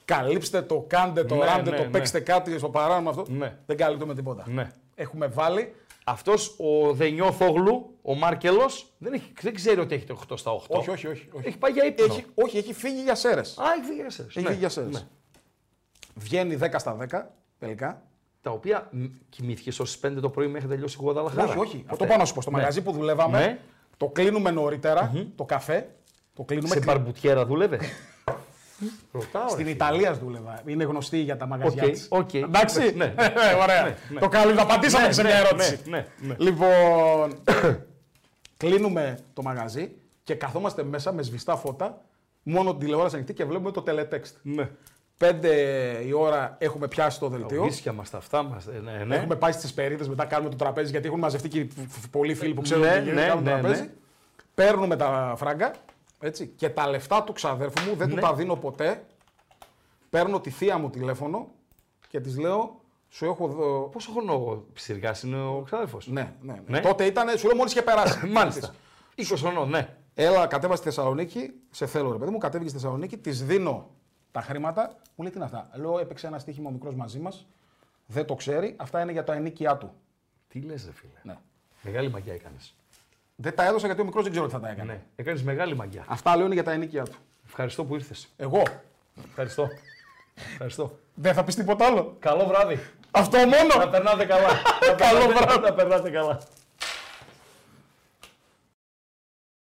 S4: καλύψτε το, κάντε το,
S3: Ναι,
S4: ράντε
S3: ναι,
S4: το,
S3: ναι.
S4: παίξτε κάτι στο παράνομο αυτό.
S3: Ναι.
S4: Δεν καλύπτουμε τίποτα.
S3: Ναι.
S4: Έχουμε βάλει
S3: Αυτός ο Δενιόθογλου, ο Μάρκελος, δεν, έχει- δεν ξέρει ότι έχετε 8 στα 8.
S4: Όχι, όχι, όχι. όχι.
S3: Έχει πάει για ύπνο.
S4: Έχει, όχι, έχει φύγει για
S3: Α,
S4: σέρε.
S3: έχει φύγει για σέρες.
S4: Έχει
S3: Ναι.
S4: φύγει για σέρες.
S3: Ναι.
S4: Βγαίνει 10 στα 10 τελικά.
S3: Τα οποία κοιμήθηκε ω 5 το πρωί μέχρι να τελειώσει η Γουαδαλαχάρα.
S4: Όχι, όχι. Αυτό πάνω να σου πω. Στο
S3: Ναι.
S4: μαγαζί που δουλεύαμε,
S3: Ναι.
S4: το κλείνουμε νωρίτερα, το καφέ. Το κλείνουμε.
S3: Σε μπαρμπουτιέρα δούλευες. Ρωτάω.
S4: Στην Ιταλία δούλευα. Είναι γνωστή για τα μαγαζιά
S3: Οκ,
S4: της.
S3: οκ.
S4: Εντάξει.
S3: Ναι, ναι.
S4: Ε, Ωραία. Το καλύπτω. Απαντήσαμε σε μια ερώτηση.
S5: Ναι, ναι.
S4: Λοιπόν, κλείνουμε το μαγαζί και καθόμαστε μέσα με σβηστά φώτα, μόνο την τηλεόραση ανοιχτή και βλέπουμε το teletext.
S5: ναι.
S4: Πέντε η ώρα έχουμε πιάσει το δελτίο.
S3: Ίσια μας τα αυτά μας. Ναι, ναι.
S4: Έχουμε πάει στις περίδες, μετά κάνουμε το τραπέζι γιατί έχουν μαζευτεί και πολλοί φίλοι που ξέρουν
S3: Ναι,
S4: τι γίνεται.
S3: ναι,
S4: κάνουν το
S3: ναι,
S4: τραπέζι.
S3: ναι.
S4: Παίρνουμε τα φράγκα έτσι, και τα λεφτά του ξαδέρφου μου
S3: Ναι.
S4: δεν του τα δίνω ποτέ. Παίρνω τη θεία μου τηλέφωνο και της λέω: Σου έχω δω.
S3: Πόσο χρόνο ψυργά είναι ο ξάδερφος.
S4: Ναι, ναι, ναι.
S3: Ναι.
S4: Τότε ήταν, σου λέω μόλις είχε περάσει.
S3: Μάλιστα. 20 χρονών, ναι.
S4: Έλα, κατέβα στη Θεσσαλονίκη. Σε θέλω, ρε παιδί μου, κατέβηκε στη Θεσσαλονίκη, της δίνω τα χρήματα. Μου λέει τι είναι αυτά. Λέω: Έπαιξε ένα στοίχημα ο μικρός μαζί μας. Δεν το ξέρει. Αυτά είναι για τα ενίκια του.
S3: Τι λες, ρε φίλε.
S4: Ναι.
S3: Μεγάλη μαγιά έκανες.
S4: Δεν τα έδωσα γιατί ο μικρός δεν ξέρω τι θα τα έκανε.
S3: Ναι. Έκανες μεγάλη μαγιά.
S4: Αυτά λέω είναι για τα ενίκια του.
S3: Ευχαριστώ που ήρθες.
S4: Εγώ.
S3: Ευχαριστώ. Ευχαριστώ.
S4: Δεν θα πεις τίποτα άλλο.
S3: Καλό βράδυ.
S4: Αυτό μόνο.
S3: Να περνάτε καλά. Να
S4: Καλό
S3: περνάτε-
S4: βράδυ.
S3: Να περνάτε καλά.